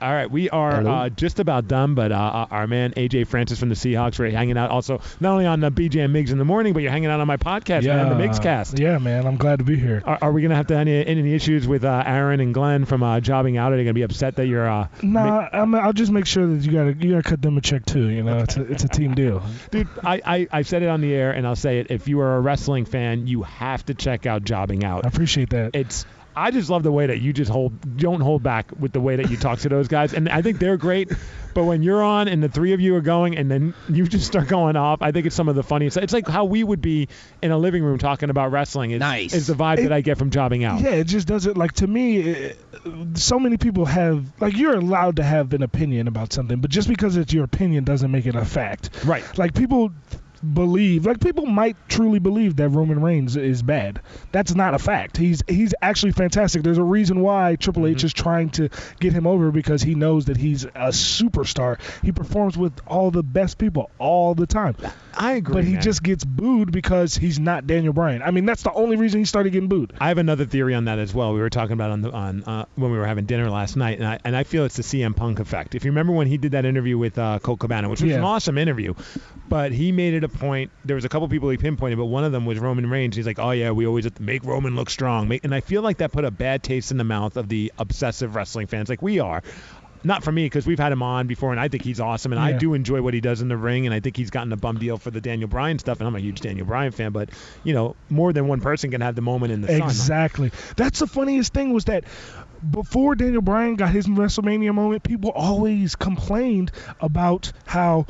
Speaker 2: All right, we are uh, just about done, but uh, our man AJ Francis from the Seahawks, we're hanging out also not only on the BJ and Migs in the morning, but you're hanging out on my podcast, man, on the Migs Cast.
Speaker 20: Yeah, man. I'm glad to be here.
Speaker 2: Are, are we going to have to any, any issues with uh, Aaron and Glenn from uh, jobbing out? Are they going to be upset that you're? Uh,
Speaker 20: Nah, I'm, I'll just make sure that you gotta you gotta cut them a check too. You know, it's a, it's a team deal.
Speaker 2: dude, I, I I said it on the air, and I'll say it. If you are a wrestling fan, you have to check out jobbing out. I
Speaker 20: appreciate that.
Speaker 2: It's I just love the way that you just hold don't hold back with the way that you talk to those guys, and I think they're great. But when you're on and the three of you are going, and then you just start going off, I think it's some of the funniest. It's like how we would be in a living room talking about wrestling. Is, nice. Is the vibe that I get from jobbing out.
Speaker 20: Yeah, it just doesn't like to me. It, so many people have like you're allowed to have an opinion about something, but just because it's your opinion doesn't make it a fact.
Speaker 2: Right.
Speaker 20: Like people believe, like people might truly believe that Roman Reigns is bad. That's not a fact. He's he's actually fantastic. There's a reason why Triple
Speaker 2: Mm-hmm.
Speaker 20: H is trying to get him over because he knows that he's a superstar. He performs with all the best people all the time.
Speaker 2: I agree.
Speaker 20: But he
Speaker 2: man.
Speaker 20: just gets booed because he's not Daniel Bryan. I mean, that's the only reason he started getting booed.
Speaker 2: I have another theory on that as well. We were talking about on the on uh, when we were having dinner last night, and I and I feel it's the CM Punk effect. If you remember when he did that interview with uh, Colt Cabana, which was an
Speaker 20: Yeah.
Speaker 2: awesome interview, but he made it a point. There was a couple people he pinpointed, but one of them was Roman Reigns. He's like, "Oh yeah, we always have to make Roman look strong," make, and I feel like that put a bad taste in the mouth of the obsessive wrestling fans, like we are. Not for me because we've had him on before, and I think he's awesome, and I
Speaker 20: Yeah.
Speaker 2: do enjoy what he does in the ring, and I think he's gotten a bum deal for the Daniel Bryan stuff, and I'm a huge Daniel Bryan fan, but you know, more than one person can have the moment in the sun.
Speaker 20: Exactly. That's the funniest thing was that before Daniel Bryan got his WrestleMania moment, people always complained about how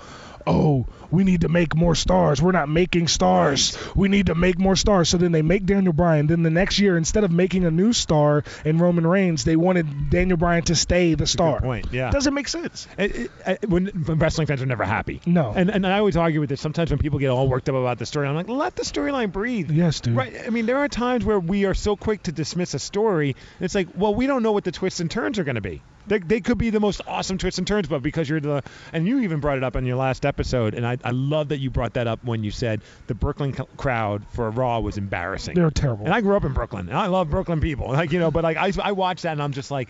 Speaker 20: oh, we need to make more stars. We're not making stars. We need to make more stars. So then they make Daniel Bryan. Then the next year instead of making a new star in Roman Reigns, they wanted Daniel Bryan to stay the star.
Speaker 2: point. Yeah,
Speaker 20: Doesn't make sense.
Speaker 2: It, it, it, when when wrestling fans are never happy.
Speaker 20: No.
Speaker 2: and and I always argue with this. Sometimes when people get all worked up about the story, I'm like, let the storyline breathe.
Speaker 20: Yes, dude.
Speaker 2: Right. I mean, there are times where we are so quick to dismiss a story. And it's like, well, we don't know what the twists and turns are going to be. They, they could be the most awesome twists and turns, but because you're the and you even brought it up in your last episode, and I, I love that you brought that up when you said the Brooklyn c- crowd for Raw was embarrassing.
Speaker 20: They're terrible.
Speaker 2: And I grew up in Brooklyn, and I love Brooklyn people. Like you know, but like I I watch that and I'm just like,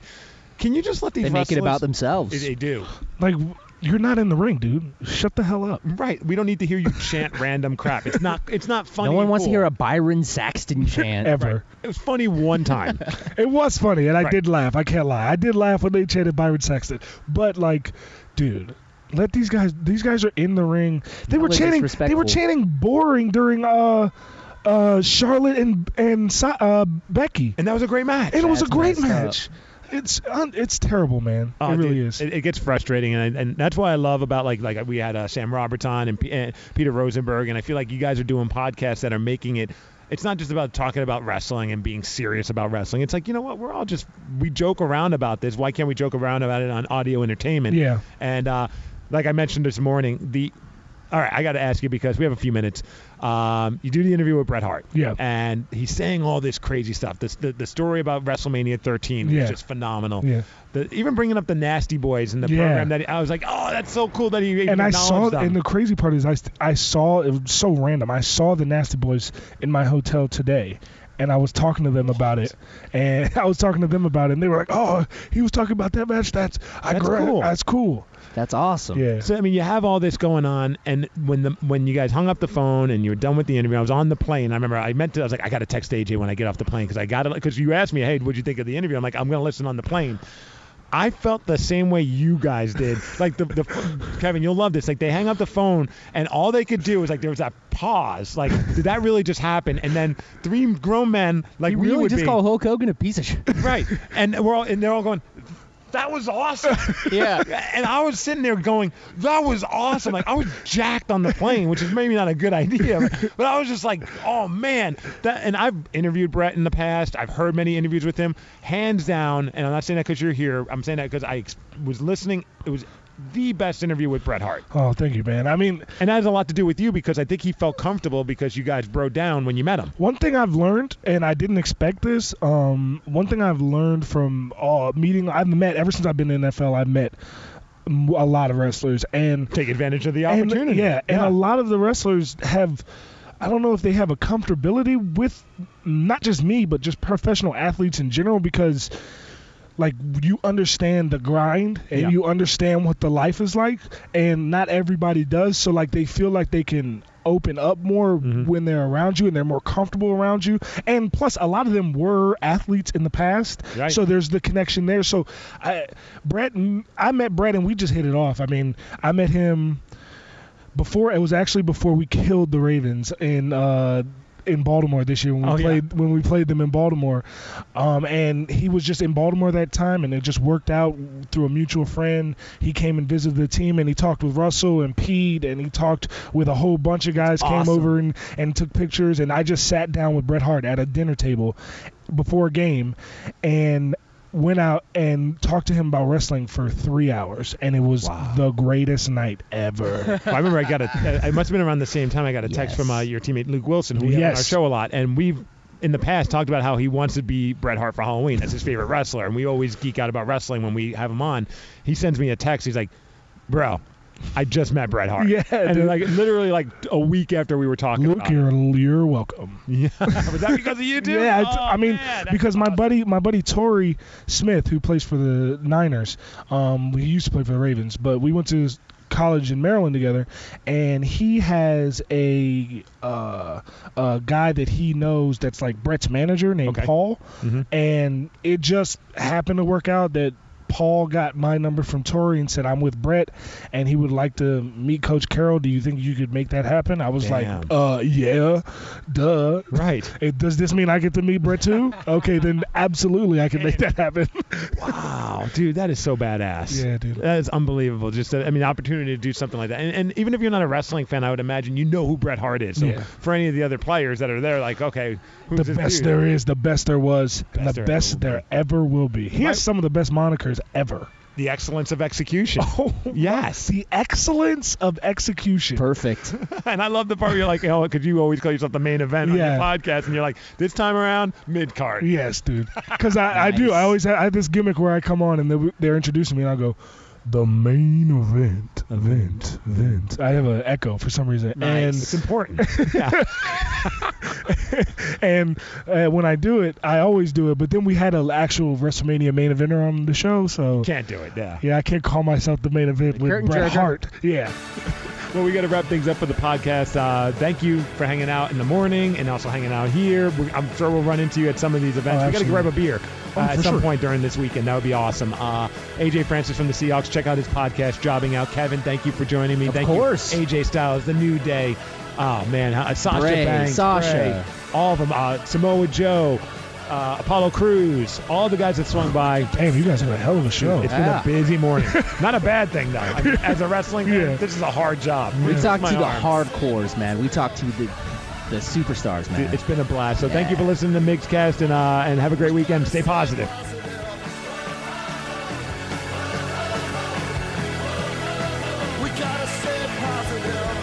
Speaker 2: can you just let these
Speaker 20: They make it
Speaker 2: wrestlers-
Speaker 20: about themselves.
Speaker 2: They, they do.
Speaker 20: Like you're not in the ring, dude. Shut the hell up.
Speaker 2: Right. We don't need to hear you chant random crap. It's not. It's not funny.
Speaker 6: No one
Speaker 2: and
Speaker 6: wants to
Speaker 2: cool.
Speaker 6: hear a Byron Saxton chant
Speaker 20: Ever.
Speaker 2: Right. It was funny one time.
Speaker 20: It was funny, and I
Speaker 2: Right.
Speaker 20: did laugh. I can't lie. I did laugh when they chanted Byron Saxton. But like, dude, let these guys. These guys are in the ring. They were
Speaker 6: Really
Speaker 20: chanting. They
Speaker 6: disrespectful.
Speaker 20: were chanting boring during uh. Uh, Charlotte and and Sa- uh, Becky,
Speaker 2: and that was a great match.
Speaker 20: And it was a
Speaker 2: That's
Speaker 20: great
Speaker 2: messed up.
Speaker 20: match. It's un- it's terrible, man.
Speaker 2: Oh,
Speaker 20: it really
Speaker 2: dude,
Speaker 20: is.
Speaker 2: It, it gets frustrating, and, I- and that's why I love about like like we had uh, Sam Roberts on and, P- and Peter Rosenberg, and I feel like you guys are doing podcasts that are making it. It's not just about talking about wrestling and being serious about wrestling. It's like you know what? We're all just we joke around about this. Why can't we joke around about it on audio entertainment?
Speaker 20: Yeah.
Speaker 2: And uh, like I mentioned this morning, the all right, I got to ask you because we have a few minutes. Um, you do the interview with Bret Hart. Yeah. And he's saying all this crazy stuff. This, the, the story about WrestleMania 13
Speaker 20: Yeah.
Speaker 2: was just phenomenal.
Speaker 20: Yeah.
Speaker 2: The, even bringing up the Nasty Boys in the
Speaker 20: Yeah.
Speaker 2: program that he, I was like, oh, that's so cool that he even
Speaker 20: and I saw,
Speaker 2: acknowledged them.
Speaker 20: and the crazy part is, I, st- I saw it was so random. I saw the Nasty Boys in my hotel today, and I was talking to them about it, and I was talking to them about it, and they were like, "Oh, he was talking about that match. That's I
Speaker 2: That's
Speaker 20: gra-
Speaker 2: cool.
Speaker 20: That's cool.
Speaker 6: That's awesome.
Speaker 20: Yeah.
Speaker 2: So I mean, you have all this going on, and when the when you guys hung up the phone and you were done with the interview, I was on the plane. I remember I meant to. I was like, I got to text AJ when I get off the plane because I got to because you asked me, hey, what'd you think of the interview? I'm like, I'm gonna listen on the plane. I felt the same way you guys did. Like the, the Kevin, you'll love this. Like they hang up the phone and all they could do was like there was that pause. Like did that really just happen? And then three grown men like
Speaker 6: You
Speaker 2: we
Speaker 6: really
Speaker 2: would
Speaker 6: just
Speaker 2: be,
Speaker 6: call Hulk Hogan a piece of shit.
Speaker 2: right? And we're all and they're all going. That was awesome.
Speaker 6: Yeah.
Speaker 2: And I was sitting there going, that was awesome. Like I was jacked on the plane, which is maybe not a good idea, but, but I was just like, oh man. That and I've interviewed Brett in the past. I've heard many interviews with him, hands down. And I'm not saying that because you're here. I'm saying that because I ex- was listening. It was the best interview with Bret Hart.
Speaker 20: Oh, thank you, man. I mean,
Speaker 2: and that has a lot to do with you because I think he felt comfortable because you guys bro down when you met him.
Speaker 20: One thing I've learned, and I didn't expect this. Um, one thing I've learned from uh, meeting, I've met ever since I've been in NFL, I've met m- a lot of wrestlers and
Speaker 2: take advantage of the
Speaker 20: opportunity. yeah, and
Speaker 2: Yeah.
Speaker 20: a lot of the wrestlers have. I don't know if they have a comfortability with not just me, but just professional athletes in general because like you understand the grind and
Speaker 12: Yeah.
Speaker 20: you understand what the life is like and not everybody does so like they feel like they can open up more
Speaker 12: Mm-hmm.
Speaker 20: when they're around you and they're more comfortable around you and plus a lot of them were athletes in the past
Speaker 12: Right.
Speaker 20: so there's the connection there so I, Brett I met Brett and we just hit it off I mean I met him before it was actually before we killed the Ravens in uh, in Baltimore this year when we
Speaker 12: Oh, yeah.
Speaker 20: played when we played them in Baltimore, um, and he was just in Baltimore that time, and it just worked out through a mutual friend. He came and visited the team, and he talked with Russell and Pete, and he talked with a whole bunch of guys came
Speaker 12: Awesome.
Speaker 20: over and and took pictures, and I just sat down with Bret Hart at a dinner table before a game, and went out and talked to him about wrestling for three hours and it was the greatest night ever
Speaker 2: Well, I remember I got a. It must have been around the same time I got a text from uh, your teammate Luke Wilson, who we have on our
Speaker 20: Yes.
Speaker 2: show a lot, and we've in the past talked about how he wants to be Bret Hart for Halloween as his favorite wrestler, and we always geek out about wrestling when we have him on. He sends me a text. He's like, "Bro, I just met Bret Hart."
Speaker 20: Yeah,
Speaker 2: and
Speaker 20: dude.
Speaker 2: like literally like a week after we were talking.
Speaker 20: Look,
Speaker 2: about
Speaker 20: you're, you're welcome.
Speaker 2: Yeah, was that because of you, dude?
Speaker 20: Yeah, it's-
Speaker 2: Oh,
Speaker 20: I mean,
Speaker 2: man, that's
Speaker 20: because my buddy, my buddy Tory Smith, who plays for the Niners, um, he used to play for the Ravens, but we went to college in Maryland together, and he has a uh, a guy that he knows that's like Brett's manager named Paul, and it just happened to work out that. Paul got my number from Tori and said I'm with Brett, and he would like to meet Coach Carroll. Do you think you could make that happen? I was
Speaker 12: Damn.
Speaker 20: like, uh, yeah, duh.
Speaker 2: Right.
Speaker 20: It, does this mean I get to meet Brett too? okay, then absolutely I can make that happen.
Speaker 2: Wow, dude, that is so badass.
Speaker 20: Yeah, dude.
Speaker 2: That is unbelievable. Just, uh, I mean, the opportunity to do something like that. And, and even if you're not a wrestling fan, I would imagine you know who Bret Hart is. So
Speaker 20: Yeah.
Speaker 2: for any of the other players that are there, like, okay, who's
Speaker 20: the
Speaker 2: this
Speaker 20: best
Speaker 2: dude?
Speaker 20: there is, the best there was, and
Speaker 2: there
Speaker 20: the best there ever will be. He has some of the best monikers ever.
Speaker 2: The excellence of execution.
Speaker 20: Oh,
Speaker 2: yes.
Speaker 20: The excellence of execution.
Speaker 6: Perfect.
Speaker 2: and I love the part where you're like, oh, because you always call yourself the main event
Speaker 20: Yeah.
Speaker 2: on your podcast, and you're like, this time around, mid card.
Speaker 20: Yes, dude. Because I, I do. I always have, I have this gimmick where I come on and they're, they're introducing me, and I go, the main event, event, event. I have an echo for some reason, and
Speaker 2: It's important. Yeah.
Speaker 20: and uh, when I do it, I always do it. But then we had an actual WrestleMania main eventer on the show, so
Speaker 2: Can't do it. Yeah.
Speaker 20: Yeah, I can't call myself the main event with
Speaker 2: curtain
Speaker 20: Bret
Speaker 2: jerker.
Speaker 20: Hart. Yeah.
Speaker 2: Well, we got to wrap things up for the podcast. Uh, thank you for hanging out in the morning and also hanging out here. We, I'm sure we'll run into you at some of these events.
Speaker 20: Oh,
Speaker 2: we got to
Speaker 20: absolutely.
Speaker 2: grab a beer
Speaker 20: Oh,
Speaker 2: uh, at
Speaker 20: for
Speaker 2: some
Speaker 20: sure.
Speaker 2: point during this weekend. That would be awesome. Uh, AJ Francis from the Seahawks. Check out his podcast, Jobbing Out. Kevin, thank you for joining me. Of thank
Speaker 6: course.
Speaker 2: you, AJ Styles, The New Day. Oh man, uh, Sasha
Speaker 6: Bray,
Speaker 2: Banks,
Speaker 6: Sasha.
Speaker 2: Bray, all of them. Uh, Samoa Joe. Uh, Apollo Cruz, all the guys that swung by.
Speaker 20: Damn, you guys have a hell of a show.
Speaker 2: It's
Speaker 20: Yeah.
Speaker 2: been a busy morning. Not a bad thing though. I mean, as a wrestling fan,
Speaker 6: Yeah.
Speaker 2: this is a hard job.
Speaker 6: We
Speaker 2: This is
Speaker 6: talk
Speaker 2: my
Speaker 6: to the
Speaker 2: arm.
Speaker 6: hardcores, man. We talk to the the superstars, man.
Speaker 2: Dude, it's been a blast. So thank you for listening to Mixcast and uh, and have a great weekend. Stay positive.
Speaker 17: We gotta stay positive.